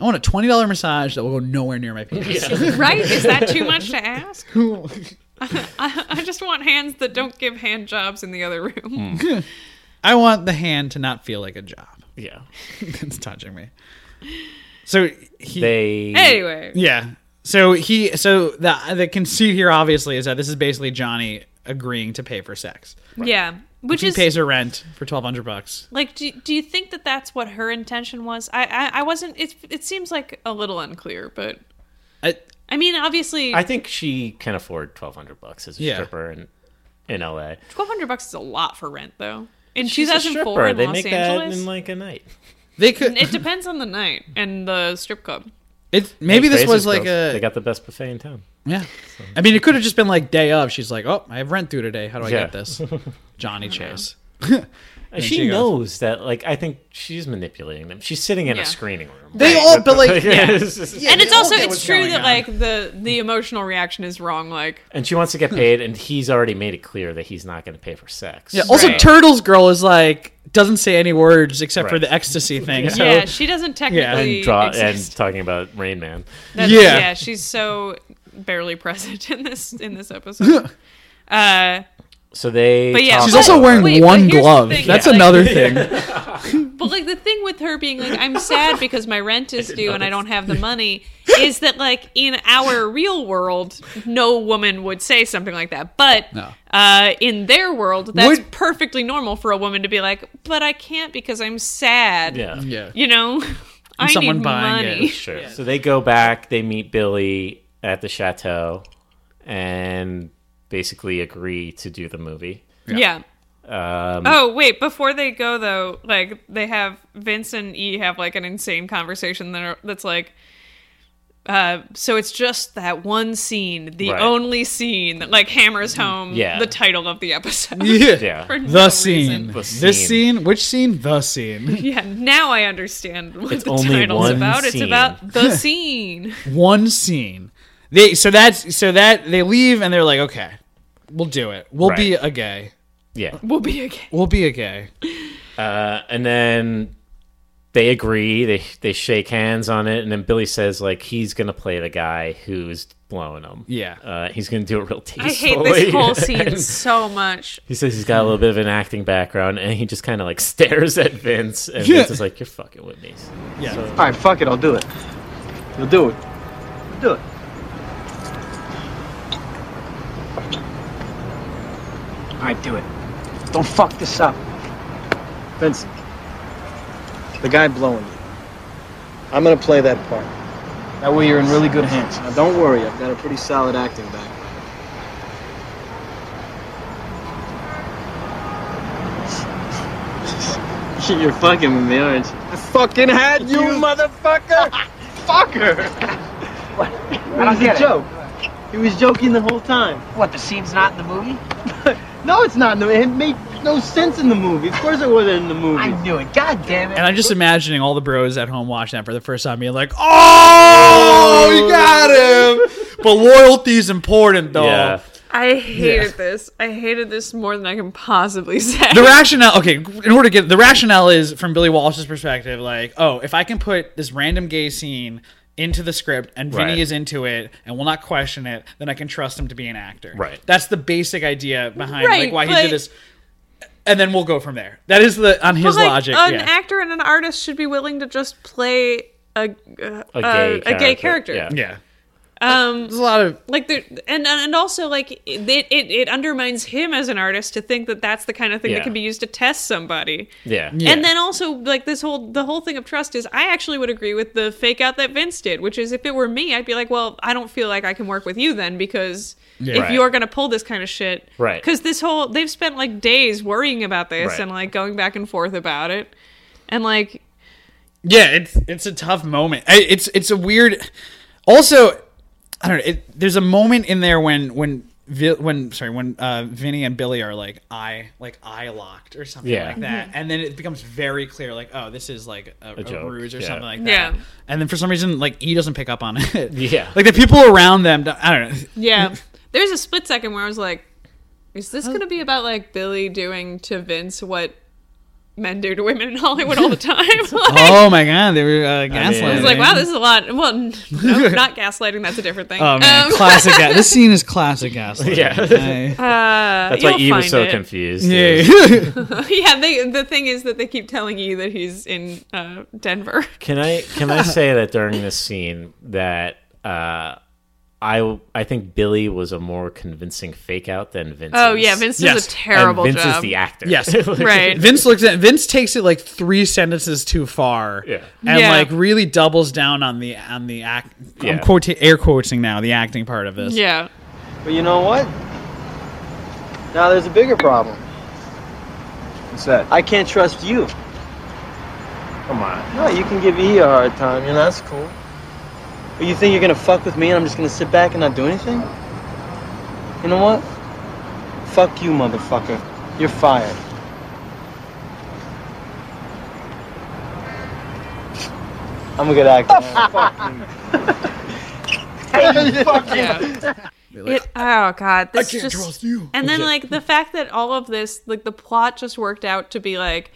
H: I want a twenty dollar massage that will go nowhere near my penis.
A: right? Is that too much to ask? I, I just want hands that don't give hand jobs in the other
C: Mm-hmm.
A: room.
H: I want the hand to not feel like a job.
C: Yeah.
H: it's touching me. So he
C: they
A: Anyway.
H: yeah. So he so the the conceit here obviously is that this is basically Johnny agreeing to pay for sex.
A: Yeah. Which
H: he
A: is
H: pays her rent for twelve hundred bucks.
A: like, do, do you think that that's what her intention was? I I, I wasn't. It it seems like a little unclear, but
H: I,
A: mean, obviously,
C: I think she can afford twelve hundred bucks as a
H: Yeah.
C: stripper in in LA.
A: twelve hundred bucks is a lot for rent, though. In two
C: She's a
A: thousand four,
C: stripper.
A: in
C: They
A: Los
C: make that
A: Angeles,
C: in, like, a night.
H: They could.
A: It depends on the night and the strip club.
H: It maybe
C: Like
H: this was
C: Crazy's
H: like
C: girls,
H: a
C: they got the best buffet in town.
H: yeah. I mean, it could have just been like day of. She's like, oh, I have rent due today. How do I
C: Yeah.
H: get this? Johnny Chase.
C: And
H: And
C: she,
H: she goes-
C: knows that. Like, I think she's manipulating them. She's sitting in
A: Yeah.
C: a screening room.
H: They
C: right?
H: all- but, like,
A: Yeah.
C: it's just-
A: and it's
H: they all
A: also
H: get
A: it's
H: what's
A: true
H: going
A: that
H: on.
A: like the the emotional reaction is wrong. Like
C: and she wants to get
H: Hmm.
C: paid, and he's already made it clear that he's not going to pay for sex.
H: Yeah. Also,
A: Right.
H: Turtles girl is like doesn't say any words except for
C: Right.
H: the ecstasy thing. So
A: yeah, she doesn't technically
C: and, draw,
A: exist.
C: and talking about Rain Man.
A: That's-
H: Yeah.
A: yeah, she's so barely present in this in this episode. uh,
C: So they.
A: But yeah,
C: talk
H: she's also
C: about-
H: wearing
A: Oh, wait, but
H: one
A: here's the
H: glove.
A: thing,
H: That's
A: like-
H: another thing.
A: But like the thing with her being like, I'm sad because my rent is due and I don't have the money, is that like in our real world, no woman would say something like that. But
H: No.
A: uh, in their world, that's
H: Would-
A: perfectly normal for a woman to be like, but I can't because I'm sad.
C: Yeah.
H: Yeah.
A: You know, I
H: someone
A: need
H: buying it.
A: money.
C: Sure. So they go back, they meet Billy at the chateau, and basically agree to do the movie.
A: yeah.
C: Um,
A: Oh wait! Before they go though, like they have Vince and E have like an insane conversation that are, that's like, uh, so it's just that one scene, the
C: Right. Mm,
A: only scene that like hammers home
C: Yeah.
A: the title of the episode.
C: Yeah.
A: For no
H: The scene.
A: reason.
H: This scene. Which scene? The scene.
A: Yeah, now I understand what
C: It's
A: the
C: only
A: title's
C: one
A: about. It's
C: scene.
A: about the scene.
H: one scene. They so that's so that they leave and they're like, okay, we'll do it. We'll be
C: Right.
H: a gay.
C: Yeah.
A: We'll be okay.
H: We'll be a gay.
C: Uh, and then they agree. They they shake hands on it, and then Billy says like he's gonna play the guy who's blowing him.
H: Yeah.
C: Uh, he's gonna do it real
A: I
C: tastefully.
A: hate this whole scene so much.
C: He says he's got a little bit of an acting background, and he just kind of like stares at Vince, and
H: Yeah.
C: Vince is like, "You're fucking with me."
H: Yeah.
C: So-
R: All right, fuck it. I'll do it. You'll do it. Do it. All right, do it. Don't fuck this up. Vince, the guy blowing you. I'm gonna play that part. That way you're in really good hands. Now don't worry, I've got a pretty solid acting back. you're fucking with me, aren't you? I fucking had you, motherfucker! Fucker!
G: What?
R: I don't get joke. He was joking the whole time.
G: What, the scene's not in the movie?
R: No, it's not. in the- It made no sense in the movie. Of course, it wasn't in the movie.
G: I knew it. God damn it.
H: And I'm just imagining all the bros at home watching that for the first time, being like, "Oh, we got him!" But loyalty's important, though.
C: Yeah.
A: I hated
H: Yeah.
A: this. I hated this more than I can possibly say.
H: The rationale, okay, in order to get the rationale is from Billy Walsh's perspective, like, oh, if I can put this random gay scene into the script and Vinny
C: Right.
H: is into it and will not question it, then I can trust him to be an actor.
C: Right.
H: That's the basic idea behind
A: Right,
H: like why he
A: but-
H: did this, and then we'll go from there. That is the on his
A: But, like,
H: logic.
A: An
H: yeah.
A: actor and an artist should be willing to just play a uh,
C: A
A: a, a
C: gay
A: gay
C: character,
A: character.
H: yeah.
A: Um,
H: There's a lot of
A: like there, and and also like it, it it undermines him as an artist to think that that's the kind of thing
C: Yeah.
A: that can be used to test somebody.
C: Yeah.
A: And then also like this whole the whole thing of trust is I actually would agree with the fake out that Vince did, which is if it were me, I'd be like, well, I don't feel like I can work with you then because
C: Yeah.
A: if
C: Right.
A: you're gonna pull this kind of shit,
C: Right.
A: Because this whole they've spent like days worrying about this
H: Right.
A: and like going back and forth about it, and like
H: Yeah, it's it's a tough moment. I, it's it's a weird. Also, I don't know. It, there's a moment in there when when Vi- when sorry when uh, Vinny and Billy are like eye like eye locked or something
C: Yeah.
H: like that, and then it becomes very clear like oh this is like a, a
C: joke,
H: ruse or
C: yeah.
H: something like
A: Yeah.
H: that. And then for some reason like E doesn't pick up on it.
C: Yeah.
H: Like the people around them. don't- I don't know.
A: yeah, there's a split second where I was like, is this gonna be about like Billy doing to Vince what men do to women in Hollywood all the time. Like,
B: oh my god, they were uh, gaslighting.
A: I was like, wow, this is a lot. Well, n- no, not gaslighting. That's a different thing.
B: Oh man,
A: Um,
B: classic. ga- this scene is classic gaslighting.
C: Yeah.
B: I-
A: Uh,
C: That's why
A: you'll
C: Eve was
A: find
C: so
A: it.
C: confused.
B: Yeah.
A: yeah, they, the thing is that they keep telling you that he's in uh, Denver.
C: Can I can I say that during this scene that uh, I I think Billy was a more convincing fake out than Vince.
A: Oh, yeah,
C: is.
A: Vince does a Yes. terrible
C: and Vince is
A: job.
C: the actor.
B: Yes.
A: Right.
B: Vince looks at Vince takes it like three sentences too far. Yeah. And
A: Yeah.
B: like really doubles down on the on the act
C: Yeah.
B: I'm quoting air quoting now, the acting part of this.
A: Yeah.
R: But you know what? Now there's a bigger problem. What's that? I can't trust you. Come on. No, you can give E a hard time. You know, that's cool. But you think you're gonna fuck with me and I'm just gonna sit back and not do anything? You know what? Fuck you, motherfucker. You're fired. I'm a good actor. man. Fuck you.
A: It, oh god, this
H: can't
A: just,
H: trust you.
A: And then
H: Yeah.
A: like the fact that all of this, like the plot just worked out to be like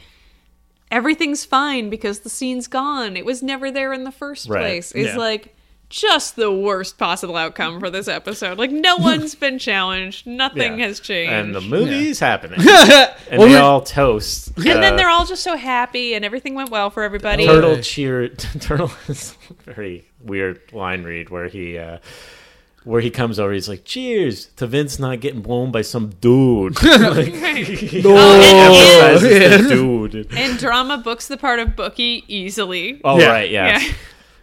A: everything's fine because the scene's gone. It was never there in the first
H: Right.
A: place. Is
H: Yeah.
A: like just the worst possible outcome for this episode. Like no one's been challenged. Nothing
C: Yeah.
A: has changed.
C: And the movie's happening. and
B: Well,
C: they
B: we-
C: all toast. uh,
A: And then they're all just so happy, and everything went well for everybody.
C: Turtle cheer. Turtle is a very weird line read where he. Uh, where he comes over, he's like, "Cheers to Vince not getting blown by some dude." Like, he
A: No. Oh, and-
C: emphasizes the
A: and-
C: dude.
A: And drama books the part of Bookie easily.
C: Oh right, yeah.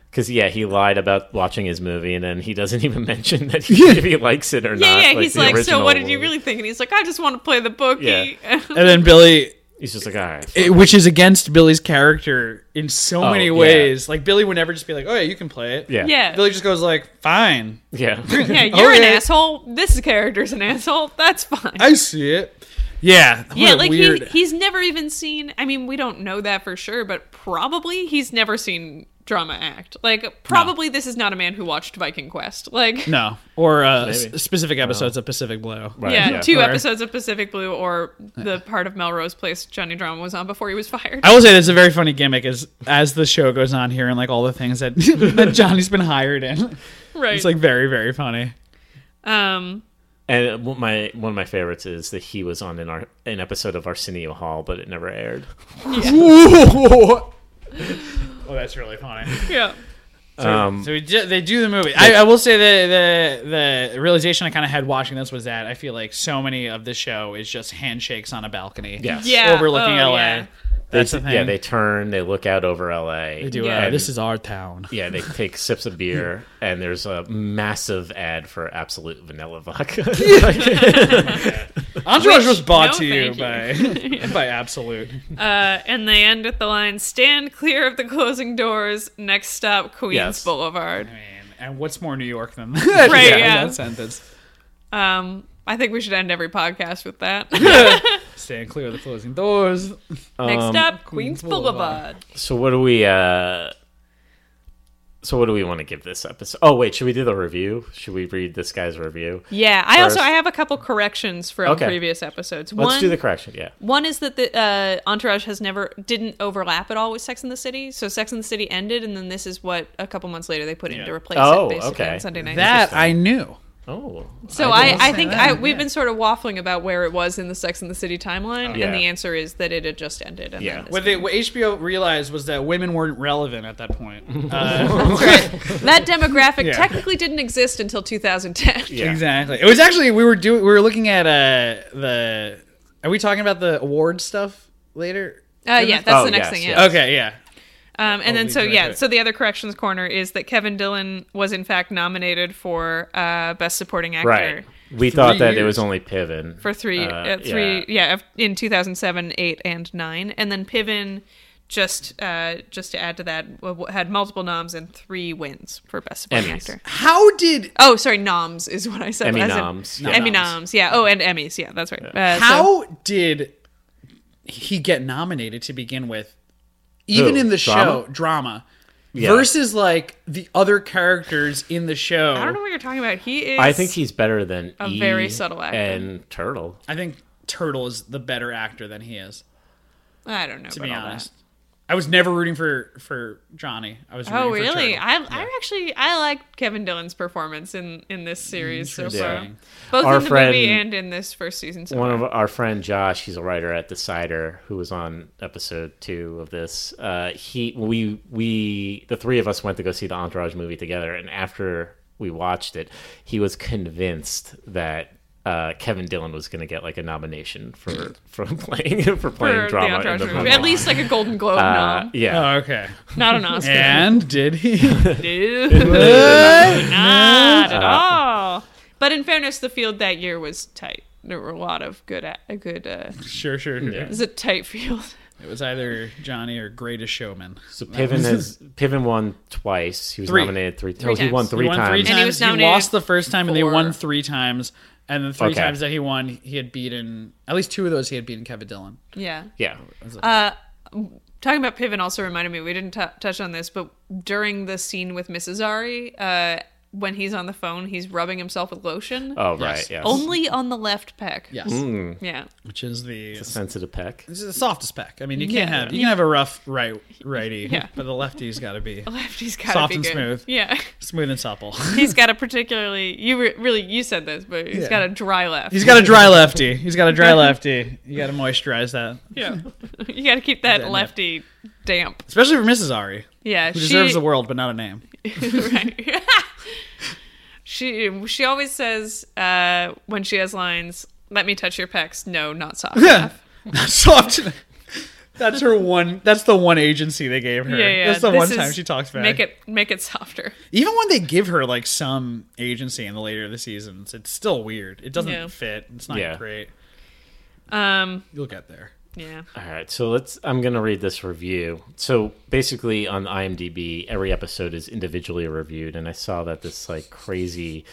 C: Because yeah, he lied about watching his movie, and then he doesn't even mention that he, if he likes it or
A: Yeah,
C: not.
A: yeah, he's
C: the
A: like, so
C: original
A: what did
C: one."
A: you really think? And he's like, I just want to play the bookie.
C: Yeah.
B: And then Billy
C: He's just like, all right.
B: it- which is against Billy's character in so
C: Oh,
B: many
C: yeah.
B: ways. Like Billy would never just be like, "Oh yeah, you can play it."
C: Yeah.
A: Yeah.
B: Billy just goes like, "Fine."
C: Yeah.
A: yeah, you're an
B: Okay.
A: asshole. This character's an asshole. That's fine.
B: I see it. Yeah. what
A: yeah,
B: a
A: like
B: weird.
A: he, he's never even seen. I mean, we don't know that for sure, but probably he's never seen drama act. Like, probably this is not a man who watched Viking Quest. Like,
B: No, or uh, s-
A: Maybe.
B: specific episodes of Pacific Blue.
A: yeah, two
B: Or- Uh,
A: episodes of Pacific Blue or the part of Melrose Place Johnny Drama was on before he was fired.
B: I will say that's a very funny gimmick as as the show goes on here and like all the things that, that Johnny's been hired in.
A: Right.
B: It's like very very funny.
A: Um,
C: And one of my one of my favorites is that he was on an ar- an episode of Arsenio Hall, but it never aired.
B: oh, that's really funny.
A: Yeah.
B: So,
C: Um,
B: so we ju- they do the movie. I, I will say the the the realization I kind of had watching this was that I feel like so many of the show is just handshakes on a balcony.
C: Yes.
A: Yeah.
B: Overlooking
A: Oh,
B: LA.
A: yeah.
B: That's
C: they,
B: the thing.
C: Yeah, they turn, they look out over LA.
B: They do, uh,
C: and-
B: "This is our town."
C: Yeah, they take sips of beer, and there's a massive ad for Absolute Vanilla Vodka. Like-
B: Entourage was bought
A: no,
B: to you by
A: thank
B: by Absolute.
A: Uh, and they end with the line "Stand clear of the closing doors. Next stop, Queens
B: Yes.
A: Boulevard."
B: And what's more New York than that?
A: Right,
B: Yeah,
A: yeah.
B: That sentence.
A: Um, I think we should end every podcast with that.
B: Stand clear of the closing doors.
A: Next
C: Um,
A: up, Queens Boulevard.
C: So what do we? uh So what do we want to give this episode? Oh wait, should we do the review? Should we read this guy's review?
A: Yeah, I also
C: first?
A: I have a couple corrections from
C: Okay.
A: previous episodes.
C: Let's
A: one,
C: do the correction. Yeah.
A: One is that the uh, Entourage has never didn't overlap at all with Sex in the City. So Sex in the City ended, and then this is what a couple months later they put in to replace
C: Oh,
A: it. Basically,
C: okay.
A: on Sunday night.
B: That I knew.
C: Oh.
A: So I,
B: didn't
A: I,
B: say
A: think
B: that.
A: I, we've been sort of waffling about where it was in the Sex and the City timeline,
B: Yeah.
A: and the answer is that it had just ended. And
B: Yeah.
A: then
B: What, they, what HBO realized was that women weren't relevant at that point. Uh,
A: that demographic
B: Yeah.
A: technically didn't exist until 2010.
B: Exactly. It was actually we were doing we were looking at uh the are we talking about the award stuff later?
A: Uh, yeah, that's Oh, the next yes, thing, yeah. yes.
B: Okay, yeah.
A: Um, and
B: Oh,
A: then
B: we
A: so
B: did,
A: yeah,
B: okay.
A: so the other corrections corner is that Kevin Dillon was in fact nominated for uh, best supporting actor.
C: Right. We
B: Three
C: thought that it
B: years.
C: was only Piven
A: for three, uh,
C: Uh,
A: three, yeah. of- in two thousand seven, eight, and nine, and then Piven, just uh, just to add to that, w- w- had multiple noms and three wins for best supporting
C: Emmys.
A: actor.
B: How did?
A: Oh, sorry, noms is what I said.
C: Emmy
A: as in-
C: noms, yeah.
A: Emmy
C: Noms.
A: noms, yeah. Oh, and Emmys, yeah, that's right. Uh, so-
B: How did he get nominated to begin with? Even
C: Who?
B: in the
C: Drama?
B: show drama
C: Yeah.
B: versus like the other characters in the show.
A: I don't know what you're talking about. He is.
C: I think he's better than
A: a
C: E
A: very subtle actor.
C: and Turtle.
B: I think Turtle is the better actor than he is.
A: I don't know.
B: to
A: about
B: be
A: all that.
B: honest. I was never rooting for for Johnny. I was.
A: Oh
B: rooting for
A: really?
B: Turtle.
A: I I actually I like Kevin Dillon's performance in in this series so far,
C: Interesting.
A: both
C: Our
A: in the
C: friend-
A: movie and in this first season. So
C: One
A: far.
C: of our friend Josh, he's a writer at The Cider, who was on episode two of this. Uh, he, we, we, the three of us went to go see the Entourage movie together, and after we watched it, he was convinced that uh, Kevin Dillon was going to get like a nomination for for playing for playing
A: For the
C: drama. in
A: Entourage
C: the
A: movie.
C: movie.
A: At least, like, a Golden Globe
C: Uh,
A: nom.
C: Yeah.
B: Oh, okay.
A: Not an Oscar.
B: And did he?
A: Dude,
B: What?
A: not at
C: Uh,
A: all. But in fairness, the field that year was tight. There were a lot of good, a a good. Uh,
B: Sure, sure. sure.
A: It was a tight field.
B: It was either Johnny or Greatest Showman. So
C: Piven has Piven won twice. He was
B: Three.
C: nominated three
A: Three
C: times. he won
A: times.
C: three times.
B: Three times.
A: And
B: he,
A: he was nominated
B: lost the first time, and they won three times. And the three
C: Okay.
B: times that he won, he had beaten at least two of those. He had beaten Kevin Dillon.
A: Yeah.
C: Yeah.
A: Uh, talking about Piven also reminded me we didn't t- touch on this, but during the scene with Mrs. Ari, uh, when he's on the phone, he's rubbing himself with lotion.
C: Oh, right, Yes. yes.
A: Only on the left pec.
B: Yes.
C: Mm.
A: Yeah.
B: Which is the
C: It's a sensitive peck.
B: This is the softest peck. I mean, you
A: Yeah.
B: can't have you can have a rough right righty,
A: Yeah.
B: but the lefty's got to be
A: The lefty's gotta
B: soft
A: be
B: and
A: good.
B: smooth.
A: Yeah.
B: smooth and supple.
A: He's got a particularly you re- really you said this, but he's
B: Yeah.
A: got a dry left.
B: He's got a dry lefty. He's got a dry lefty. You got to moisturize that,
A: yeah. you got to keep that
B: That nip.
A: lefty damp.
B: especially for Mrs. Ari.
A: Yeah,
B: who
A: she-
B: deserves the world, but not a name.
A: right. she she always says uh, when she has lines, "Let me touch your pecs." No, not soft enough.
B: soft. That's her one. That's the one agency they gave her.
A: Yeah, yeah.
B: That's the
A: this
B: one time
A: is-
B: she talks back.
A: Make it make it softer.
B: Even when they give her like some agency in the later of the seasons, it's still weird. It doesn't
A: Yeah.
B: fit. It's not
C: Yeah.
B: great.
A: Um,
B: You'll get there.
A: Yeah.
C: All right, so let's. I'm gonna read this review. So basically, on IMDb, every episode is individually reviewed, and I saw that this like crazy.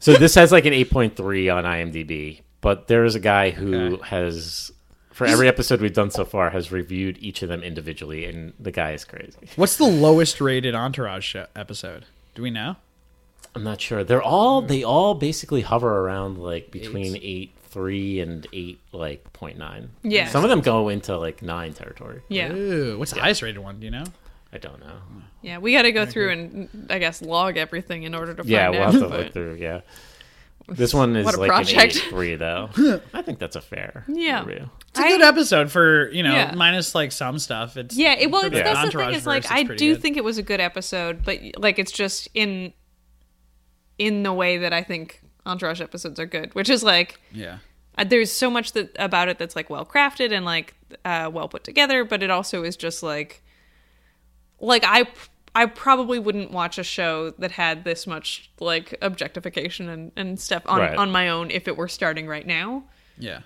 C: So this has like an 8.3 on IMDb, but there is a guy who has, for every episode we've done so far, has reviewed each of them individually, and the guy is crazy.
B: What's the lowest rated Entourage show- episode? Do we know?
C: I'm not sure. They're all they all basically hover around like between Hmm. eight three and eight like point nine.
A: Yeah.
C: some of them go into like nine territory.
A: Yeah.
B: Ooh, what's the highest rated one? Do you know?
C: I don't know.
A: Yeah, we got to go through and mm, I guess log everything in order to find
C: yeah, we'll
A: out.
C: have to
A: but-
C: look through. Yeah, this one is
A: What a
C: like
A: project.
C: an eighty-three though. I think that's a fair.
A: Yeah.
C: review.
B: It's a good episode for you know
A: Yeah.
B: minus like some stuff. It's
A: Yeah, it, well,
B: for
A: it's,
B: the
A: that's the thing
B: Entourage
A: is like
B: verse,
A: I
B: it's pretty
A: do
B: good.
A: think it was a good episode, but like it's just in in the way that I think Entourage episodes are good, which is like
B: Yeah.
A: uh, there's so much that about it that's like well crafted and like uh, well put together, but it also is just like like I I probably wouldn't watch a show that had this much like objectification and, and stuff on
B: Right.
A: on my own if it were starting right now
B: Yeah.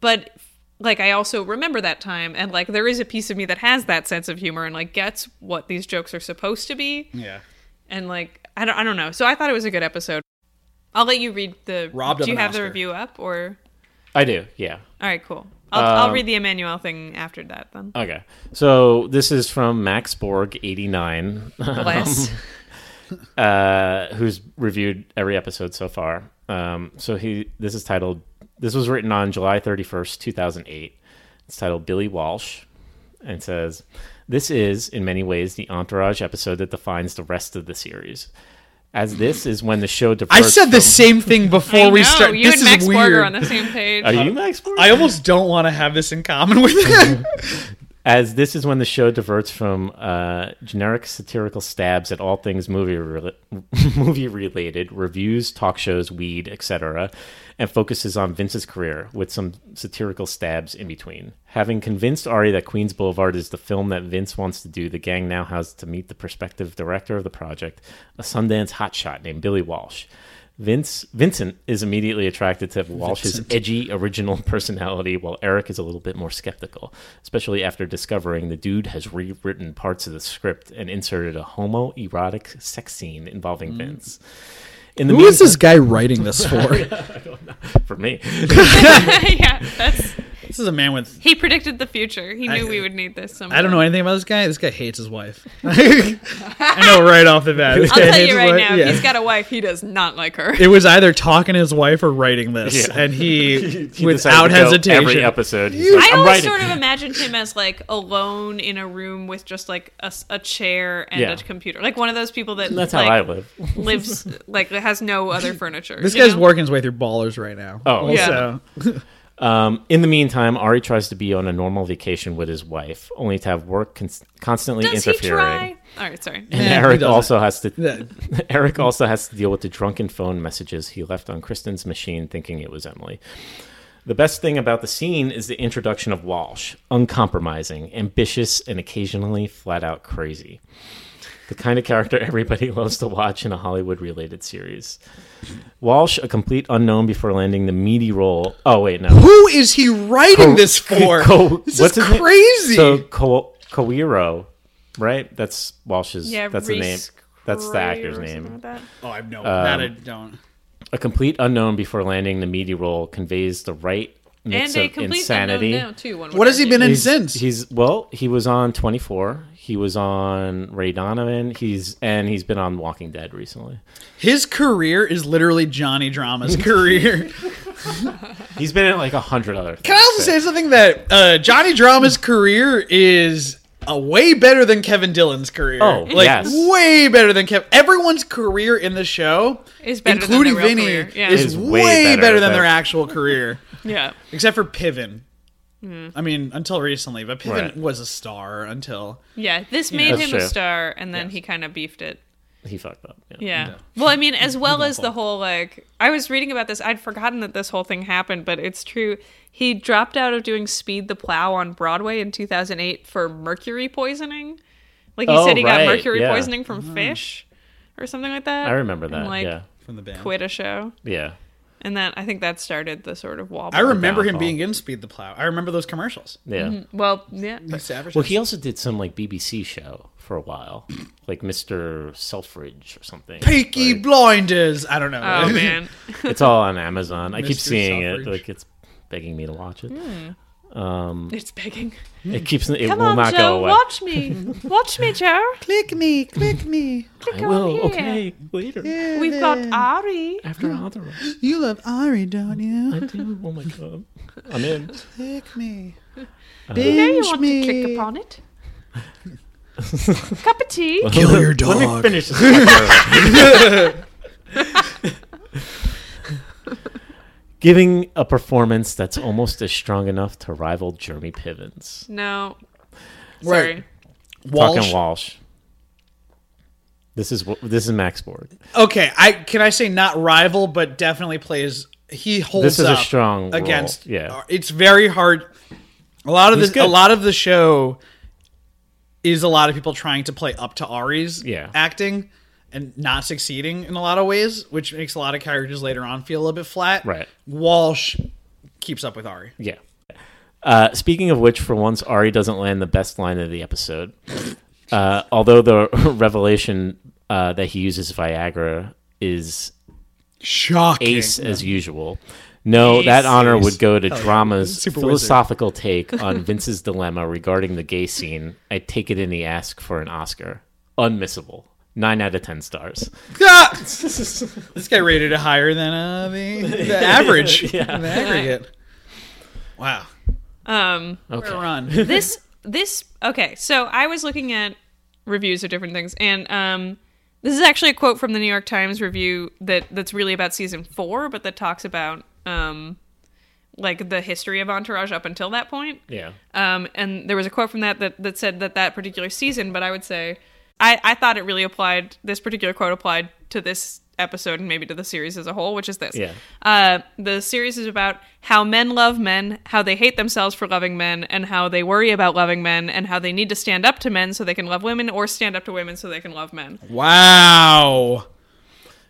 A: but like I also remember that time and like there is a piece of me that has that sense of humor and like gets what these jokes are supposed to be
B: Yeah.
A: and like I don't I don't know. So I thought it was a good episode. I'll let you read the
C: Robbed
A: Do
C: of
A: you
C: an
A: have the
C: Oscar.
A: review up or
C: I do. Yeah.
A: All right, cool. I'll I'll
C: Um,
A: read the Emmanuel thing after that then.
C: Okay. So this is from Max Borg, 89.
A: Bless.
C: uh, who's reviewed every episode so far. Um, so he this is titled this was written on July 31st, 2008. It's titled Billy Walsh and it says this is in many ways the entourage episode that defines the rest of the series. As this is when the show diverts
B: I said the
C: from-
B: same thing before
A: I
B: we
A: know,
B: start.
A: you
B: this
A: and Max
B: is
A: Borg
B: weird.
A: are on the same page.
C: Are you Max Borg?
B: Uh, I almost don't want to have this in common with
C: As this is when the show diverts from uh, generic satirical stabs at all things movie rela- movie related, reviews, talk shows, weed, etc., and focuses on Vince's career with some satirical stabs in between. Having convinced Ari that Queens Boulevard is the film that Vince wants to do, the gang now has to meet the prospective director of the project, a Sundance hotshot named Billy Walsh. Vince Vincent is immediately attracted to Walsh's
B: Vincent.
C: edgy, original personality, while Eric is a little bit more skeptical, especially after discovering the dude has rewritten parts of the script and inserted a homoerotic sex scene involving Vince.
B: Mm. Who is this
C: meantime-
B: guy writing this for?
C: for me.
A: yeah, that's
H: This is a man with.
A: He predicted the future. He knew
H: I-
A: we would need this. Someday.
H: I don't know anything about this guy. This guy hates his wife. I know right off the bat.
A: I'll
H: This guy
A: tell
H: hates
A: you
H: his
A: right
H: wife.
A: now.
H: Yeah.
A: He's got a wife. He does not like her.
H: It was either talking to his wife or writing this,
C: Yeah.
H: and he,
C: He
H: without
C: decided to go
H: hesitation,
C: every episode, he's
A: I
C: I'm
A: always
C: writing.
A: sort of imagined him as like alone in a room with just like a, s- a chair and
C: Yeah.
A: a computer, like one of those people that
C: That's how
A: like,
C: I live.
A: lives like that has no other furniture.
H: This
A: you
H: guy's
A: know?
H: working his way through ballers right now.
C: Oh,
H: Also.
A: yeah.
C: um, in the meantime, Ari tries to be on a normal vacation with his wife, only to have work con- constantly
A: Does he
C: interfering.
A: try? All right, sorry.
C: And
A: Yeah, he
C: Eric
A: doesn't.
C: also has to.
A: Yeah.
C: Eric also has to deal with the drunken phone messages he left on Kristen's machine, thinking it was Emily. The best thing about the scene is the introduction of Walsh, uncompromising, ambitious, and occasionally flat out crazy. The kind of character everybody loves to watch in a Hollywood related series. Walsh, a complete unknown before landing the meaty role. Oh, wait, no.
H: Who is he writing
C: Co-
H: this for?
C: Co-
H: this
C: what's
H: is
C: his name?
H: crazy.
C: So Co- Coiro, right? That's Walsh's.
H: Yeah,
C: that's the name.
H: Reese
C: That's the actor's
H: Cryer or
C: name.
H: something like that. Oh, I have no- that
C: Um,
H: I don't.
C: A complete unknown before landing the meaty role conveys the right mix
A: And a
C: of
A: complete
C: insanity.
A: unknown now, too, one would What has he argue. been in
C: He's-
A: since?
C: He's well, he was on Twenty Four. He was on Ray Donovan. He's and he's been on Walking Dead recently.
H: His career is literally Johnny Drama's career.
C: He's been in like a hundred other. Things.
H: Can I also say something that uh, Johnny Drama's career is uh, way better than Kevin Dillon's career?
C: Oh,
H: like
C: yes.
H: way better than Kevin. Everyone's career in the show,
A: Is better than
H: including
A: their real
H: Vinny,
A: career. Yeah.
H: is,
A: Is
H: way,
C: way
H: better,
C: better
H: than
C: than-
H: their actual career.
A: Yeah.
H: except for Piven.
A: Mm.
H: I mean, until recently, but Piven
C: Right.
H: was a star until
A: Yeah, this
H: you
A: made
H: know.
A: him a star, and then he kind of beefed it.
C: He fucked up. Yeah.
A: Yeah. Well, I mean, as well as the whole like, I was reading about this. I'd forgotten that this whole thing happened, but it's true. He dropped out of doing Speed the Plow on Broadway in 2008 for mercury poisoning. Like he
C: Oh,
A: said, he
C: right,
A: got mercury
C: yeah. Mm-hmm.
A: poisoning from fish or something like that.
C: I remember that,
A: And, like,
C: yeah.
H: From the band.
A: Quit a show.
C: Yeah.
A: And that I think that started the sort of wall.
H: I remember him being in Speed the Plow. I remember those commercials.
C: Yeah.
A: Mhm. Well, yeah.
H: He's savage.
C: Well, he also did some like BBC show for a while, like Mr. Selfridge or something.
H: Peaky Blinders. I don't know.
A: Oh, man.
C: It's all on Amazon. I keep
H: Mr.
C: seeing
H: Selfridge.
C: it. Like it's begging me to watch it.
A: Hmm.
C: Um,
A: It's begging.
C: It keeps. It
A: Come
C: will
A: on,
C: not
A: Joe,
C: go away.
A: watch me, watch me, Joe.
H: click me, click me.
A: Click
C: I
A: on
C: will.
A: here.
C: Okay, later.
A: We've got Ari.
C: After Ari.
H: You love Ari, don't you? I
C: do. Oh my god. I'm in.
H: Click me.
C: Uh,
A: You know you
H: Binge
A: want to click
H: me.
A: upon it. Cup of tea.
H: Kill your
C: Let me
H: dog.
C: finish this. Giving a performance that's almost as strong enough to rival Jeremy Piven's.
A: No. Sorry.
H: Right.
C: Fucking
H: Walsh.
C: Walsh. This is wh- this is Max Borg.
H: Okay, I can I say not rival, but definitely plays. He holds
C: This is a
H: up
C: strong role,
H: against. uh,
C: yeah.
H: it's very hard. A lot of
C: He's
H: this, a
C: good.
H: lot of the show is a lot of people trying to play up to Ari's
C: Yeah.
H: acting and not succeeding in a lot of ways, which makes a lot of characters later on feel a little bit flat.
C: Right.
H: Walsh keeps up with Ari.
C: Yeah. Uh, speaking of which, for once, Ari doesn't land the best line of the episode. Uh, although the revelation uh, that he uses Viagra is
H: shocking,
C: ace as usual. No,
H: Ace,
C: that honor
H: ace.
C: would go to
H: Hell yeah.
C: drama's
H: Super wizard.
C: philosophical take on Vince's dilemma regarding the gay scene. I take it in the ask for an Oscar. Unmissable. Nine out of ten stars.
H: Ah! this guy rated it higher than uh, the, the average,
C: Yeah.
H: the aggregate. Wow.
A: Um,
H: Okay. We're on.
A: this this okay. So I was looking at reviews of different things, and um, this is actually a quote from the New York Times review that that's really about season four, but that talks about um, like the history of Entourage up until that point.
C: Yeah.
A: Um, and there was a quote from that, that that said that that particular season, but I would say I, I thought it really applied, this particular quote applied to this episode and maybe to the series as a whole, which is this.
C: Yeah.
A: Uh, the series is about how men love men, how they hate themselves for loving men, and how they worry about loving men, and how they need to stand up to men so they can love women or stand up to women so they can love men.
H: Wow.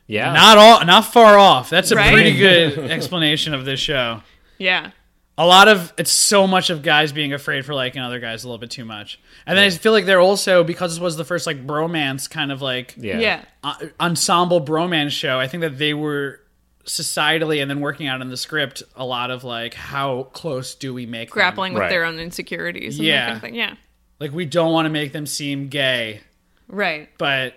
C: Yeah.
H: Not all not far off. That's a
A: Right?
H: pretty good explanation of this show.
A: Yeah.
H: A lot of it's so much of guys being afraid for liking other guys a little bit too much. And then I feel like they're also because this was the first like bromance kind of like
A: Yeah. Yeah.
H: uh, ensemble bromance show. I think that they were societally and then working out in the script a lot of like how close do we make them?
A: grappling with their own insecurities. And yeah.
H: Yeah.
A: That kind of thing. Yeah.
H: like we don't want to make them seem gay
A: Right.
H: but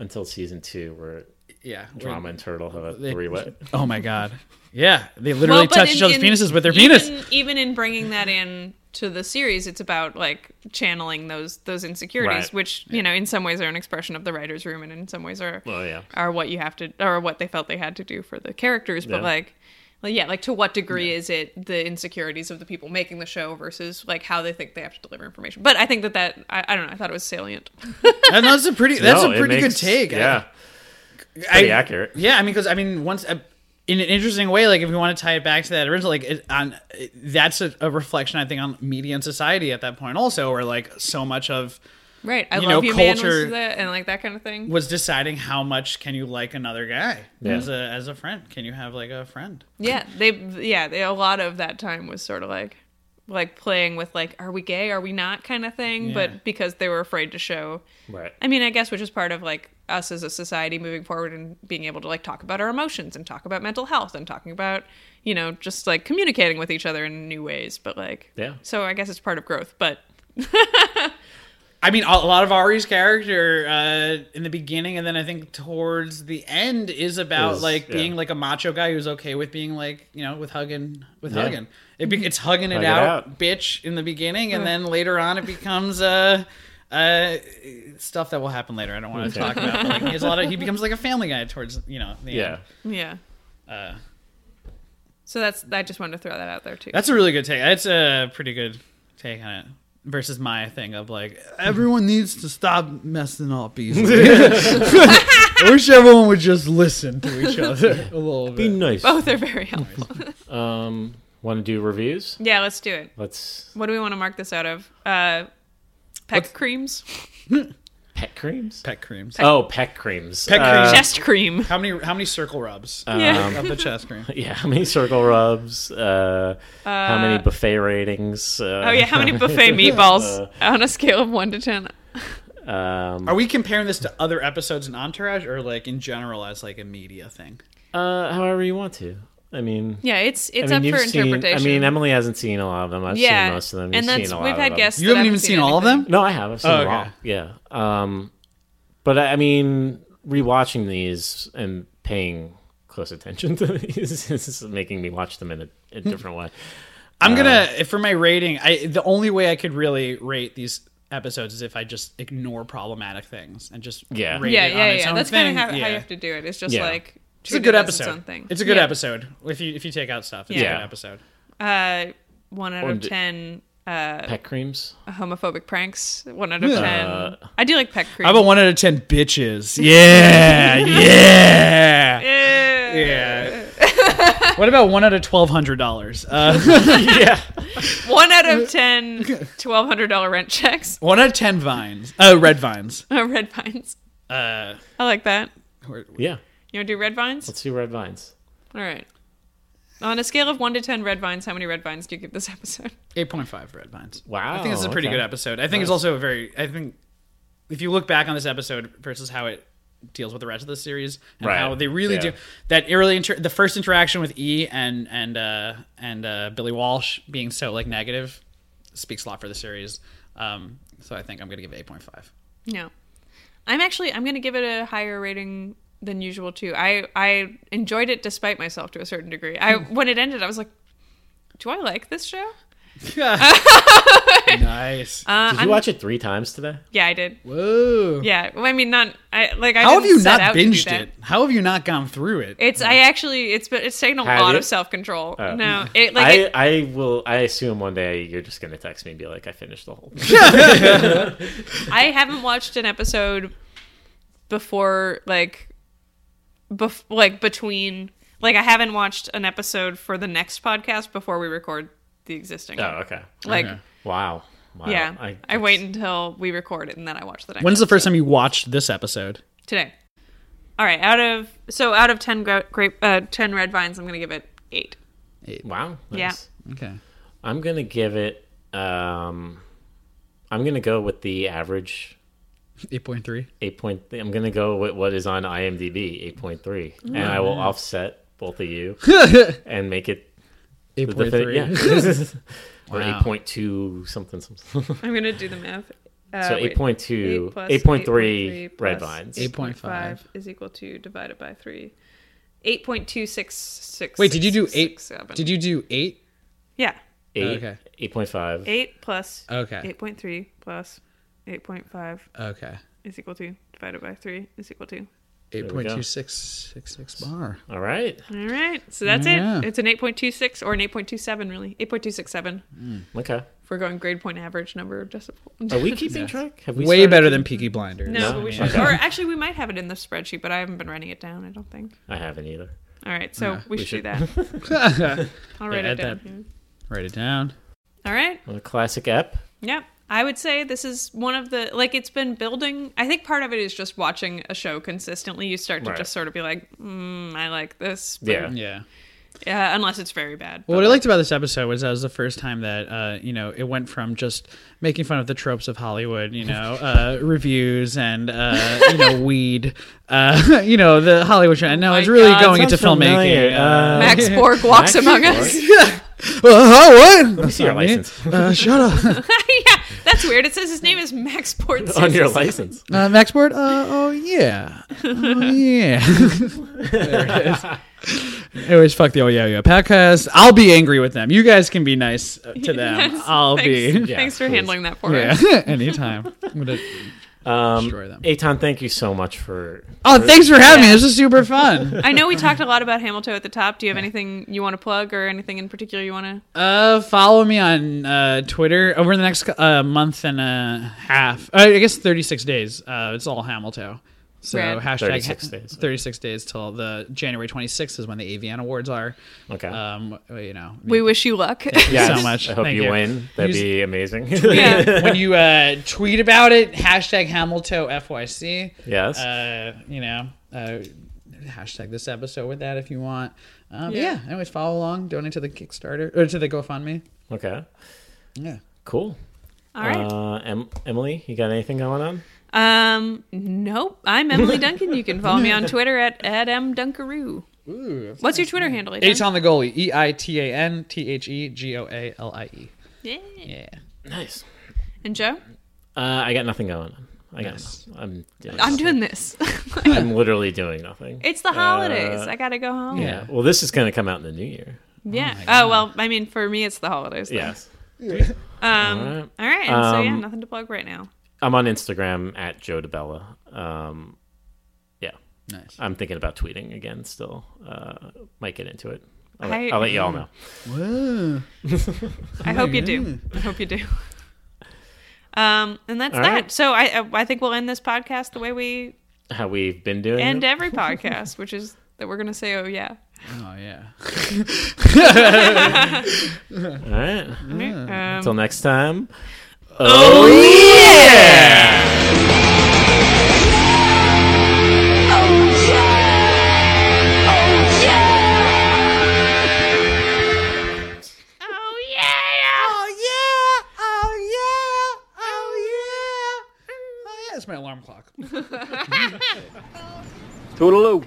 C: until season two where
H: yeah
C: drama and turtle have a
H: They-
C: three way
H: oh my god yeah they literally
A: Well, but
H: touch
A: in-
H: each other's
A: in-
H: penises with their
A: even-
H: penis
A: Even in bringing that in to the series, it's about like channeling those those insecurities,
H: Right.
A: which you know in some ways are an expression of the writers' room, and in some ways are
C: Oh, yeah.
A: are what you have to or what they felt they had to do for the characters. But
C: Yeah.
A: like, well, yeah, like to what degree is it the insecurities of the people making the show versus like how they think they have to deliver information? But I think that that I, I don't know. I thought it was salient.
H: and that's a pretty that's
C: No,
H: a
C: it
H: pretty
C: makes-
H: good take I-
C: yeah. Pretty accurate.
H: yeah i mean because i mean once uh, in an interesting way like if you want to tie it back to that original like it, on it, that's a, a reflection i think on media and society at that point also where like so much of
A: Right. I
H: You
A: love
H: know,
A: you, man.
H: culture-
A: Was that, and like that kind of thing.
H: was deciding how much can you like another guy
A: Yeah.
H: as a as a friend can you have like a friend
A: Yeah, they yeah, they, a lot of that time was sort of like like playing with like are we gay, are we not kind of thing,
C: Yeah.
A: but because they were afraid to show.
C: Right.
A: I mean, I guess which is part of like us as a society moving forward and being able to like talk about our emotions and talk about mental health and talking about, you know, just like communicating with each other in new ways, but like
H: Yeah.
A: So I guess it's part of growth, but
H: I mean, a a lot of Ari's character uh, in the beginning, and then I think towards the end is about
C: Is-
H: like
C: yeah.
H: being like a macho guy who's okay with being like you know with hugging with
C: Yeah.
H: hugging. It be- it's hugging it,
C: Hug it
H: out,
C: out.
H: bitch, in the beginning, and
C: Yeah.
H: then later on it becomes uh, uh, stuff that will happen later. I don't want to
C: Okay.
H: talk about. but, Like, he has a lot of he becomes like a family guy towards you know. The
C: Yeah.
A: yeah.
H: End. Uh,
A: So that's I just wanted to throw that out there too.
H: that's a really good take. That's a pretty good take on it. Versus my thing of like everyone needs to stop messing up easily. I wish everyone would just listen to each other a little bit.
C: Be nice.
A: Both are very helpful.
C: um, want to do reviews?
A: Yeah, let's do it.
C: Let's
A: What do we want to mark this out of? Uh peck creams.
C: pet creams.
H: Pet creams.
C: Oh, pet creams.
H: Pet
C: Uh, um,
H: cream.
A: Chest cream.
H: How many how many circle rubs?
C: Yeah.
H: Of the chest cream.
C: Yeah, how many circle rubs? Uh, how many buffet ratings? Uh,
A: Oh yeah, how many buffet meatballs on a scale of one to ten?
C: Uh, um,
H: Are we comparing this to other episodes in Entourage or like in general as like a media thing?
C: Uh, however you want to. I mean,
A: Yeah, it's- it's
C: I
A: up
C: mean,
A: for
C: you've seen-
A: interpretation.
C: I mean, Emily hasn't seen a lot of them. I've
A: Yeah,
C: seen most of them.
A: and
C: You've
A: that's-
C: seen a lot
A: we've
C: of
A: had
C: them.
A: guests You that haven't haven't even seen seen all
H: of them?
C: No, I have. I've seen
H: Oh,
C: them all.
H: okay.
C: Yeah. Um, but I I mean, rewatching these and paying close attention to these is making me watch them in a, a
H: Hmm.
C: different way.
H: I'm
C: Uh,
H: gonna for my rating. I the only way I could really rate these episodes is if I just ignore problematic things and just
C: Yeah.
H: rate
A: yeah,
H: it on
A: yeah,
H: its
A: yeah.
H: own
A: That's
H: thing.
A: kind of how, how
H: Yeah.
A: you have to do it. It's just
H: Yeah.
A: like
H: it's a
A: treat
H: good
A: it as its
H: episode.
A: own
H: It's,
A: thing.
H: a good
A: Yeah.
H: episode if you if you take out stuff. It's
A: Yeah.
H: a good episode.
A: Uh, one out
C: Or
A: of
C: d-
A: ten. Uh,
C: Pet creams?
A: Homophobic pranks. One out of
C: Yeah.
A: ten.
C: Uh,
A: I do like peck creams.
H: How about one out of ten bitches? Yeah, yeah,
A: Eh,
H: yeah. what about one out of twelve hundred dollars? Uh, yeah,
A: One out of ten. Twelve hundred dollar rent checks.
H: one out of ten vines. Uh, red vines.
A: Uh, red vines.
H: Uh,
A: I like that.
C: yeah.
A: You want to do red vines?
C: Let's do red vines.
A: All right. On a scale of one to ten red vines, how many red vines do you give this episode?
H: Eight point five red vines.
C: Wow,
H: I think this is a pretty
C: okay.
H: good episode. I think it's
C: Nice.
H: also a very. I think if you look back on this episode versus how it deals with the rest of the series and
C: Right.
H: how they really
C: Yeah.
H: do that early inter- the first interaction with E and and uh, and uh, Billy Walsh being so like negative speaks a lot for the series. Um, so I think I'm gonna give it eight point five.
A: No. I'm actually I'm going to give it a higher rating than usual too. I I enjoyed it despite myself to a certain degree. I when it ended I was like do I like this show?
H: nice.
A: Uh,
C: did you
A: I'm-
C: watch it three times today?
A: Yeah, I did.
H: Whoa.
A: Yeah, well, I mean not I like I
H: how have
A: didn't
H: you
A: set
H: not
A: out to do
H: binged
A: that.
H: it? How have you not gone through it?
A: It's I actually it's been it's taken a
C: Have
A: lot
C: you?
A: of self-control.
C: Oh.
A: No, it like
C: I,
A: it,
C: I will. I assume one day you're just gonna text me and be like, "I finished the whole." thing."
A: I haven't watched an episode before like bef- like between like I haven't watched an episode for the next podcast before we record the existing.
C: oh, okay.
A: Like
C: Okay. wow. Wow.
A: yeah,
C: I,
A: I, wait until we record it and then I watch the next.
H: When's the
A: one.
H: first time you watched this episode?
A: Today. All right, out of so out of 10 gra- grape uh 10 red vines, I'm going to give it 8.
C: Wow.
A: Yeah.
H: Okay.
C: I'm gonna give it. Um, I'm gonna go with the average.
H: Eight point three.
C: Eight point. I'm gonna go with what is on IMDb. Eight point three, and
H: Oh,
C: I will
H: man.
C: offset both of you and make it the
H: 8.3.
C: defi- yeah. or
H: Wow.
C: eight point two something something.
A: I'm gonna do the math. Uh,
C: So
A: wait.
C: 8.2
A: Eight plus
C: 8.3
A: 8.3
C: red
A: plus
C: vines.
A: 8.5 is equal to divided by three. Eight point two six six.
H: Wait, did you do eight? Did you do eight?
A: Yeah.
C: Eight,
H: Okay.
C: Eight point five.
A: Eight plus.
H: Okay.
A: Eight point three plus. Eight point five.
H: Okay.
A: Is equal to divided by three is equal to.
H: Eight point two six six six bar.
C: All right.
A: All right, so that's
H: Yeah.
A: it. It's an eight point two six or an eight point two seven, really eight point two six seven.
C: Okay.
A: If we're going grade point average number of decibel.
C: Are we keeping track? Have we
H: Way
C: started
H: better
C: keeping-
H: than Peaky Blinders.
A: No, but we should.
C: Okay.
A: Or actually, we might have it in the spreadsheet, but I haven't been writing it down. I don't think.
C: I haven't either.
A: All right, so
H: Yeah.
A: we,
C: We
A: should, do
C: should.
A: that. I'll write
H: Yeah,
A: it
H: add
A: down. Mm-hmm.
H: that. Write it down.
A: All right.
C: A classic app.
A: Yep. I would say this is one of the like it's been building. I think part of it is just watching a show consistently. You start to
H: Right.
A: just sort of be like, mm, I like this. but-
H: Yeah. Yeah.
A: Yeah, unless it's very bad.
H: Well, what I liked about this episode was that was the first time that uh, you know it went from just making fun of the tropes of Hollywood, you know, uh, reviews and uh, you know weed, uh, you know the Hollywood trend. No, it's really
A: Oh God,
H: going into
C: sounds familiar.
H: filmmaking.
C: Uh,
A: Max Borg walks among us.
H: oh, what?
C: Let me see your
H: Not me.
C: license.
H: Uh, shut up.
A: yeah, that's weird. It says his name is Max Port.
C: On your license.
H: Uh, Max Board? Uh, oh yeah, oh yeah. there it is. Anyways, fuck the oh yeah yeah podcast. I'll be angry with them. You guys can be nice uh, to them.
A: Yes,
H: I'll
A: thanks-
H: be.
A: thanks for handling that for
H: yeah,
A: us.
H: anytime. I'm gonna
C: Um,
H: destroy them.
C: Aton, thank you so much for.
H: Oh, thanks for having me. This was super fun.
A: I know we talked a lot about Hamilton at the top. Do you have anything you want to plug or anything in particular you want to?
H: Uh, follow me on uh, Twitter over the next uh, month and a half. Uh, I guess 36 days. Uh, it's all Hamilton. So
A: Rad.
H: hashtag
C: 36
H: days. 36 days till the January 26th is when the AVN Awards are.
C: Okay.
H: Um, well, you know.
A: We wish you luck.
H: Thank you
C: Yes.
H: so much.
C: I hope
H: Thank
C: you win. That'd
H: Use-
C: be amazing.
H: tweet- when you uh, tweet about it, hashtag Hamilton FYC.
C: Yes.
H: Uh, you know, uh, hashtag this episode with that if you want. Um,
A: Yeah.
H: yeah. Anyways, follow along, donate to the Kickstarter or to the GoFundMe.
C: okay.
H: Yeah.
C: Cool.
A: All right.
C: Uh, em- Emily, you got anything going on?
A: Um, nope. I'm Emily Duncan. You can follow me on Twitter at at mdunkaroo.
H: Ooh,
A: What's your Twitter handle? Ethan?
H: Eight on the goalie. E I T A N T H E G O A L I E.
A: Yeah.
H: Yeah.
C: Nice.
A: And Joe,
C: Uh, I got nothing going on. I got. nothing. I'm. Doing
A: I'm doing this.
C: I'm literally doing nothing.
A: it's the holidays.
C: Uh,
A: I gotta go home.
C: Yeah. Well, this is going to come out in the new year.
A: Yeah. oh well, I mean, for me, it's the holidays. though.
C: Yes.
A: Um. All
C: All
A: right.
C: right.
A: and so yeah,
C: Um,
A: nothing to plug right now.
C: I'm on Instagram at Joe DeBella. Um, yeah.
H: Nice.
C: I'm thinking about tweeting again still. Uh, might get into it. I'll,
A: I-
C: let- I'll let you all know.
H: Whoa.
A: I hope you do. I hope you do. Um, and that's
C: Mm. All
A: that.
C: right.
A: So I I- I think we'll end this podcast the way we
C: How we've been doing.
A: end
C: it.
A: every podcast, which is that we're gonna say, oh yeah.
H: Oh, yeah.
C: All right.
A: Yeah.
C: Until next time.
A: Oh,
C: yeah!
H: That's my alarm clock.
M: Toodaloo.